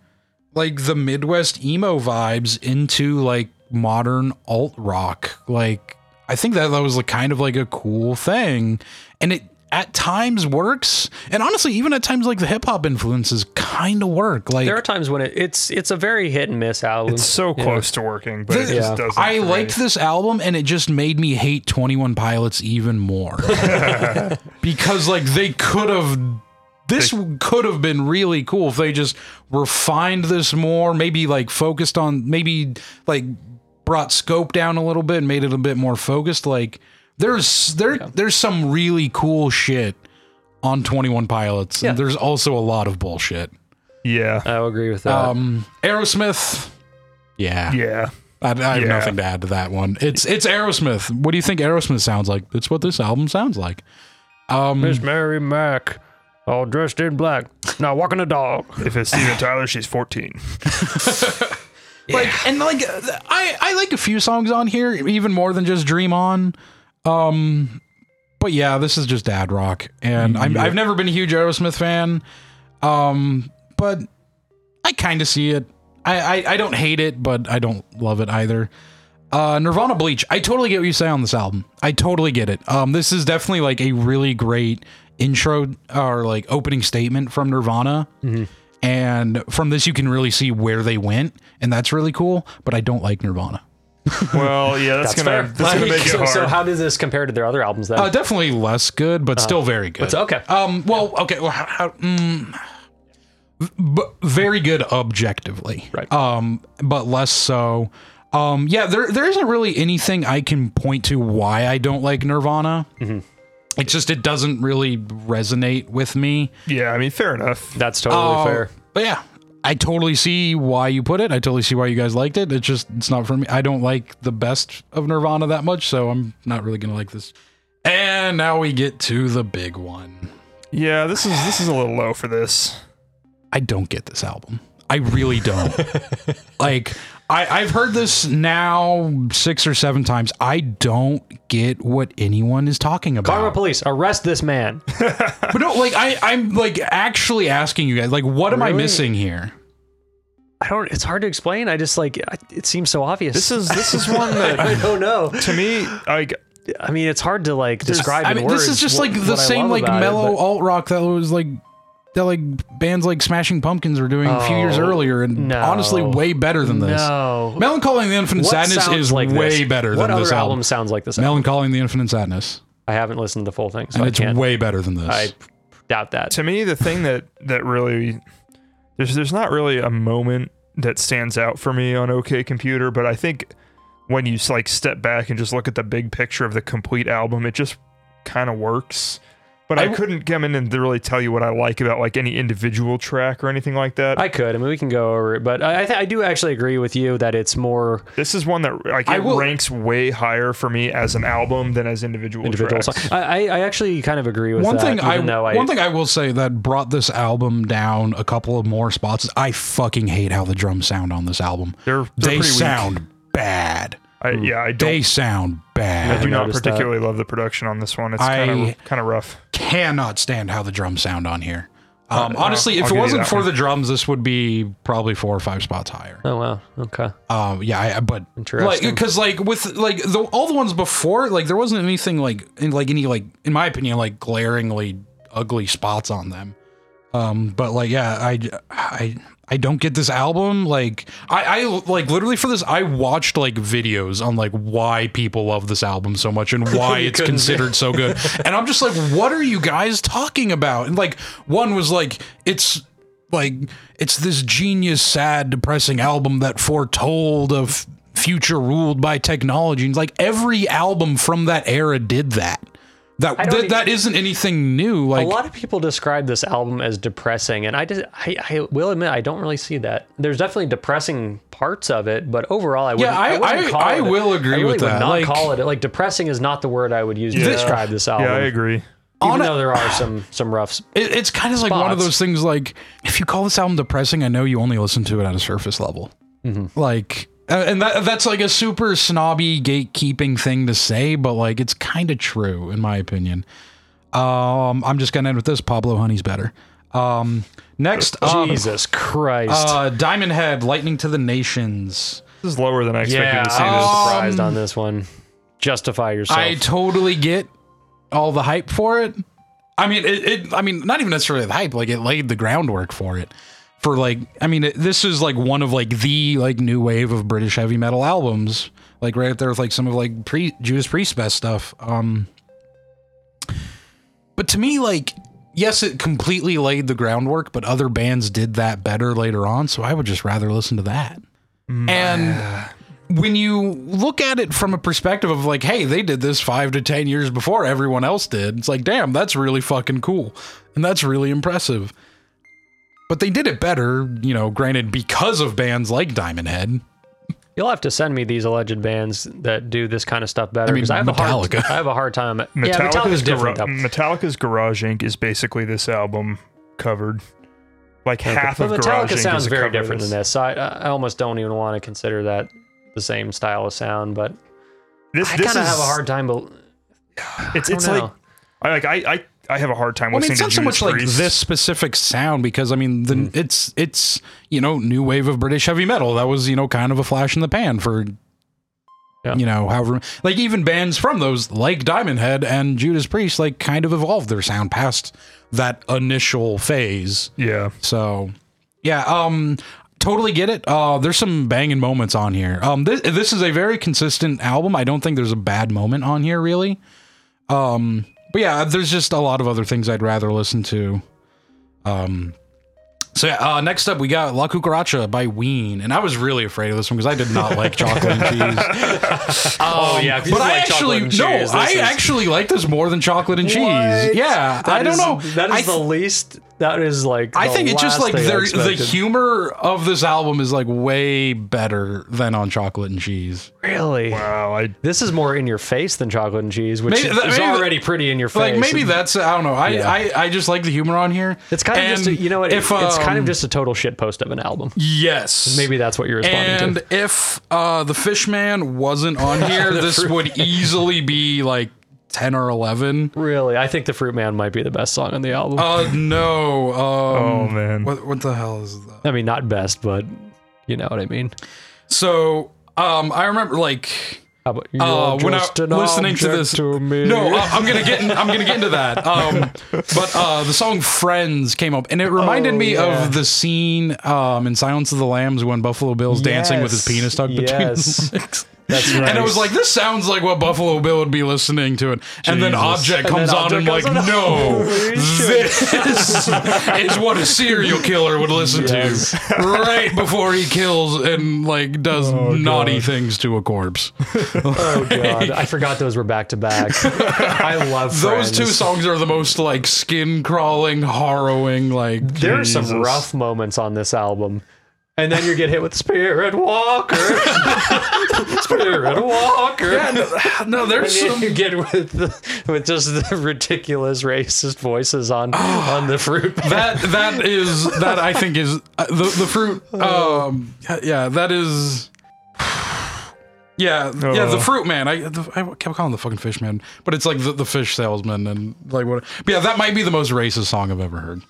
like the Midwest emo vibes into like modern alt rock. Like I think that that was like kind of like a cool thing, and it at times works. And honestly, even at times like the hip hop influences kind of work. Like
There are times when it, it's it's a very hit and miss album.
It's so close to working, but it
The-
just
Yeah.
doesn't.
I
for me.
liked this album and it just made me hate 21 Pilots even more. because like they could have this could have been really cool if they just refined this more, maybe like focused on maybe like brought scope down a little bit and made it a bit more focused like there's there there's some really cool shit on 21 Pilots and there's also a lot of bullshit.
Yeah.
Uh,
I will agree with that.
Um Aerosmith yeah.
yeah.
I, I have
Yeah.
nothing to add to that one. It's it's Aerosmith. What do you think Aerosmith sounds like? That's what this album sounds like.
Miss Mary Mack, all dressed in black, now walking a dog.
If it's Steven Tyler, she's 14.
Like and like uh, I I like a few songs on here even more than just Dream On. Um but yeah, this is just dad rock and I'm, I've never been a huge Aerosmith fan. Um but I kind of see it. I, I I don't hate it, but I don't love it either. Uh, Nirvana Bleach. I totally get what you say on this album. I totally get it. Um, this is definitely like a really great intro or like opening statement from Nirvana. And from this, you can really see where they went, and that's really cool. But I don't like Nirvana.
Well, yeah, that's, gonna that's gonna make it
so,
hard.
so how does this compare to their other albums then?
Uh, definitely less good, but still very good.
it's Uh, okay.
Um. Well. Okay. Well. How, how, mm, b- very good objectively.
Right.
Um. But less so. Um. Yeah. There. There isn't really anything I can point to why I don't like Nirvana.
Mm-hmm.
It's just it doesn't really resonate with me.
yeah, I mean, fair enough.
That's totally
Uh,
fair.
But yeah, I totally see why you put it. I totally see why you guys liked it. It's just it's not for me. I don't like the best of Nirvana that much, so I'm not really gonna like this. And now we get to the big one.
Yeah, this is this is a little low for this.
I don't get this album. I really don't. like I, I've heard this now six or seven times. I don't get what anyone is talking about.
Karma police, arrest this man.
But no, like I, I'm like actually asking you guys, like, what am I
Really?
missing here?
I don't. It's hard to explain. I just like I, it seems so obvious.
This is this is one that
I don't know.
to me like
I mean, it's hard to like describe.
I
in
mean, this is
words
just
what-
like the
what I
same
love
like
about it,
mellow
but-
alt rock that was like that like bands like Smashing Pumpkins were doing a few years
Oh,
earlier, and
no.
honestly, way better than this.
No.
Melancholy and the Infinite
What
Sadness
sounds
is
like this?
way better
what
than
other
this
album.
album.
sounds like this? album?
Melancholy and the Infinite Sadness,
I haven't listened to the full thing, so
and
I
it's
can't.
way better than this.
I doubt that.
to me the thing that that really there's there's not really a moment that stands out for me on OK Computer, but I think when you s- like step back and just look at the big picture of the complete album, it just kind of works. But I,
I w-
couldn't come in and really tell you what I like about like any individual track or anything like that.
I could. I mean, we can go over it, but I, I, th- I do actually agree with you that it's more
this is one that like
I
it
will-
ranks way higher for me as an album than as individual,
individual.
tracks.
Songs. I, I I actually kind of agree with
one
that,
thing
even
I,
though I
one thing I will say that brought this album down a couple of more spots is I fucking hate how the drums sound on this album.
They're, they're
they
pretty weak.
sound bad.
I, yeah, I don't.
They sound
I
bad.
do not
Hmm. noticed that.
particularly love the production on this one. It's
I-
kind of kind of rough.
Cannot stand how the drums sound on here. Um, honestly, if
I'll give
it
you
wasn't
that
for
one.
the drums, this would be probably four or five spots higher.
Oh wow. Okay.
Um, yeah, I, I- but like
Interesting.
because like with like the, all the ones before, like there wasn't anything like in, like any like in my opinion like glaringly ugly spots on them. Um, but like yeah, I I I don't get this album. Like I I like literally for this, I watched like videos on like why people love this album so much and why it's
couldn't
considered so good. And I'm just like, what are you guys talking about? And like one was like, it's like it's this genius, sad, depressing album that foretold a f- future ruled by technology. And like every album from that era did that. That
don't
that,
even-
that isn't anything new. Like
a lot of people describe this album as depressing, and I just I, I will admit I don't really see that. There's definitely depressing parts of it, but overall I wouldn't,
I-
wouldn't
I-
call
I
it-
will agree
I really
with
would
that.
Not
Like-
call it like depressing is not the word I would use to
Yeah.
describe this album.
Yeah, I agree.
Even
On a-
though there are some some rough. s-
It, it's kind of like one of
Spots.
those things. Like if you call this album depressing, I know you only listen to it at a surface level. Like, uh, and that that's like a super snobby gatekeeping thing to say, but like it's kind of true in my opinion. Um, I'm just gonna end with this. Pablo Honey's better. Um, next up,
Jesus Christ!
uh, Diamond Head, Lightning to the Nations.
This is lower than I expected
yeah,
to see
I was
this.
surprised on this one. Justify yourself.
Uh, um, I totally get all the hype for it. I mean, it, it. I mean, not even necessarily the hype. Like it laid the groundwork for it. For like, I mean, it, this is like one of like the like new wave of British heavy metal albums. Like right up there with like some of like pre Judas Priest best stuff. Um, but to me, like, yes, it completely laid the groundwork. But other bands did that better later on. So I would just rather listen to that. And when you look at it from a perspective of like, hey, they did this five to 10 years before everyone else did, it's like, damn, that's really fucking cool. And that's really impressive. But they did it better, you know, granted, because of bands like Diamond Head.
You'll have to send me these alleged bands that do this kind of stuff better.
I mean,
'cause I have A
Metallica.
hard, I have a hard time. yeah,
Metallica's,
Metallica's different.
Gara-
though.
Metallica's Garage Inc. is basically this album covered. Like half
But
of Garage
Metallica
Inc.
sounds
is a
very
cover of
different
this.
than this. So I, I almost don't even want to consider that the same style of sound. But
This,
I
this
kind of
is-
have a hard time. But
It's,
I
it's
don't
like
know.
I like I, I I have a hard time
I mean,
listening
it's not
to
so much
Judas
like
Priest. Hmm.
this specific sound because I mean, the, it's it's you know, new wave of British heavy metal that was you know kind of a flash in the pan for
Yeah.
you know however like even bands from those like Diamond Head and Judas Priest like kind of evolved their sound past that initial phase.
Yeah,
So, yeah, um, totally get it. Uh, there's some banging moments on here. Um, this this is a very consistent album. I don't think there's a bad moment on here really. Um, but yeah, there's just a lot of other things I'd rather listen to. Um, so yeah, uh, next up we got La Cucaracha by Ween, and I was really afraid of this one because I did not like chocolate and cheese. Um,
oh yeah,
But I actually no, I actually like this more than chocolate and cheese. Yeah, I don't know.
That is
I
the least That is like
I
the
think it's just like
last thing I
their, the
expected.
humor of this album is like way better than on Chocolate and Cheese.
really.
Wow, Oh, I
This is more in your face than chocolate and cheese, which
Maybe-
is
that- maybe-
already pretty in your face.
Like maybe
and-
that's I don't know. I, I, I just like the humor on here.
it's kind of just a,
And
you know what
if,
it's kind of
um,
just a total shit post of an album.
yes.
Maybe that's what you're responding
And
to.
if uh, the Fishman wasn't on here, this would easily be like ten or eleven.
Really, I think the Fruit Man might be the best song on the album.
Uh, no. Um,
Hmm.
oh man,
What what the hell is that?
I mean, not best, but you know what I mean.
So um, I remember like
How about
uh,
"You're
when I
just an
listening to
object
this.
to me."
No, uh, I, I'm gonna get in, I'm gonna get into that. Um, but uh, the song "Friends" came up, and it reminded
Oh,
me
yeah.
of the scene um, in Silence of the Lambs when Buffalo Bill's dancing with his
Yes,
penis tucked between
yes.
his legs.
that's right.
And I was like, this sounds like what Buffalo Bill would be listening to it. And then
Jesus.
Object
And
comes
then
on and like,
Object comes on.
no,
Holy shit.
this is what a serial killer would listen
Yes.
to right before he kills and like does naughty things to a corpse.
oh god, I forgot those were back to back. I love
Those two
Friends.
songs are the most like skin crawling, harrowing, like
There are some
Jesus.
rough moments on this album. And then you get hit with Spirit Walker. Spirit Walker.
no,
And
there's
then
some
you get with the, with just the ridiculous racist voices on on the fruit. Bat.
that that is that I think is uh, the the fruit. Um, yeah, that is. Yeah, yeah, the
Oh.
fruit man. I the, I kept calling him the fucking fish man, but it's like the, the fish salesman and like what? But yeah, that might be the most racist song I've ever heard.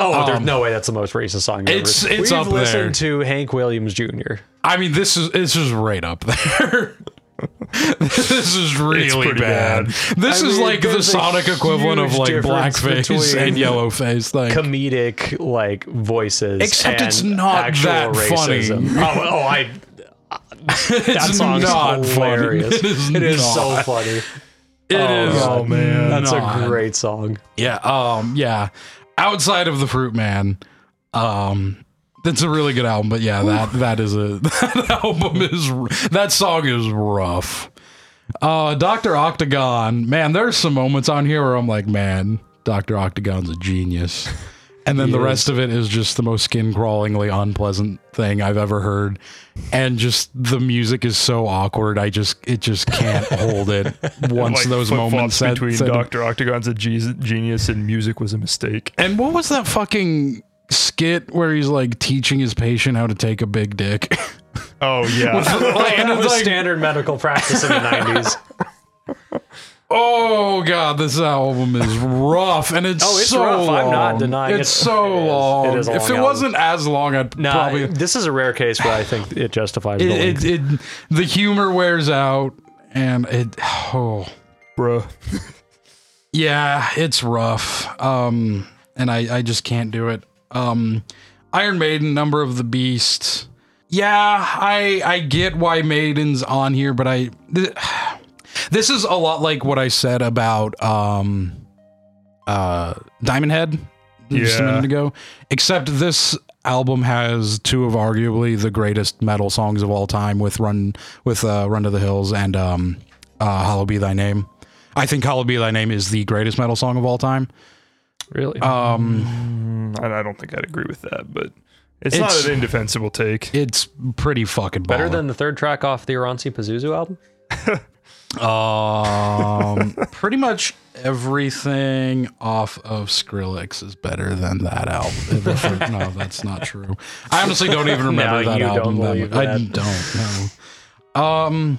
Oh, there's no way that's the most racist song you've
um, It's-
ever.
it's
We've
up there.
listened to Hank Williams Jr.
I mean, this is this is right up there. this is really
pretty
bad.
bad.
This
I
is
mean,
like the
there's a
sonic equivalent of
huge
like
difference
blackface
between
and yellowface. Like,
comedic like voices.
Except it's
and
not
actual
that funny.
racism. Oh, oh, I. That
It's
song's
not funny.
hilarious.
It is
It is
not.
so funny.
it is-
oh man,
That's
Not.
a great song.
Yeah, um, yeah. Outside of the Fruit Man, um, that's a really good album. But yeah, that that is a that album is r- that song is rough. Uh, Doctor Octagon, man, there's some moments on here where I'm like, man, Doctor Octagon's a genius. And then the rest of it is just the most skin crawlingly unpleasant thing I've ever heard. And just the music is so awkward. I just, it just can't hold it once
like
those
flip-flops
moments set-
between
set-
Doctor Octagon's a ge- genius and music was a mistake.
and what was that fucking skit where he's like teaching his patient how to take a big dick?
Oh yeah,
Like, and
That
it's
was
like,
standard medical practice in the '90s.
oh god, this album is rough, and it's,
Oh, it's
so
rough.
long.
I'm not denying
it's
it.
so
It
long.
is. It is a
if
long
it
album.
wasn't as long, I'd
Nah,
probably
this is a rare case where I think it justifies the
it,
length.
it, it, the humor wears out, and it oh
bruh.
yeah, it's rough. Um, and I, I just can't do it. Um, Iron Maiden, Number of the Beast. Yeah, I I get why Maiden's on here, but I th- this is a lot like what I said about um uh Diamond Head just a
Yeah.
minute ago. Except this album has two of arguably the greatest metal songs of all time with Run with uh, Run to the Hills and um uh Hollow Be Thy Name. I think Hollow Be Thy Name is the greatest metal song of all time.
really?
Um,
And I don't think I'd agree with that, but it's,
It's-
not an indefensible take.
it's pretty fucking
Better
baller.
than the third track off the Iransi Pazuzu album?
Um, pretty much everything off of Skrillex is better than that album. no, that's not true. I honestly don't even remember
No,
that
you don't
album. that
believe
much. I
that.
don't know. Um,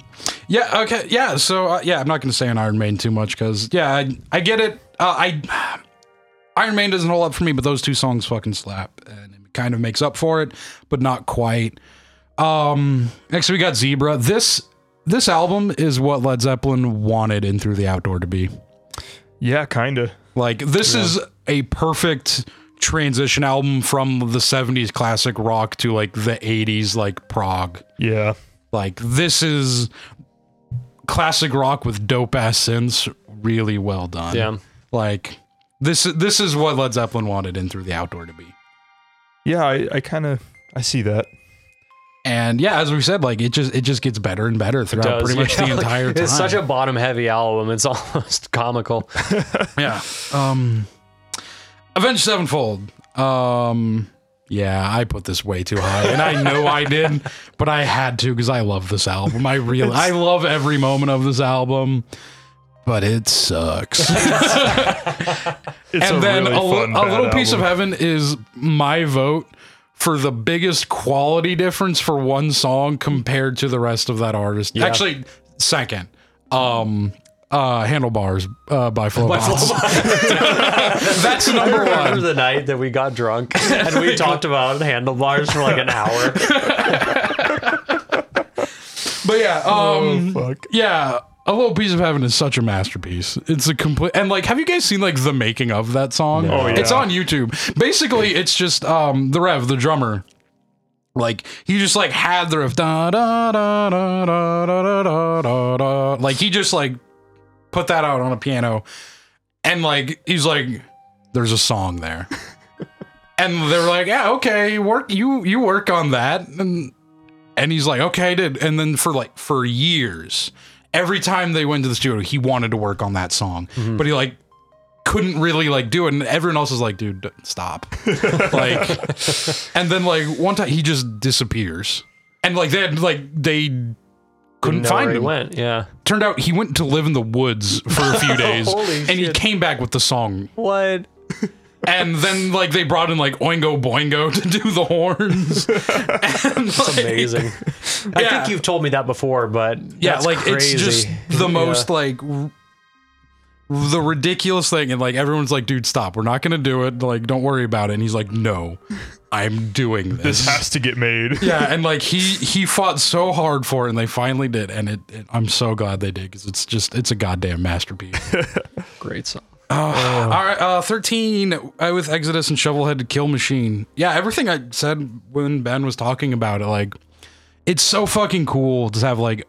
yeah, okay, yeah. So uh, yeah, I'm not gonna say an Iron Maiden too much because yeah, I, I get it. Uh, I Iron Maiden doesn't hold up for me, but those two songs fucking slap, and it kind of makes up for it, but not quite. Um, next we got Zebra. This this album is what Led Zeppelin wanted in Through the Outdoor to be.
Yeah, kinda.
Like this is a perfect transition album from the 70s classic rock to like the 80s like prog.
Yeah,
Like this is classic rock with dope ass synths really well done.
Yeah.
Like this this is what Led Zeppelin wanted in Through the Outdoor to be.
yeah. I, I kind of I see that.
And yeah, as we said, like it just it just gets better and better throughout
Does,
pretty much
yeah,
the
like,
entire time.
It's such a bottom heavy album. It's almost comical.
Yeah. Um Avenged Sevenfold. Um, yeah, I put this way too high, and I know I did, but I had to because I love this album. I really, I love every moment of this album, but it sucks.
It's
and
a
then
really
a, li-
fun,
a
bad
little piece of
album.
heaven is my vote for the biggest quality difference for one song compared to the rest of that artist. Actually, second, um, uh, handlebars uh, by Flowbots. That's number
Remember
one.
the night that we got drunk and we talked about handlebars for like an hour.
But yeah, um,
Oh, fuck.
yeah. A little piece of heaven is such a masterpiece. It's a complete and like, have you guys seen like the making of that song?
Oh, yeah.
it's on YouTube. Basically, it's just um the Rev, the drummer, like he just like had the riff da da da da da da da da da. Like he just like put that out on a piano, and like he's like, "There's a song there," and they're like, "Yeah, okay, work you you work on that," and and he's like, "Okay, I did." And then for like for years, every time they went to the studio, he wanted to work on that song,
Mm-hmm.
but he like couldn't really like do it and everyone else is like dude d- stop like and then like one time he just disappears and like they had like they couldn't
Know
find
where he
him
went. Yeah.
turned out he went to live in the woods for a few days
Holy
and he
shit.
came back with the song
What?
and then like they brought in like oingo boingo to do the horns And,
It's
like,
amazing. I
Yeah.
think you've told me that before, but
yeah
that's
like
crazy.
it's just the most like r- the ridiculous thing and like everyone's like dude stop we're not gonna do it like don't worry about it and he's like no i'm doing this,
This has to get made.
yeah and like he he fought so hard for it and they finally did and it, it i'm so glad they did because it's just it's a goddamn masterpiece
great song.
All right, uh, thirteen uh, with Exodus and Shovelhead to Kill Machine. Yeah, everything I said when Ben was talking about it, like it's so fucking cool to have like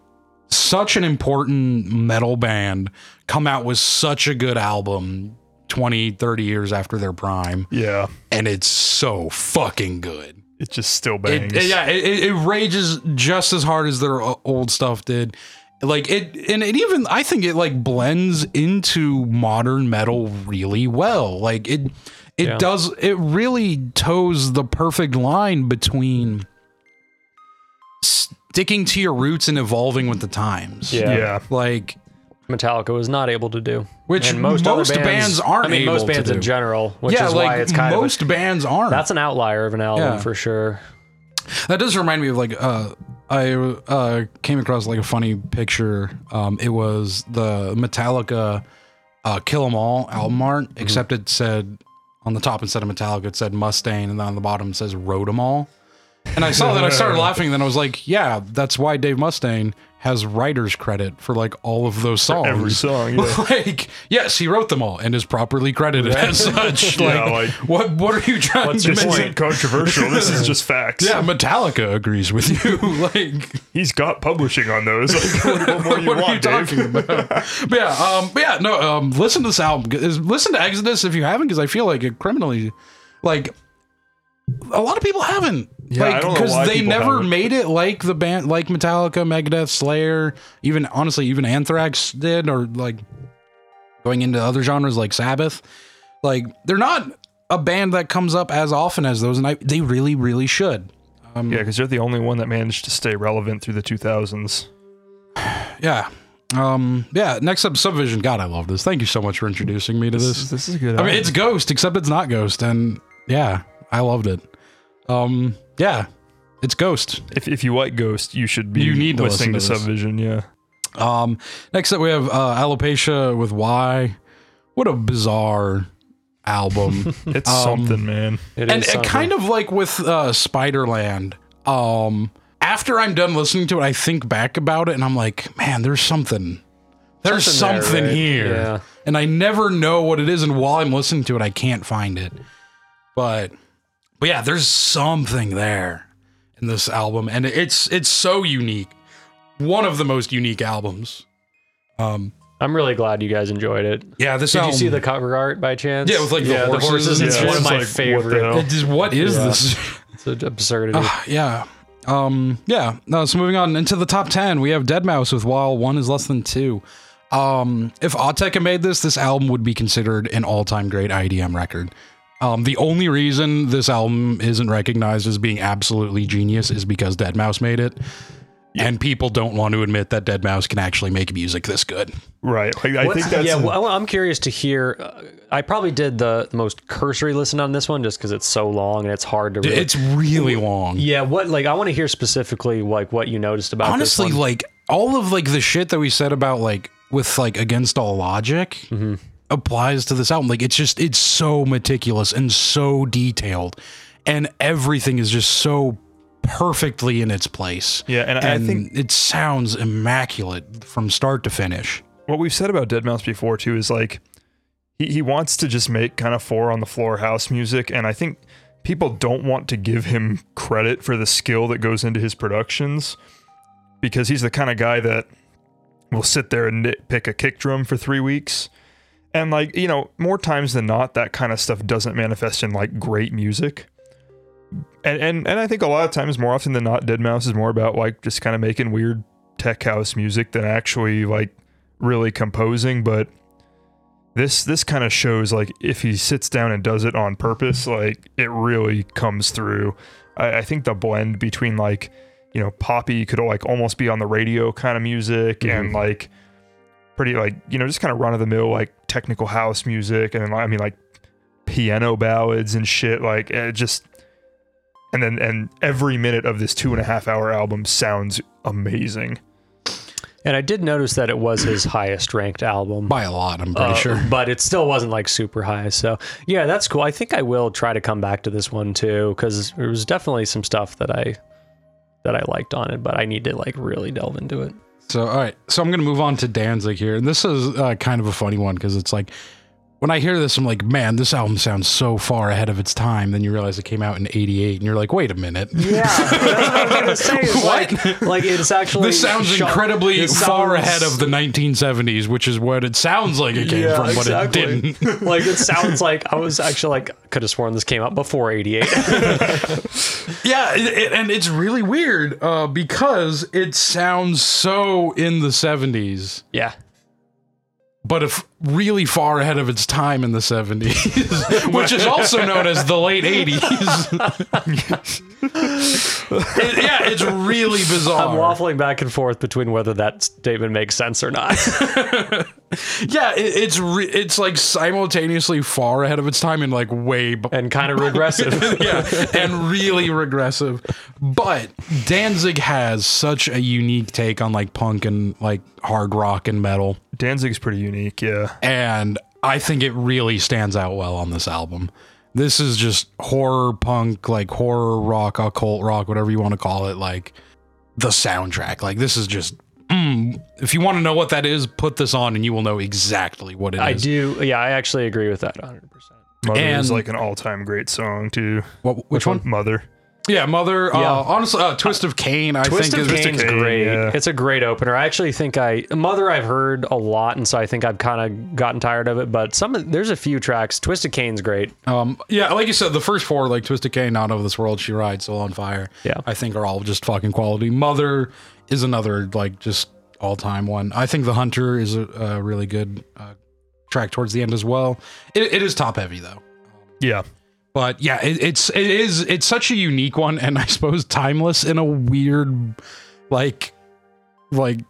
such an important metal band come out with such a good album 20, 30 years after their prime,
Yeah,
and it's so fucking good.
it just still
It,
bangs.
it- yeah, it, it it rages just as hard as their o- old stuff did. Like it, and it even I think it like blends into modern metal really well. Like it, it
Yeah.
does. It really toes the perfect line between sticking to your roots and evolving with the times.
Yeah.
yeah.
like
Metallica was not able to do.
Which most bands aren't
I mean, most
able to
bands in
do.
general, which
yeah,
is
like
why it's kind of. a-
most bands aren't.
that's an outlier of an album
Yeah.
for sure.
That does remind me of like uh, I uh, came across like a funny picture. Um, it was the Metallica uh, "Kill 'Em All"
Mm-hmm.
album art, except it said on the top instead of Metallica, it said Mustang, and then on the bottom it says "Road 'Em All." And I saw that I started laughing. And then I was like, "Yeah, that's why Dave Mustaine has writer's credit for like all of those songs."
Every song, yeah.
like, yes, he wrote them all and is properly credited as such. Like,
Yeah, like-
what? What are you trying
What's
to
your
This
make?
point?
isn't controversial. This is just facts.
Yeah, Metallica agrees with you. like,
He's got publishing on those. Like, what, what more do you
what
want,
are you
Dave?
talking about? but yeah, um, but yeah, no. Um, listen to this album. Is- Listen to Exodus if you haven't, because I feel like it criminally, like a lot of people haven't. Yeah,
I don't know why
they
people
never
haven't.
made it like the band, like Metallica, Megadeth, Slayer, even honestly, even Anthrax did, or like going into other genres like Sabbath. Like they're not a band that comes up as often as those, and I, they really, really should.
Yeah, because they're the only one that managed to stay relevant through the 2000s.
Yeah. Um, yeah, next up, Subvision. God, I love this. Thank you so much for introducing me to this.
This is a good.
I mean, it's Ghost, except it's not Ghost, and yeah, I loved it. Um, yeah, it's Ghost.
if, if you like Ghost, you should be
You need to
listening
listen to this.
Subvision. Yeah,
Um, next up, we have uh, Alopecia with Y. What a bizarre album,
it's something, man.
It
and
is
it kind of like with uh, Spiderland. Um, after I'm done listening to it, I think back about it, and I'm like, man, there's something. There's
Something
something,
there, right?
here.
Yeah.
and I never know what it is. And while I'm listening to it, I can't find it. But but yeah, there's something there in this album, and it's it's so unique. One of the most unique albums. Um,
I'm really glad you guys enjoyed it.
yeah, this
Did you
album.
see the cover art by chance?
Yeah, with, like, the horses and
It's
shit.
one of
It's
my
like, what the
favorite.
hell?
It is- what is
Yeah.
this?
It's an absurdity.
Ah, yeah. Um, yeah. No, so moving on into the top 10, we have Dead Mouse with While One is Less Than Two. Um, if Auteka made this, this album would be considered an all time great IDM record. Um, the only reason this album isn't recognized as being absolutely genius is because Dead Mouse made it. And people don't want to admit that Dead Mouse can actually make music this good.
Right. Like, I think that's
yeah, well, I'm curious to hear. uh, I probably did the most cursory listen on this one just because it's so long and it's hard to. Really,
It's really long.
yeah, what like I want to hear specifically like what you noticed about
honestly
This one.
like all of like the shit that we said about like with like against all logic
Mm-hmm.
applies to this album like it's just it's so meticulous and so detailed and everything is just so perfectly in its place
Yeah, and I
and
think-
it sounds immaculate from start to finish
what we've said about Dead Mouse before too is like he, he wants to just make kind of four on the floor house music, and I think people don't want to give him credit for the skill that goes into his productions because he's the kind of guy that will sit there and nitpick a kick drum for three weeks. And like, you know, more times than not, that kind of stuff doesn't manifest in like great music. And and and I think a lot of times, more often than not, Dead Mouse is more about like just kind of making weird tech house music than actually like really composing. But this this kind of shows like if he sits down and does it on purpose, like it really comes through. I, I think the blend between like you know poppy could like almost be on the radio kind of music and like pretty like you know just kind of run of the mill like technical house music and I mean like piano ballads and shit like it just and then and every minute of this two and a half hour album sounds amazing
and I did notice that it was his highest ranked album.
by a lot i'm pretty
Uh,
sure
But it still wasn't like super high. So yeah, that's cool. I think I will try to come back to this one too because there was definitely some stuff that I that I liked on it, but I need to like really delve into it.
So, all right. So, I'm going to move on to Danzig here. And this is uh, kind of a funny one because it's like, when I hear this, I'm like, man, this album sounds so far ahead of its time. Then you realize it came out in 88, and you're like, wait a minute.
Yeah, that's what I was gonna say. It's like, like it's actually
This sounds
shot-
incredibly
it
far
sounds-
ahead of the 1970s, which is what it sounds like it came
Yeah,
from, but
exactly.
it didn't.
like it sounds like I was actually like could have sworn this came out before '88.
Yeah, it, it, and it's really weird uh, because it sounds so in the 70s,
yeah,
but if really far ahead of its time in the 70s, which is also known as the late 80s. It- yeah, it's really
I'm
bizarre.
waffling back and forth between whether that statement makes sense or not.
yeah, it, it's re- it's like simultaneously far ahead of its time and like way b-
and kind of regressive.
yeah, and really regressive. But Danzig has such a unique take on like punk and like hard rock and metal,
danzig's pretty unique yeah
and I think it really stands out well on this album. This is just horror punk, like horror rock, occult rock, whatever you want to call it. Like the soundtrack, like this is just. Mm, if you want to know what that is, put this on and you will know exactly what it is.
I do. Yeah, I actually agree with that 100. percent
mother is
And-
like an all-time great song too
What, which, one?
mother
Yeah, Mother.
Yeah.
Uh, honestly, uh, Twist of Cain. I
Twist
think
of
is
Cain's
Cain,
great.
yeah.
It's a great opener. I actually think I Mother I've heard a lot, and so I think I've kind of gotten tired of it. But some of- there's a few tracks. Twist of Cain's great.
Um, yeah, like you said, the first four, like Twisted K, Not of This World, She Rides, Soul on Fire,
Yeah.
I think are all just fucking quality. Mother is another like just all time one. I think The Hunter is a, a really good uh, track towards the end as well. It, it is top heavy though,
yeah
but yeah, it, it's it is it's such a unique one, and I suppose timeless in a weird like like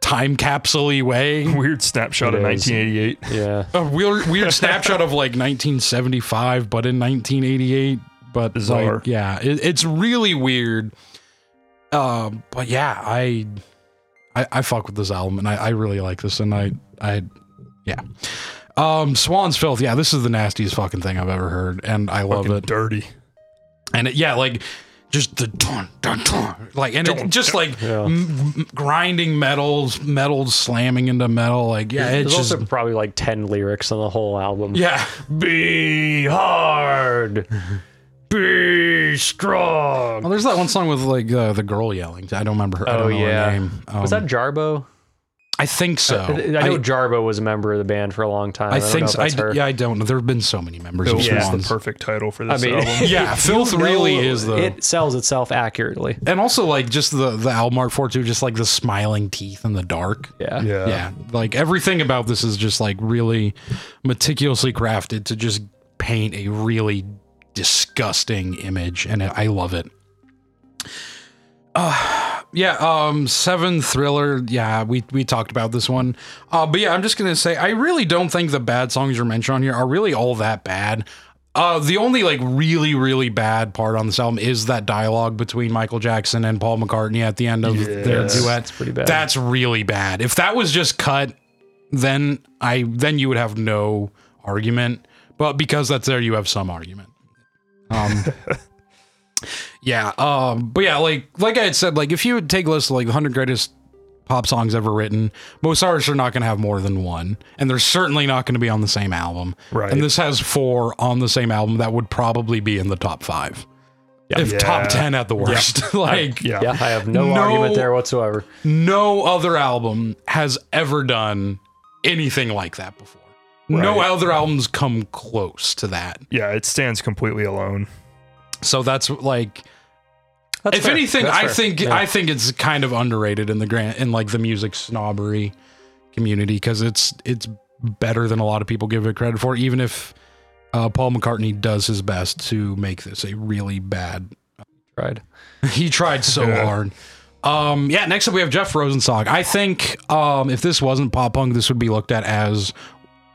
time capsule way.
weird snapshot
It
of
is.
1988
Yeah.
a weird weird snapshot of like 1975 but in 1988 but
Bizarre.
like yeah it, it's really weird um but yeah i i, I fuck with this album and I, I really like this and i i yeah um swan's filth yeah this is the nastiest fucking thing i've ever heard and i love
Fucking
it
dirty
and it, yeah like just the dun, dun, dun, like and it, just like m- m- grinding metals metal slamming into metal like yeah
There's
it's just
also probably like 10 lyrics on the whole album.
yeah
Be hard. Be strong.
Well, there's that one song with like uh, the girl yelling. I don't remember her. I
Oh,
don't know
yeah.
her name. Um,
Was that Jarbo?
I think so.
I know Jarbo was a member of the band for a long time.
I
I, don't
think
know if
so. I,
that's
d-
her.
yeah, I don't know. There have been so many members of
Filth
Swans.
is the perfect title for
I
this
mean,
album
Yeah, filth really
No,
is though.
It sells itself accurately.
and also like just the the album art for it, too, just like the smiling teeth in the dark.
Yeah.
Yeah, like everything about this is just like really meticulously crafted to just paint a really disgusting image, and I love it. Uh, yeah, um, Seven Thriller. Yeah, we we talked about this one. Uh, but yeah, I'm just gonna say I really don't think the bad songs you're mentioned on here are really all that bad. Uh, the only like really really bad part on this album is that dialogue between Michael Jackson and Paul McCartney at the end of their
Yes.
duet.
That's pretty bad.
That's really bad. If that was just cut, then I then you would have no argument. But because that's there, you have some argument. Um, yeah. Um, but yeah, like like I had said, like if you would take a list of like the hundred greatest pop songs ever written, most artists are not going to have more than one, and they're certainly not going to be on the same album.
Right.
And this has four on the same album that would probably be in the top five,
Yeah.
if top
Yeah.
ten at the worst. like
Yeah.
yeah, I have no,
No.
argument there whatsoever.
no other album has ever done anything like that before. No
Right.
other albums come close to that.
Yeah, it stands completely alone.
So that's like
That's
if
fair.
anything,
That's
I
fair.
think
Yeah.
I think it's kind of underrated in the grand in like the music snobbery community because it's it's better than a lot of people give it credit for. Even if uh, Paul McCartney does his best to make this a really bad,
tried.
he tried so
Yeah.
hard. Um, yeah. Next up, we have Jeff Rosenstock. I think um, if this wasn't pop punk, this would be looked at as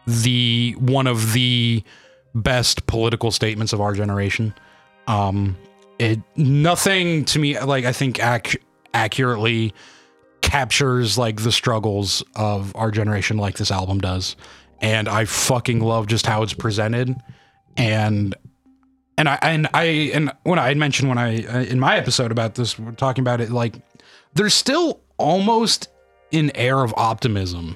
the one of the best political statements of our generation. Um, it nothing to me like I think ac- accurately captures like the struggles of our generation like this album does, and I fucking love just how it's presented, and and I and I and when I had mentioned when I uh, in my episode about this we're talking about it like there's still almost an air of optimism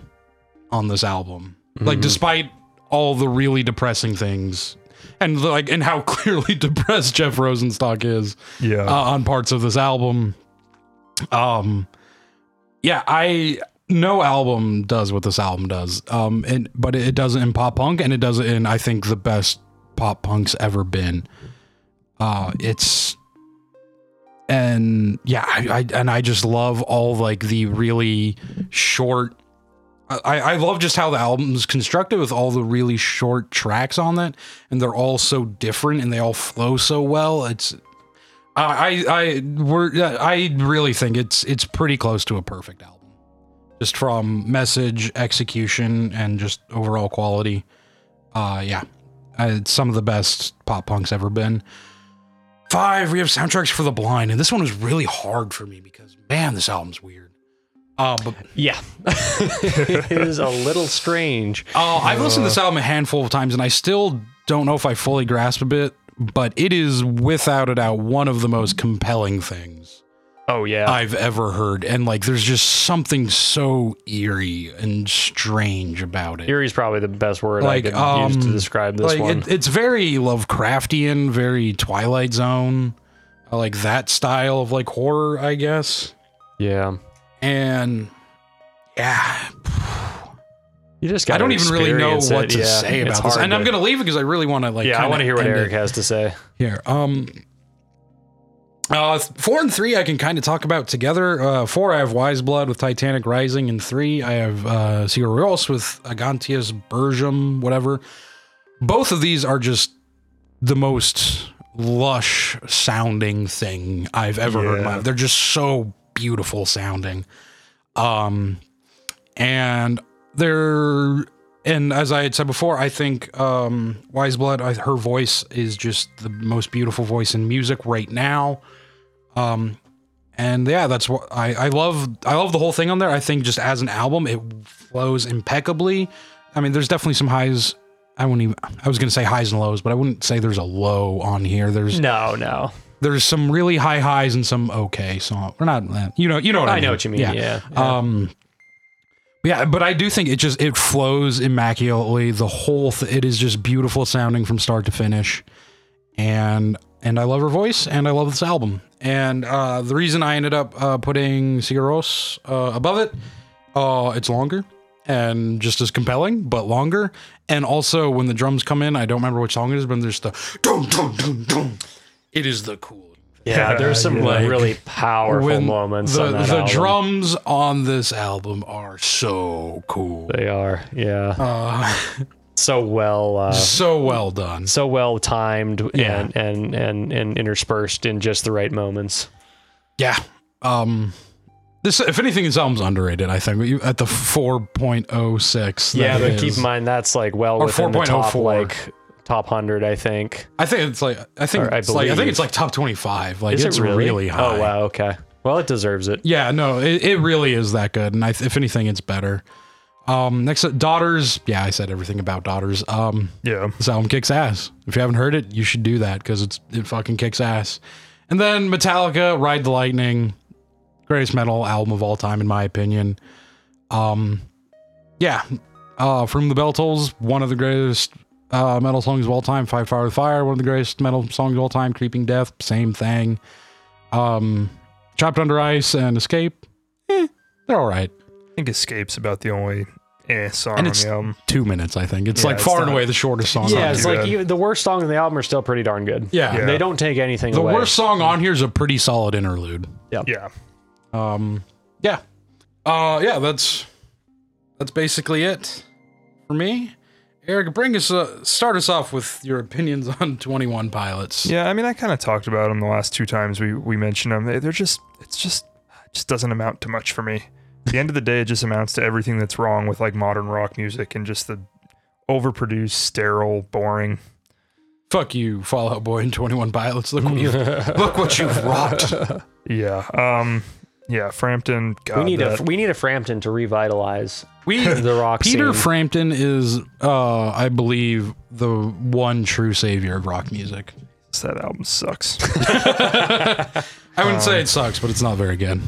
on this album. Like despite all the really depressing things and like and how clearly depressed Jeff Rosenstock is
Yeah.
uh, on parts of this album. Um yeah, I no album does what this album does. Um and but it does it in pop punk and it does it in I think the best pop punk's ever been. Uh it's and yeah, I, I and I just love all like the really short. I, I love just how the album's constructed with all the really short tracks on it, and they're all so different and they all flow so well. It's I I I, we're, I really think it's it's pretty close to a perfect album, just from message, execution, and just overall quality. Uh, yeah, uh, it's some of the best pop punk's ever been. Five, we have soundtracks for the blind, and this one was really hard for me because man, this album's weird. Uh, but
Yeah, it is a little strange.
uh, I've listened to this album a handful of times, and I still don't know if I fully grasp a bit. But it is without a doubt one of the most compelling things
Oh yeah,
I've ever heard, and like there's just something so eerie and strange about it.
eerie's probably the best word
Like,
I could use to
um,
describe this
Like
one.
it, it's very Lovecraftian, very Twilight Zone, uh, like that style of like horror, I guess.
yeah,
and yeah,
you just got.
I don't even really know what to
yeah.
say
It's
about this,
hard
and I'm gonna leave it because I really want to like.
yeah, I
kinda
want to hear what
end
Eric
it
has to say.
here. Um, uh, th- four and three I can kind of talk about together. Uh, four I have Wise Blood with Titanic Rising, and three I have uh, Sigur Rós with Agantius Bergium, whatever. Both of these are just the most lush sounding thing I've ever heard. In my
Yeah.
life. They're just so beautiful sounding. Um, and they're and as I had said before, I think um, Wise Blood, I, her voice is just the most beautiful voice in music right now. Um, and yeah, that's what I, I love. I love the whole thing on there. I think just as an album, it flows impeccably. I mean, there's definitely some highs. I wouldn't even. I was gonna say highs and lows, but I wouldn't say there's a low on here. There's
No, no,
there's some really high highs and some okay songs. We're not. You know. You know what I,
I
mean.
know what you mean. Yeah,
Um, yeah, but I do think it just it flows immaculately. The whole th- it is just beautiful sounding from start to finish, and and I love her voice, and I love this album. And uh, the reason I ended up uh, putting Cigarros uh, above it, uh, it's longer and just as compelling, but longer. And also when the drums come in, I don't remember which song it is, but there's the dum dum dum dum. It is the coolest.
yeah. There's some
like,
really powerful
When
moments.
the
on that
the
album.
drums on this album are so cool.
They are. Yeah.
Uh,
so well uh,
so well done.
so well timed
Yeah.
and, and and and interspersed in just the right moments.
Yeah. Um this if anything this album's underrated, I think. You- At the 4.06.
yeah,
that
but
it
keep
is.
in mind that's like well
Or
within the top
4.04.
like top hundred. I think.
I think it's like I think
Or I
it's like I think
believe.
it's like top 25. Like it's high.
Oh wow. Okay. Well, it deserves it.
Yeah, no, it, it really is that good. And I, if anything, it's better. Um, next, up, daughters. Yeah, I said everything about daughters. Um,
Yeah.
this album kicks ass. If you haven't heard it, you should do that because it's it fucking kicks ass. And then Metallica, Ride the Lightning, greatest metal album of all time in my opinion. Um, yeah, uh, from the Bell Tolls, one of the greatest uh, metal songs of all time. Five Fire with Fire, one of the greatest metal songs of all time. Creeping Death, same thing. Um, Chopped Under Ice and Escape, eh, they're all right.
I think Escape's about the only eh song
And
on
it's-
the album.
Two minutes, I think. It's
Yeah,
like
it's
far and
not-
away the shortest song.
Yeah,
on
it's
here.
too
like
bad.
even, the worst songs on the album are still pretty darn good.
yeah.
Yeah.
They don't take anything
The
away.
worst song on here is a pretty solid interlude.
Yeah.
Um, yeah, uh, yeah. That's that's basically it for me. Eric, bring us uh, start us off with your opinions on Twenty One Pilots.
Yeah, I mean, I kind of talked about them the last two times we we mentioned them. They- They're just, it's just, it just doesn't amount to much for me. At the end of the day, it just amounts to everything that's wrong with like modern rock music and just the overproduced, sterile, boring.
Fuck you, Fallout Boy and Twenty One Pilots. Look what you look what you've wrought.
Yeah. Um. Yeah. Frampton. God,
we need
that,
a we need a Frampton to revitalize
We
the rock
Peter
scene.
Frampton is, uh, I believe, the one true savior of rock music.
that album sucks.
I wouldn't
Uh,
say it sucks, but it's not very good.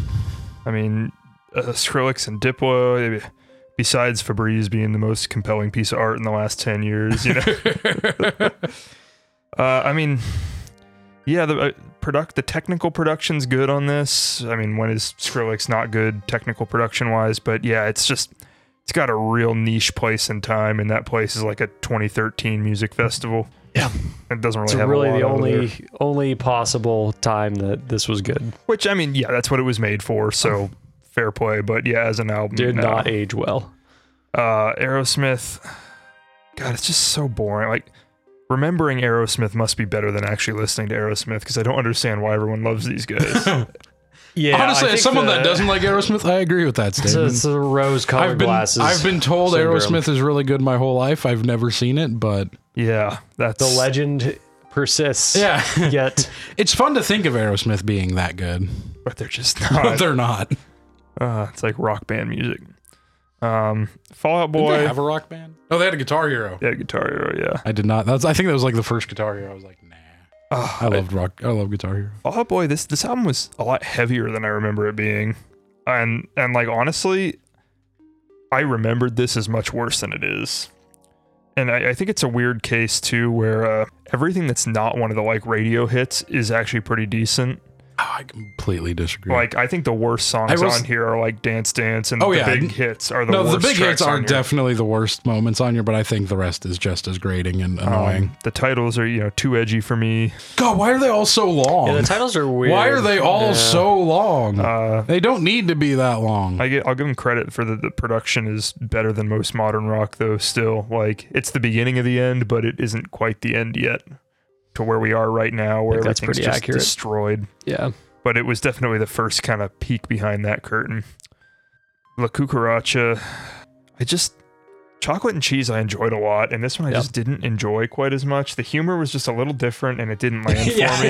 I mean, uh, Skrillex and Diplo. eh, Besides Febreze being the most compelling piece of art in the last ten years, you know. uh, I mean, yeah, the uh, product, the technical production's good on this. I mean, when is Skrillex not good technical production wise? But yeah, it's just it's got a real niche place in time, and that place is like a 2013 music festival.
Yeah.
it doesn't really
It's
have
really
a lot
the
over there.
only only possible time that this was good.
Which I mean, yeah, that's what it was made for,
Oh.
so fair play. But yeah, as an album,
Did
no.
not age well.
Uh, Aerosmith, God, it's just so boring. Like remembering Aerosmith must be better than actually listening to Aerosmith because I don't understand why everyone loves these guys.
Yeah,
Honestly, as someone that doesn't like Aerosmith, I agree with that
It's,
statement.
the rose colored
I've been
glasses.
I've been told
syndrome.
Aerosmith is really good my whole life. I've never seen it, but
yeah, that's
the legend persists.
yeah,
Yet
it's fun to think of Aerosmith being that good,
but they're just
but
not.
they're not.
uh, it's like rock band music. Um, Fallout
Did they
Boy,
have a rock band? No, they had a Guitar Hero.
yeah, Guitar Hero, yeah.
I did not. That's I think that was like the first Guitar Hero. I was like, nah.
Oh,
I loved rock. I love Guitar Hero.
Oh boy, this this album was a lot heavier than I remember it being, and and like honestly, I remembered this as much worse than it is, and I, I think it's a weird case too where uh, everything that's not one of the like radio hits is actually pretty decent.
Oh, I completely disagree.
Like I think the worst songs
I was-
on here are like Dance Dance and
Oh,
the
yeah.
big hits are the
no,
worst
the big
tracks
hits are
on here.
definitely the worst moments on here, but I think the rest is just as grating and annoying.
Um, the titles are you know too edgy for me.
God, why are they all so long?
yeah, the titles are weird.
why are they all
Yeah.
so long?
Uh,
they don't need to be that long.
I get, I'll give them credit for the, the production is better than most modern rock, though. Still, like it's the beginning of the end, but it isn't quite the end yet to where we are right now, where
think that's
everything's
pretty
just
accurate.
destroyed.
Yeah.
But it was definitely the first kind of peek behind that curtain. La Cucaracha, I just chocolate and cheese I enjoyed a lot, and this one I
Yep.
just didn't enjoy quite as much. The humor was just a little different, and it didn't land for me.
yeah.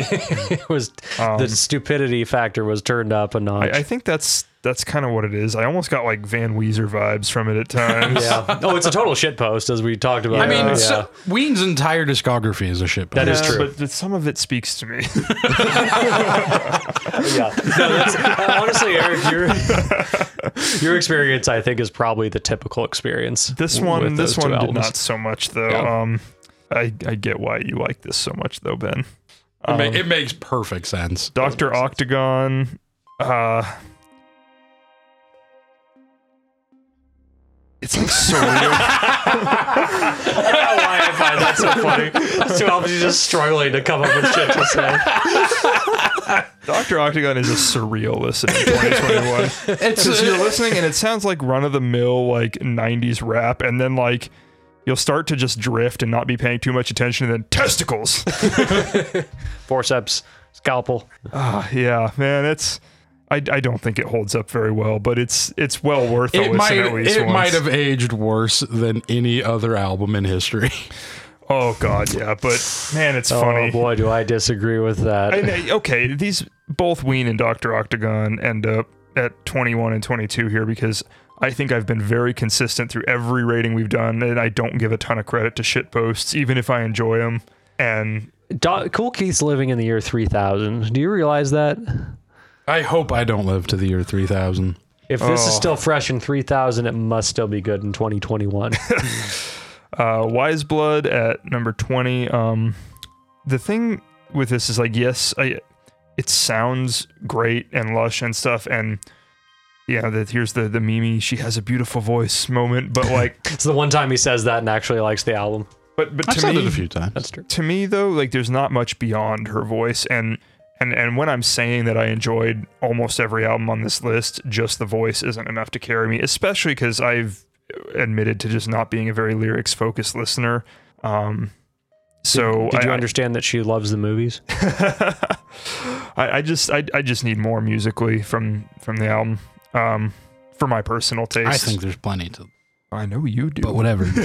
it was
Um,
the stupidity factor was turned up a notch.
I, I think that's that's kind of what it is. I almost got like Van Weezer vibes from it at times.
yeah. Oh, it's a total shit post as we talked about.
I mean,
yeah.
so, Ween's entire discography is a shit.
That is
Yeah,
true.
Uh, But, but some of it speaks to me.
yeah. No, that's, honestly, Eric, your your experience, I think, is probably the typical experience.
This
w-
one,
with
this
those
one
two
did
albums.
not so much though.
Yeah.
Um, I I get why you like this so much though, Ben.
it, ma- it makes perfect sense.
Doctor Octagon. Uh, it's like surreal.
Oh, I don't know why I find that so funny. Those two albums, you're just struggling to come up with shit to say.
Doctor Octagon is a surreal listen in 2021.
It's
uh,
uh,
Because you're listening and it sounds like run of the mill like 90s rap, and then like you'll start to just drift and not be paying too much attention, and then testicles.
Forceps, scalpel.
Ah, yeah, man, it's. I, I don't think it holds up very well, but it's it's well worth
It
a listen
might
at least
it
once.
might have aged worse than any other album in history.
Oh god, yeah, but man, it's
Oh
funny.
boy, do I disagree with that.
And, uh, okay, these both Ween and Doctor Octagon end up at 21 and 22 here because I think I've been very consistent through every rating we've done, and I don't give a ton of credit to shit posts, even if I enjoy them. And
Do- cool Keith's living in the year 3000. Do you realize that?
I hope I don't live to the year 3000.
If this
Oh.
is still fresh in 3000, it must still be good in 2021.
uh, Wise Blood at number 20. Um, the thing with this is like, yes, I, it sounds great and lush and stuff, and yeah, that here's the the Mimi, she has a beautiful voice moment, but like,
it's the one time he says that and actually likes the album.
but but to
I've said
me,
it a few times.
That's true.
to me though like there's not much beyond her voice and and and when i'm saying that i enjoyed almost every album on this list just the voice isn't enough to carry me especially because i've admitted to just not being a very lyrics focused listener um so
Did you
I, I-
understand that she loves the movies?
I, I just I, I just need more musically from from the album um for my personal taste
I think there's plenty to,
i know you do
but whatever. you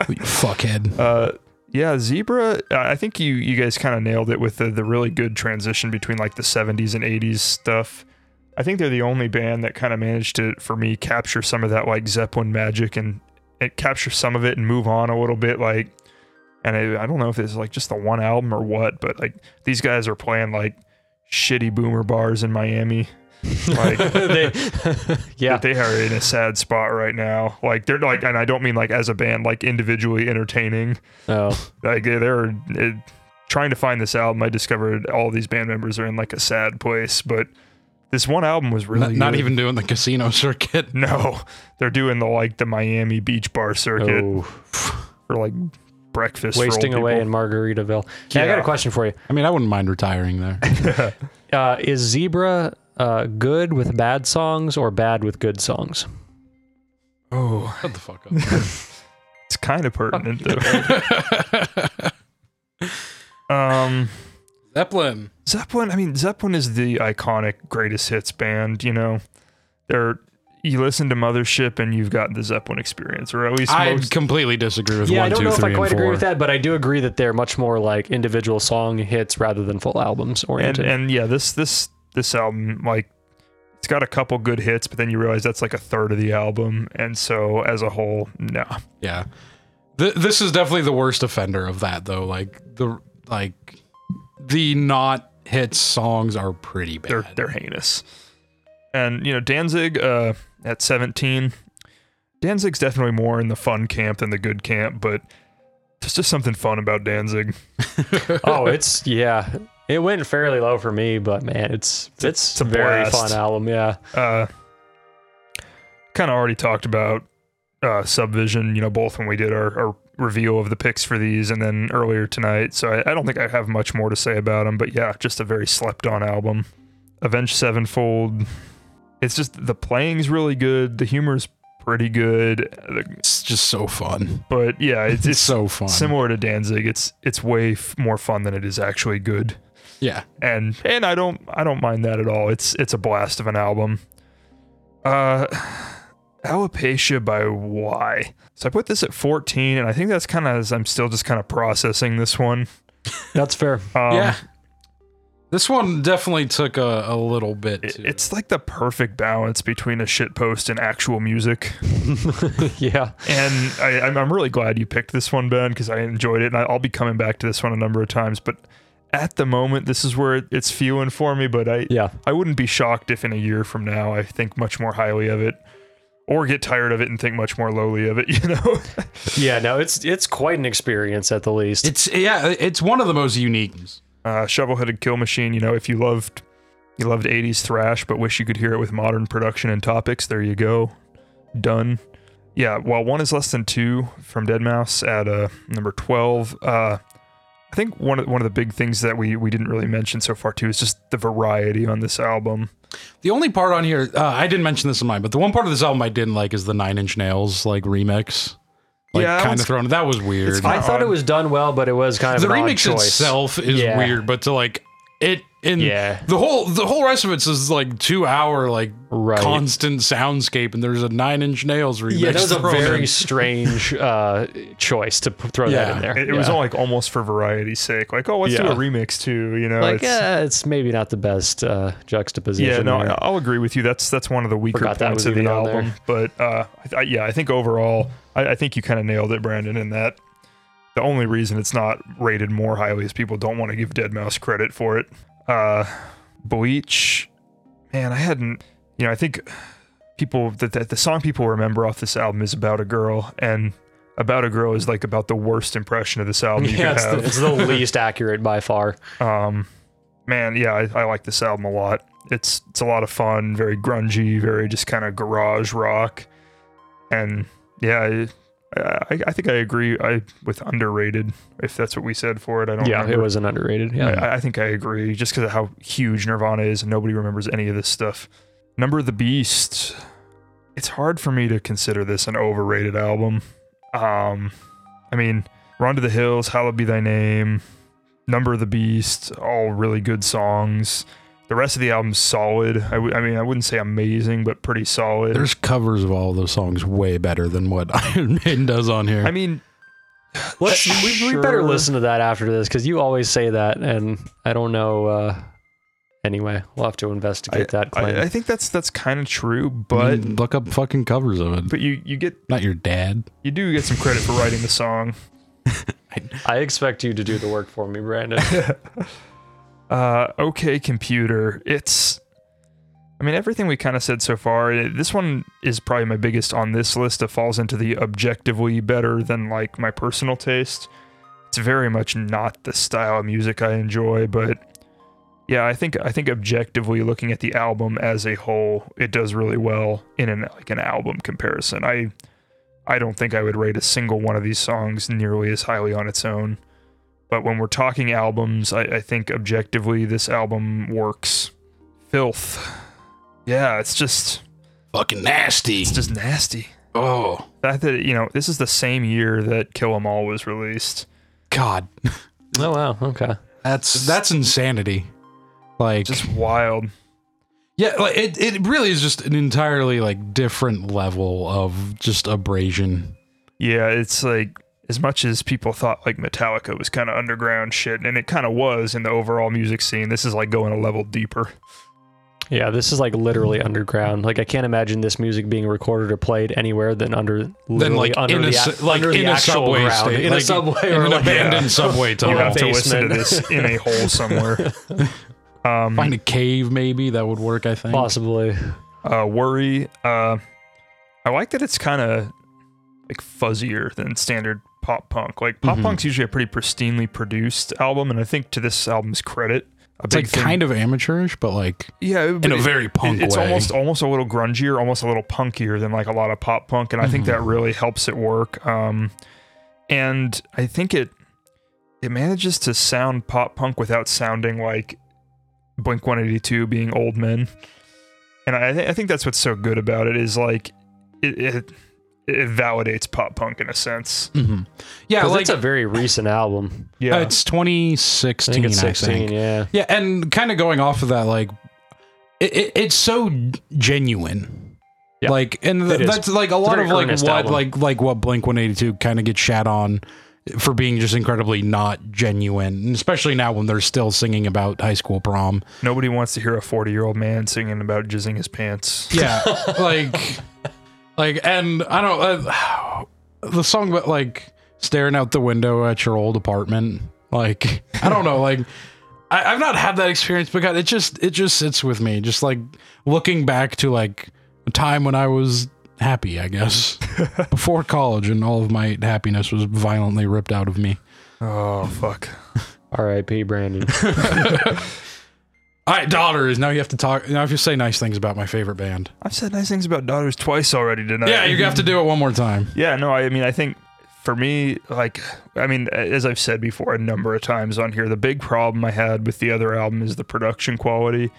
fuckhead.
Uh, yeah, Zebra. I I think you you guys kind of nailed it with the the really good transition between like the 70s and 80s stuff. I think they're the only band that kind of managed to for me capture some of that like Zeppelin magic and it capture some of it and move on a little bit like and I, I don't know if it's like just the one album or what, but like these guys are playing like shitty boomer bars in Miami. Like
They- yeah.
that they are in a sad spot right now. Like they're like and I don't mean like as a band like individually entertaining
Oh.
like they- they're it, trying to find this album. I discovered all these band members are in like a sad place, but this one album was really
Not, not
good.
even doing the casino circuit.
no. They're doing the like the Miami beach bar circuit
Oh.
for like breakfast, for old
Wasting away
people.
in Margaritaville. Hey, I got
Yeah.
a question for you.
I mean, I wouldn't mind retiring there.
Uh, is Zebra uh, good with bad songs or bad with good songs?
oh,
Shut the fuck up.
it's kind of pertinent though. um,
Zeppelin.
Zeppelin, I mean, Zeppelin is the iconic greatest hits band, you know. They're you listen to Mothership and you've got the Zeppelin experience, or at least
I
most
completely disagree with
Yeah,
one,
I don't
two,
know if
three,
I quite
and
agree
four.
with that, but I do agree that they're much more like individual song hits rather than full albums
and
oriented.
and yeah, this this this album like it's got a couple good hits, but then you realize that's like a third of the album, and so as a whole, no.
Yeah. Th- this is definitely the worst offender of that, though. Like the like the not hit songs are pretty bad.
they're they're heinous. And you know Danzig uh, at 17, Danzig's definitely more in the fun camp than the good camp, but there's just something fun about Danzig.
oh, it's yeah. It went fairly low for me, but man, it's it's,
it's a
a very
blast.
fun album. Yeah,
Uh, kind of already talked about uh, Subvision, you know, both when we did our, our reveal of the picks for these and then earlier tonight. So I, I don't think I have much more to say about them, but yeah, just a very slept on album. Avenged Sevenfold. It's just the playing's really good, the humor's pretty good, the-
it's just so fun.
but yeah, it's,
It's,
it's
so fun.
similar to Danzig. It's it's way f- more fun than it is actually good
Yeah.
and and I don't I don't mind that at all. It's it's a blast of an album. Uh Alopecia by Y. So I put this at 14 and I think that's kind of as I'm still just kind of processing this one.
that's fair.
Um
yeah. This one definitely took a, a little bit.
it-
to-
it's like the perfect balance between a shitpost and actual music.
yeah,
And I, I'm, I'm really glad you picked this one, Ben, because I enjoyed it, and I, I'll be coming back to this one a number of times. But at the moment, this is where it, it's feeling for me. But I,
yeah.
I wouldn't be shocked if in a year from now I think much more highly of it or get tired of it and think much more lowly of it, you know?
Yeah, no, it's it's quite an experience at the least.
it's yeah. It's one of the most unique.
uh, Shovel Headed Kill Machine, you know, if you loved you loved 80s thrash but wish you could hear it with modern production and topics, there you go. Done. Yeah, well, one is less than two from Dead Mouse at uh, number 12. Uh, I think one of, one of the big things that we, we didn't really mention so far, too, is just the variety on this album.
The only part on here uh, I didn't mention this in mine, but the one part of this album I didn't like is the Nine Inch Nails like remix. like
Yeah, that
kind
one's-
of thrown. That was weird.
fine.
I thought it was done well, but it was kind of
the
an odd
remix
choice.
itself is
Yeah.
weird, but to like it in
Yeah.
the whole the whole rest of it's is like two hour like
Right.
constant soundscape, and there's a Nine Inch Nails remix.
Yeah, that was a
thrown
very
in.
strange uh, choice to p- throw that
Yeah.
in there.
It, it was
Yeah.
all like almost for variety's sake. Like, oh, let's do
Yeah.
a remix too. You know,
like,
it's,
yeah, it's maybe not the best uh, juxtaposition.
yeah. No,
there.
I- I'll agree with you. That's that's one of the weaker
Forgot that
points
was
of the
even on
album. But uh, I, I, yeah, I think overall, I, I think you kind of nailed it, Brandon. In that, the only reason it's not rated more highly is people don't want to give Dead Mouse credit for it. Uh, Bleach, man, I hadn't. You know, I think people that the, the song people remember off this album is about a girl and. About a girl is like about the worst impression of this album you
yeah,
could
it's,
have.
the, it's the least accurate by far.
Um, man, yeah, I, I like this album a lot. It's it's a lot of fun, very grungy, very just kind of garage rock, and yeah, I, I, I think I agree. I with underrated, if that's what we said for it. I don't.
Yeah, it
remember.
was an underrated. Yeah.
I, I think I agree, just because of how huge Nirvana is, and nobody remembers any of this stuff. Number of the Beast. It's hard for me to consider this an overrated album. Um, I mean, Run to the Hills, Hallowed Be Thy Name, Number of the Beast, all really good songs. The rest of the album's solid. I, w- I mean, I wouldn't say amazing, but pretty solid.
There's covers of all those songs way better than what Iron Maiden does on here.
I mean,
Let's, we, we better
Sure.
listen to that after this because you always say that, and I don't know. Uh, anyway, we'll have to investigate that claim.
I, I think that's that's kind of true, but
Mm, look up fucking covers of it.
but you you get
Not your dad.
you do get some credit for writing the song.
I expect you to do the work for me, Brandon.
Uh, okay, computer. It's. I mean, everything we kind of said so far, eh, this one is probably my biggest on this list that falls into the objectively better than like my personal taste. It's very much not the style of music I enjoy, but yeah, I think I think objectively looking at the album as a whole, it does really well in an like an album comparison. I I don't think I would rate a single one of these songs nearly as highly on its own but when we're talking albums, I, I think objectively this album works. Filth. Yeah, it's just
Fucking nasty.
it's just nasty.
Oh
That that you know, this is the same year that Kill 'Em All was released.
God,
oh wow, okay.
that's that's insanity. Like
Just wild.
Yeah, like it, it really is just an entirely like different level of just abrasion.
Yeah, it's like as much as people thought like Metallica was kind of underground shit, and it kind of was in the overall music scene. This is like going a level deeper.
Yeah, this is like literally underground. Like I can't imagine this music being recorded or played anywhere than under literally
like,
under
in a
the
su-
ac-
like,
under
in
the
a
actual
subway
ground,
sta-
in a
like,
subway
in
or
an
like
abandoned subway
You
tunnel.
have to listen to
basement.
this in a hole somewhere. Um,
Find a cave, maybe that would work. I think.
possibly.
uh, worry. Uh, I like that it's kind of like fuzzier than standard pop punk. Like pop
Mhm.
punk's usually a pretty pristinely produced album, and I think to this album's credit, a
It's like kind of amateurish, but like
yeah, but
in a
it-
very punk
it's
way.
almost almost a little grungier, almost a little punkier than like a lot of pop punk, and I think
Mm-hmm.
that really helps it work. Um, and I think it it manages to sound pop punk without sounding like Blink One Eighty Two being old men. And I, th- I think that's what's so good about it is like it, it it validates pop punk in a sense.
Mhm. yeah,
'Cause
like
it's a very recent album.
uh,
Yeah,
it's 2016.
I think it's
I
16,
think.
yeah.
Yeah, and kind of going off of that, like it, it, it's so genuine.
Yeah.
Like, and th-
It is.
that's like a lot
very
of like
earnest
what
album.
like like what Blink One Eighty Two kind of gets shat on for being just incredibly not genuine, and especially now when they're still singing about high school prom.
nobody wants to hear a forty year old man singing about jizzing his pants.
Yeah, like, like, and I don't uh, the song, but like staring out the window at your old apartment. Like, I don't know, like. I, I've not had that experience, but God, it just it just sits with me. Just like looking back to like a time when I was happy, I guess, before college, and all of my happiness was violently ripped out of me.
Oh fuck.
R.I.P. Brandon.
All right, daughter is now you have to talk. Now if you say nice things about my favorite band,
I've said nice things about daughters twice already tonight.
yeah, you have to do it one more time.
Yeah, no, I mean, I think for me, like, I mean, as I've said before a number of times on here, the big problem I had with the other album is the production quality.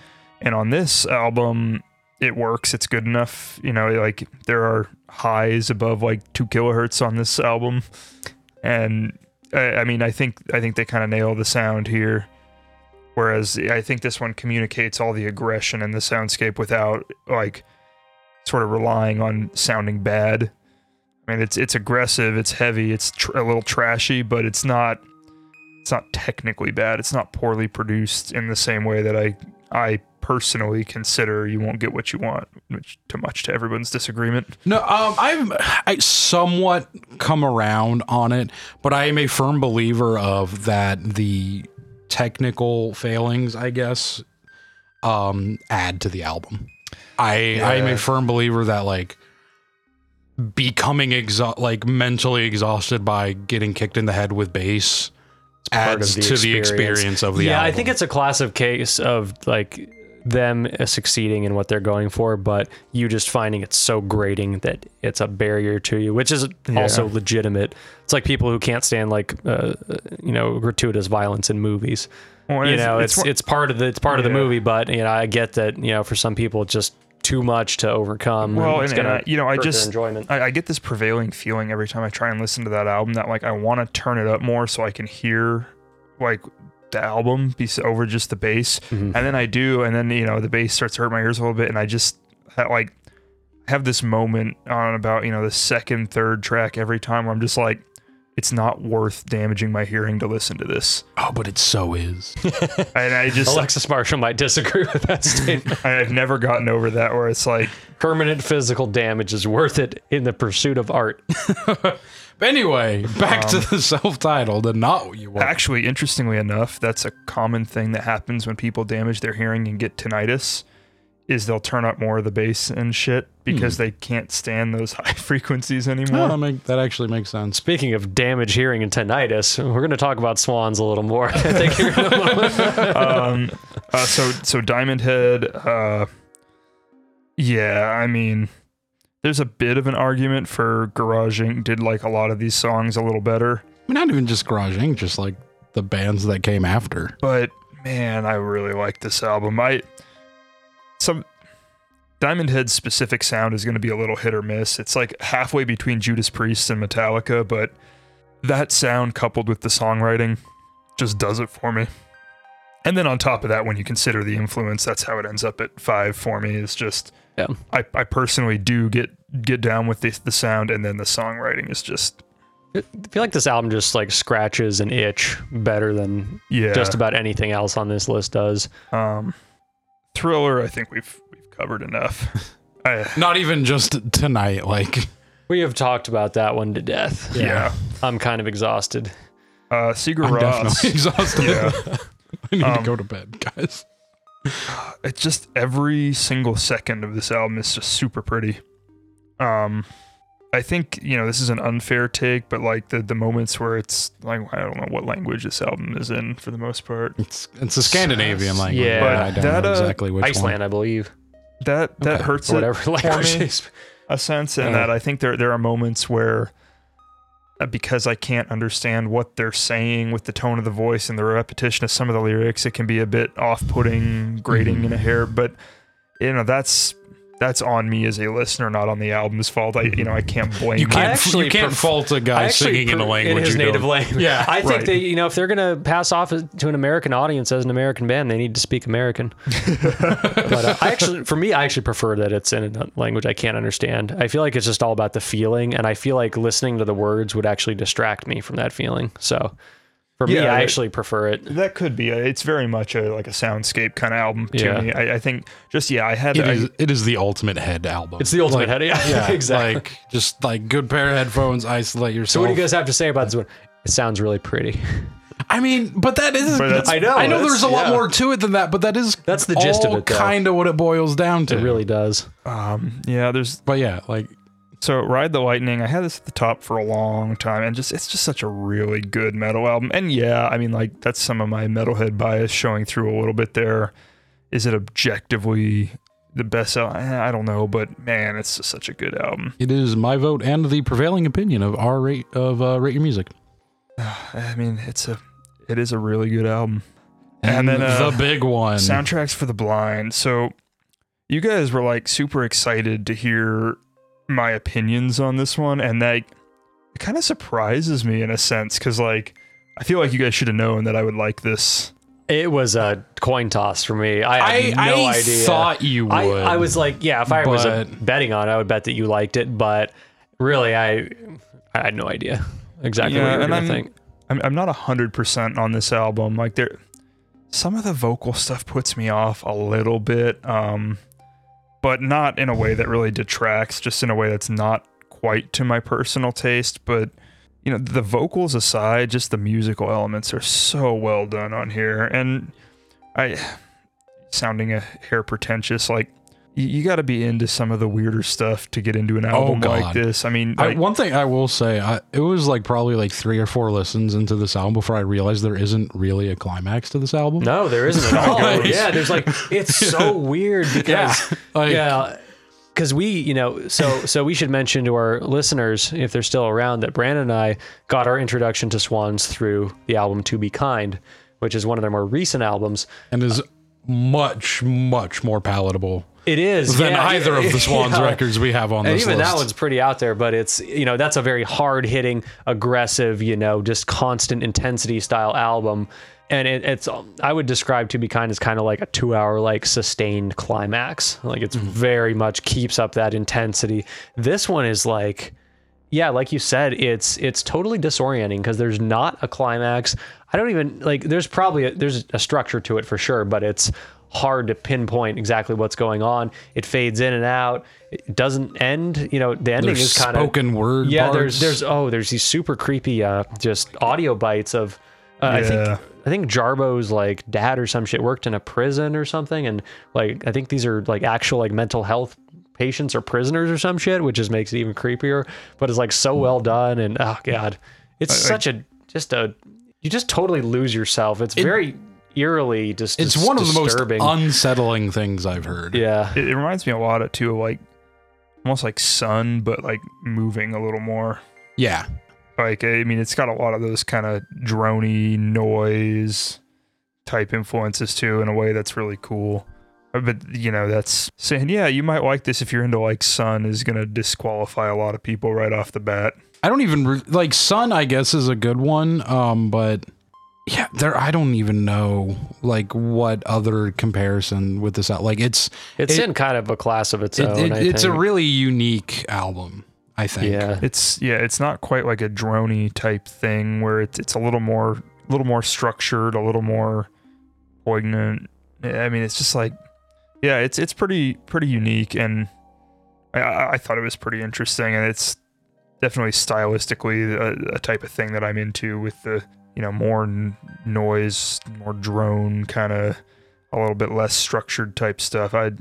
And on this album, it works. It's good enough. You know, like there are highs above like two kilohertz on this album, and I, I mean, I think I think they kind of nail the sound here. Whereas I think this one communicates all the aggression and the soundscape without like sort of relying on sounding bad. I mean, it's it's aggressive, it's heavy, it's tr- a little trashy, but it's not it's not technically bad. It's not poorly produced in the same way that I I personally consider you won't get what you want, which to much to everyone's disagreement.
No, um, I've I somewhat come around on it, but I am a firm believer of that the technical failings, I guess, um, add to the album. I I am
Yeah.
a firm believer that like becoming exha- like mentally exhausted by getting kicked in the head with bass
part
adds
of the
to the
experience.
experience of the
yeah,
album.
I think it's a classic case of like them succeeding in what they're going for, but you just finding it so grating that it's a barrier to you, which is also legitimate. It's like people who can't stand like uh, you know gratuitous violence in movies.
Well,
you
it's-
know,
it's
it's it's,
one-
part of the it's part of the
Yeah.
movie, but you know, I get that you know for some people it's just too much to overcome.
Well,
it's
and, and
gonna
I, you know, I
hurt their
just
enjoyment.
I, I get this prevailing feeling every time I try and listen to that album that like I want to turn it up more so I can hear like the album be s- over just the bass, and then I do, and then you know the bass starts to hurt my ears a little bit, and I just ha- like have this moment on about you know the second, third track every time where I'm just like, it's not worth damaging my hearing to listen to this,
oh, but it so is.
and I just
Alexis Marshall might disagree with that statement.
I've never gotten over that where it's like
permanent physical damage is worth it in the pursuit of art.
But anyway, back
Um,
to the self-titled and not what you want.
Actually, interestingly enough, that's a common thing that happens when people damage their hearing and get tinnitus. Is they'll turn up more of the bass and shit because they can't stand those high frequencies
No,
anymore.
that, make, that actually makes sense.
Speaking of damage, hearing, and tinnitus, we're going to talk about swans a little more. I think here in a moment.
um, uh, so so Diamond Head, uh, yeah, I mean, there's a bit of an argument for Garage Inc. did like a lot of these songs a little better,
I mean, not even just Garage Inc., just like the bands that came after.
but man, I really like this album. I some Diamond Head's specific sound is going to be a little hit or miss. It's like halfway between Judas Priest and Metallica, but that sound coupled with the songwriting just does it for me. And then on top of that, when you consider the influence, that's how it ends up at five for me. It's just,
Yeah.
I, I personally do get get down with the, the sound, and then the songwriting is just,
I feel like this album just like scratches an itch better than
yeah.
just about anything else on this list does.
um, Thriller, I think we've we've covered enough. I,
Not even just tonight. Like,
We have talked about that one to death.
Yeah.
I'm kind of exhausted.
Uh, Sigur
I'm
Ross.
definitely exhausted.
Yeah.
I need to
Um,
go to bed, guys.
It's just every single second of this album is just super pretty. Um, I think, you know, this is an unfair take, but like the, the moments where it's like, I don't know what language this album is in for the most part.
It's it's a Scandinavian language.
Yeah.
but I
But
don't
that,
know
uh,
exactly which
Iceland, I believe,
That that
Okay.
hurts
or
it
whatever language.
me.
they speak.
a sense in
Yeah.
that I think there there are moments where uh, because I can't understand what they're saying with the tone of the voice and the repetition of some of the lyrics, it can be a bit off-putting, grating in a
Mm-hmm.
hair. But you know that's that's on me as a listener, not on the albm's fault. I you know I can't blame.
one. Mm-hmm. You can't
actually
you can't
pref-
fault a
I
guy
actually
singing in
pr-
a language
in his
you
native
don't-
language.
Yeah,
I think
right.
they, you know, if they're gonna pass off as- to an American audience as an American band, they need to speak American. but uh, I actually, for me, I actually prefer that it's in a language I can't understand. I feel like it's just all about the feeling, and I feel like listening to the words would actually distract me from that feeling. So, for me,
Yeah,
I
that-
actually prefer it.
That could be. A, it's very much a like a soundscape kind of album to
Yeah.
me. I, I think just yeah, I had
It
I-
is it is the ultimate head album.
It's the ultimate head. Yeah,
yeah,
exactly.
Like just like good pair of headphones, isolate
so,
yourself.
what do you guys have to say about this one? It sounds really pretty.
I mean, but that is.
But that's- I know,
I know.
that's-
There's a lot
yeah.
more to it than that, but that is.
That's the gist of it, though.
Kind of what it boils down to.
It really does.
um yeah. There's
But yeah, like
So Ride the Lightning, I had this at the top for a long time and just it's just such a really good metal album. And yeah, I mean like that's some of my metalhead bias showing through a little bit there. Is it objectively the best album? I don't know, but man, it's just such a good album.
it is my vote and the prevailing opinion of our rate of uh, rate your music.
I mean, it's a it is a really good album. And then, uh,
the big one.
Soundtracks for the Blind. So you guys were like super excited to hear my opinions on this one, and that it kind of surprises me in a sense because like I feel like you guys should have known that I would like this.
It was a coin toss for me. I had
I-
no
I
idea.
thought you
I,
would,
I was like, yeah, if I was uh,
but-
betting on, it, I would bet that you liked it, but really, I I had no idea exactly what
Yeah,
you were
and
gonna
I'm-
think.
I'm, I'm not hundred percent on this album. Like there, some of the vocal stuff puts me off a little bit, um, but not in a way that really detracts. Just in a way that's not quite to my personal taste. But you know, the vocals aside, just the musical elements are so well done on here, and I, sounding a hair pretentious, like you, you got to be into some of the weirder stuff to get into an album like
God.
this. I mean,
I,
like-
one thing I will say, I, it was like probably like three or four listens into this album before I realized there isn't really a climax to this album.
No, there isn't at all.
Nice.
Yeah, there's like it's so weird because
Like,
yeah because we you know so so we should mention to our listeners if they're still around that brandon and i got our introduction to swans through the album to be kind which is one of their more recent albums
and is much much more palatable
it is
than
yeah,
either of the Swans
yeah.
records we have on
and
this
even
list.
that one's pretty out there but it's you know that's a very hard hitting aggressive you know just constant intensity style album and it, it's i would describe to be kind as kind of like a two hour like sustained climax like it's very much keeps up that intensity this one is like yeah like you said it's it's totally disorienting because there's not a climax i don't even like there's probably a, there's a structure to it for sure but it's hard to pinpoint exactly what's going on it fades in and out it doesn't end you know the ending
There's
is kind of
spoken word.
yeah
parts.
there's there's oh there's these super creepy uh just audio bites of uh, i
Yeah.
think i think jarbo's like dad or some shit worked in a prison or something and like i think these are like actual like mental health patients or prisoners or some shit which just makes it even creepier but it's like
Hmm.
so well done and oh god it's such a just a you just totally lose yourself it's very eerily just
it's
dis-
one of the most
disturbing.
unsettling things I've heard.
yeah
It, it reminds me a lot of too of like almost like sun, but like moving a little more.
Yeah.
Like I mean, it's got a lot of those kind of drony noise type influences too, in a way that's really cool. Uh, But you know, that's saying yeah, you might like this if you're into like sun is gonna disqualify a lot of people right off the bat.
I don't even re- like Sun. I guess is a good one. Um, but yeah, there. I don't even know like what other comparison with this. out- Like it's
it's
it-
in kind of a class of its
it,
own
it-
I
it's a
think.
really unique album. I think.
yeah
It's yeah, it's not quite like a drony type thing where it's it's a little more a little more structured, a little more poignant. I mean, it's just like yeah, it's it's pretty pretty unique, and I- I, I thought it was pretty interesting, and it's definitely stylistically a, a type of thing that I'm into with the you know more n- noise, more drone kind of a little bit less structured type stuff. I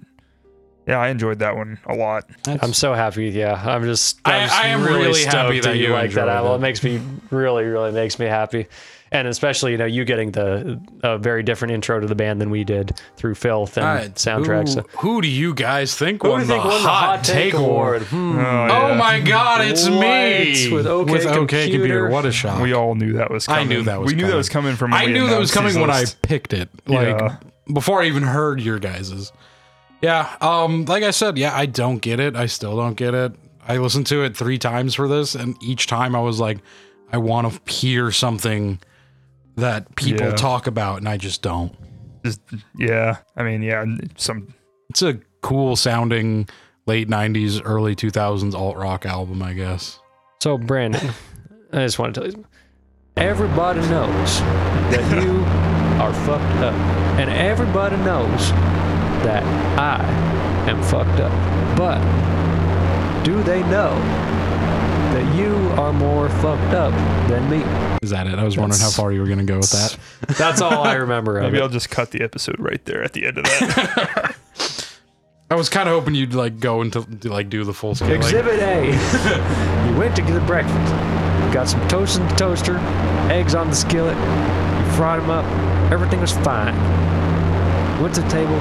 yeah, I enjoyed that one a lot.
I'm so happy. Yeah, I'm just. I'm
I-
just
I am really happy
stoked
that you
like that
enjoyed
album.
it.
It makes me really, really makes me happy, and especially you know you getting the a very different intro to the band than we did through Filth and
All right,
soundtracks.
Who, who do you guys think won the
won
hot, take award?
Hmm.
Oh
yeah.
my God! It's
Lights
me
with OK Computer.
What a shock!
We all knew that was
I
coming.
knew that was
We knew that
coming.
was coming from when
I
we
knew that was
announced these
coming when I
lists.
picked it. Like
Yeah.
before I even heard your guys's. Yeah. Um, like I said, yeah, I don't get it. I still don't get it. I listened to it three times for this, and each time I was like, I want to hear something that people
Yeah.
talk about, and I just don't.
Just- yeah. I mean, yeah, n- some
It's a cool sounding late nineties, early two thousands alt rock album, I guess.
So Brandon, I just want to tell you, everybody knows that you are fucked up, and everybody knows that I am fucked up. But do they know that you are more fucked up than me?
Is that it? I was wondering how
That's-
far you were gonna go with that.
That's all I remember of
maybe I'll
it.
just cut the episode right there at the end of that.
I was kind of hoping you'd like go into like do the full scale. like-
Exhibit A. you went to get the breakfast. Got some toast in the toaster, eggs on the skillet. You fried them up. Everything was fine. Went to the table.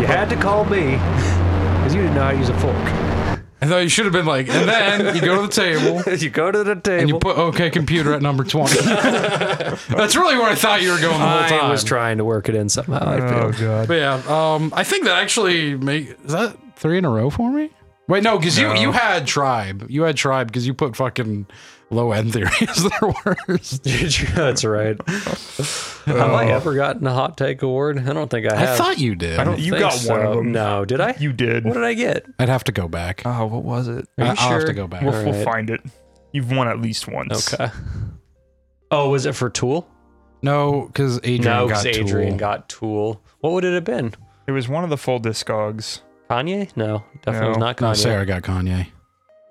You had to call me because you didn't know how to use a fork.
I thought you should have been like, and then you go to the table
you go to the table.
and you put OK Computer at number 20. That's really where I thought you were going the whole time.
I was trying to work it in somehow. I feel.
Oh god.
But yeah, um, I think that actually make is that three in a row for me. Wait, no, because
No.
you you had tribe, you had tribe because you put fucking low end theory as their worst.
That's right. Have
Oh.
I ever gotten a hot take award? I don't think I have.
I thought you did. I
don't- you
Think
got one of
so.
them.
No, did I?
You did.
What did I get?
would have to go back.
Oh, what was it?
I-
you
I'll have
sure?
to go back.
We'll,
All
we'll
right.
find it. You've won at least once.
Okay. Oh, was it for Tool?
No, because Adrian
No,
got
because Adrian
Tool.
got Tool. What would it have been?
It was one of the full discogs.
Kanye? No, definitely was
No.
not Kanye.
no, Sarah got Kanye.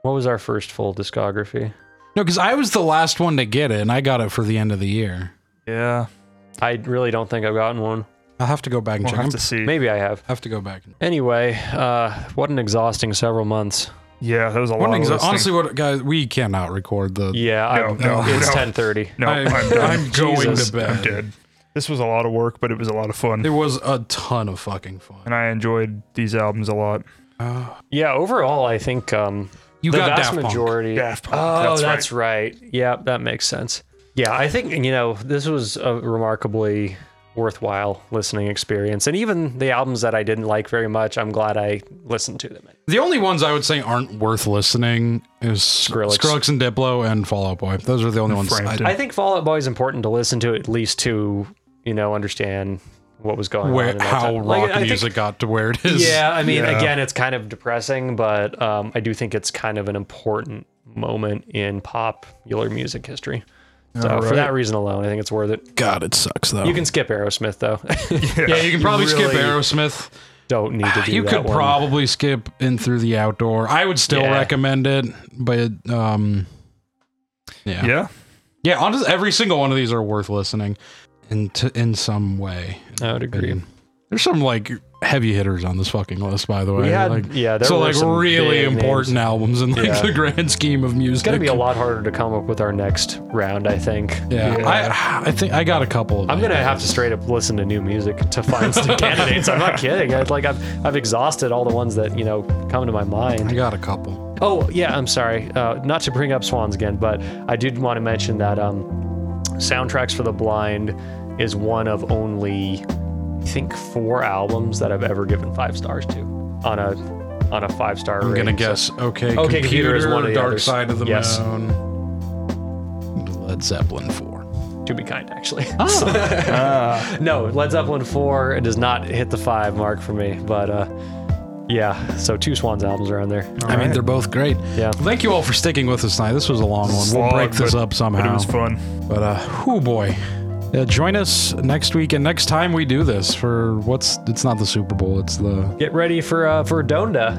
What was our first full discography?
No, because I was the last one to get it, and I got it for the end of the year.
Yeah.
I really don't think I've gotten one.
I'll have to go back and
We'll
check.
have
I'm-
to see.
Maybe I have.
have to go back. And-
Anyway, uh, what an exhausting several months.
Yeah, that was a lot.
What an
of
exa-
listing.
honestly, what guys, we cannot record the.
Yeah, I,
No, no,
it's
no.
10:30.
no,
I,
I, am done.
am going
Jesus.
to bed.
I'm dead. This was a lot of work, but it was a lot of fun,
It was a ton of fucking fun.
and I enjoyed these albums a lot.
Yeah, overall, I think um,
You
uh, the
got
vast
Daft Punk.
majority.
Daft Punk,
Oh,
that's
that's,
right.
right. Yeah, that makes sense. Yeah, I think you know this was a remarkably worthwhile listening experience, and even the albums that I didn't like very much, I'm glad I listened to them.
The only ones I would say aren't worth listening is
Skrillex.
Skrillex, and Diplo and Fall Out Boy. Those are the only ones.
Frampton.
I,
I think Fall Out Boy is important to listen to at least to you know understand what was going on.
where
in that
how
time.
rock
Like, I think-
music got to where it is.
Yeah, I mean,
Yeah.
again, it's kind of depressing, but um, I do think it's kind of an important moment in popular music history. So for that reason alone, I think it's worth it.
God, it sucks though.
You can skip Aerosmith though.
yeah, you can probably skip
really
Aerosmith. Ah,
Don't need to do
You
that
could
one.
probably skip in through the outdoor. I would still
Yeah.
recommend it, but um, yeah,
Yeah.
yeah. Honestly, every single one of these are worth listening, in to, in some way.
I would agree.
There's some like heavy hitters on this fucking list, by the way.
We had-
like,
yeah, there
so
were
like
some
really
big
important albums in like
Yeah.
the grand scheme of music.
It's gonna be a lot harder to come up with our next round. I think.
Yeah,
Yeah.
I I think I got a couple. Of
I'm gonna have to straight up listen to new music to find some candidates. I'm not kidding. I, like I've I've exhausted all the ones that you know come to my mind.
I got a couple.
Oh yeah, I'm sorry. Uh, not to bring up Swans again, but I did want to mention that um, soundtracks for the blind is one of only, I think, four albums that I've ever given five stars to on a on a five star.
I'm gonna guess. Okay,
Okay, Computer is one of the
Dark
others.
Side of the
Yes.
Moon, Led Zeppelin four.
To be kind, actually. no, Led Zeppelin four it does not hit the five mark for me, but uh, yeah. So two Swans albums are on there.
I mean, they're both great.
Yeah.
Thank you all for sticking with us tonight. This was a long one. We'll break
Slog,
this
but-
up somehow.
But it was fun.
But uh, whoo boy. Uh, join us next week and next time we do this for what's it's not the Super Bowl, it's the
Get ready for uh, for Donda,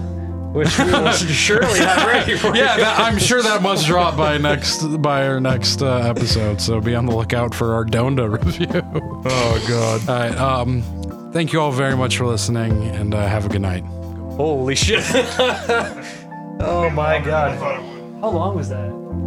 which we will surely have ready for.
yeah. That, I'm sure that must drop by next by our next uh, episode. So be on the lookout for our Donda review.
Oh god.
All right. Um, thank you all very much for listening, and uh, have a good night.
Holy shit. oh my god. How long was that?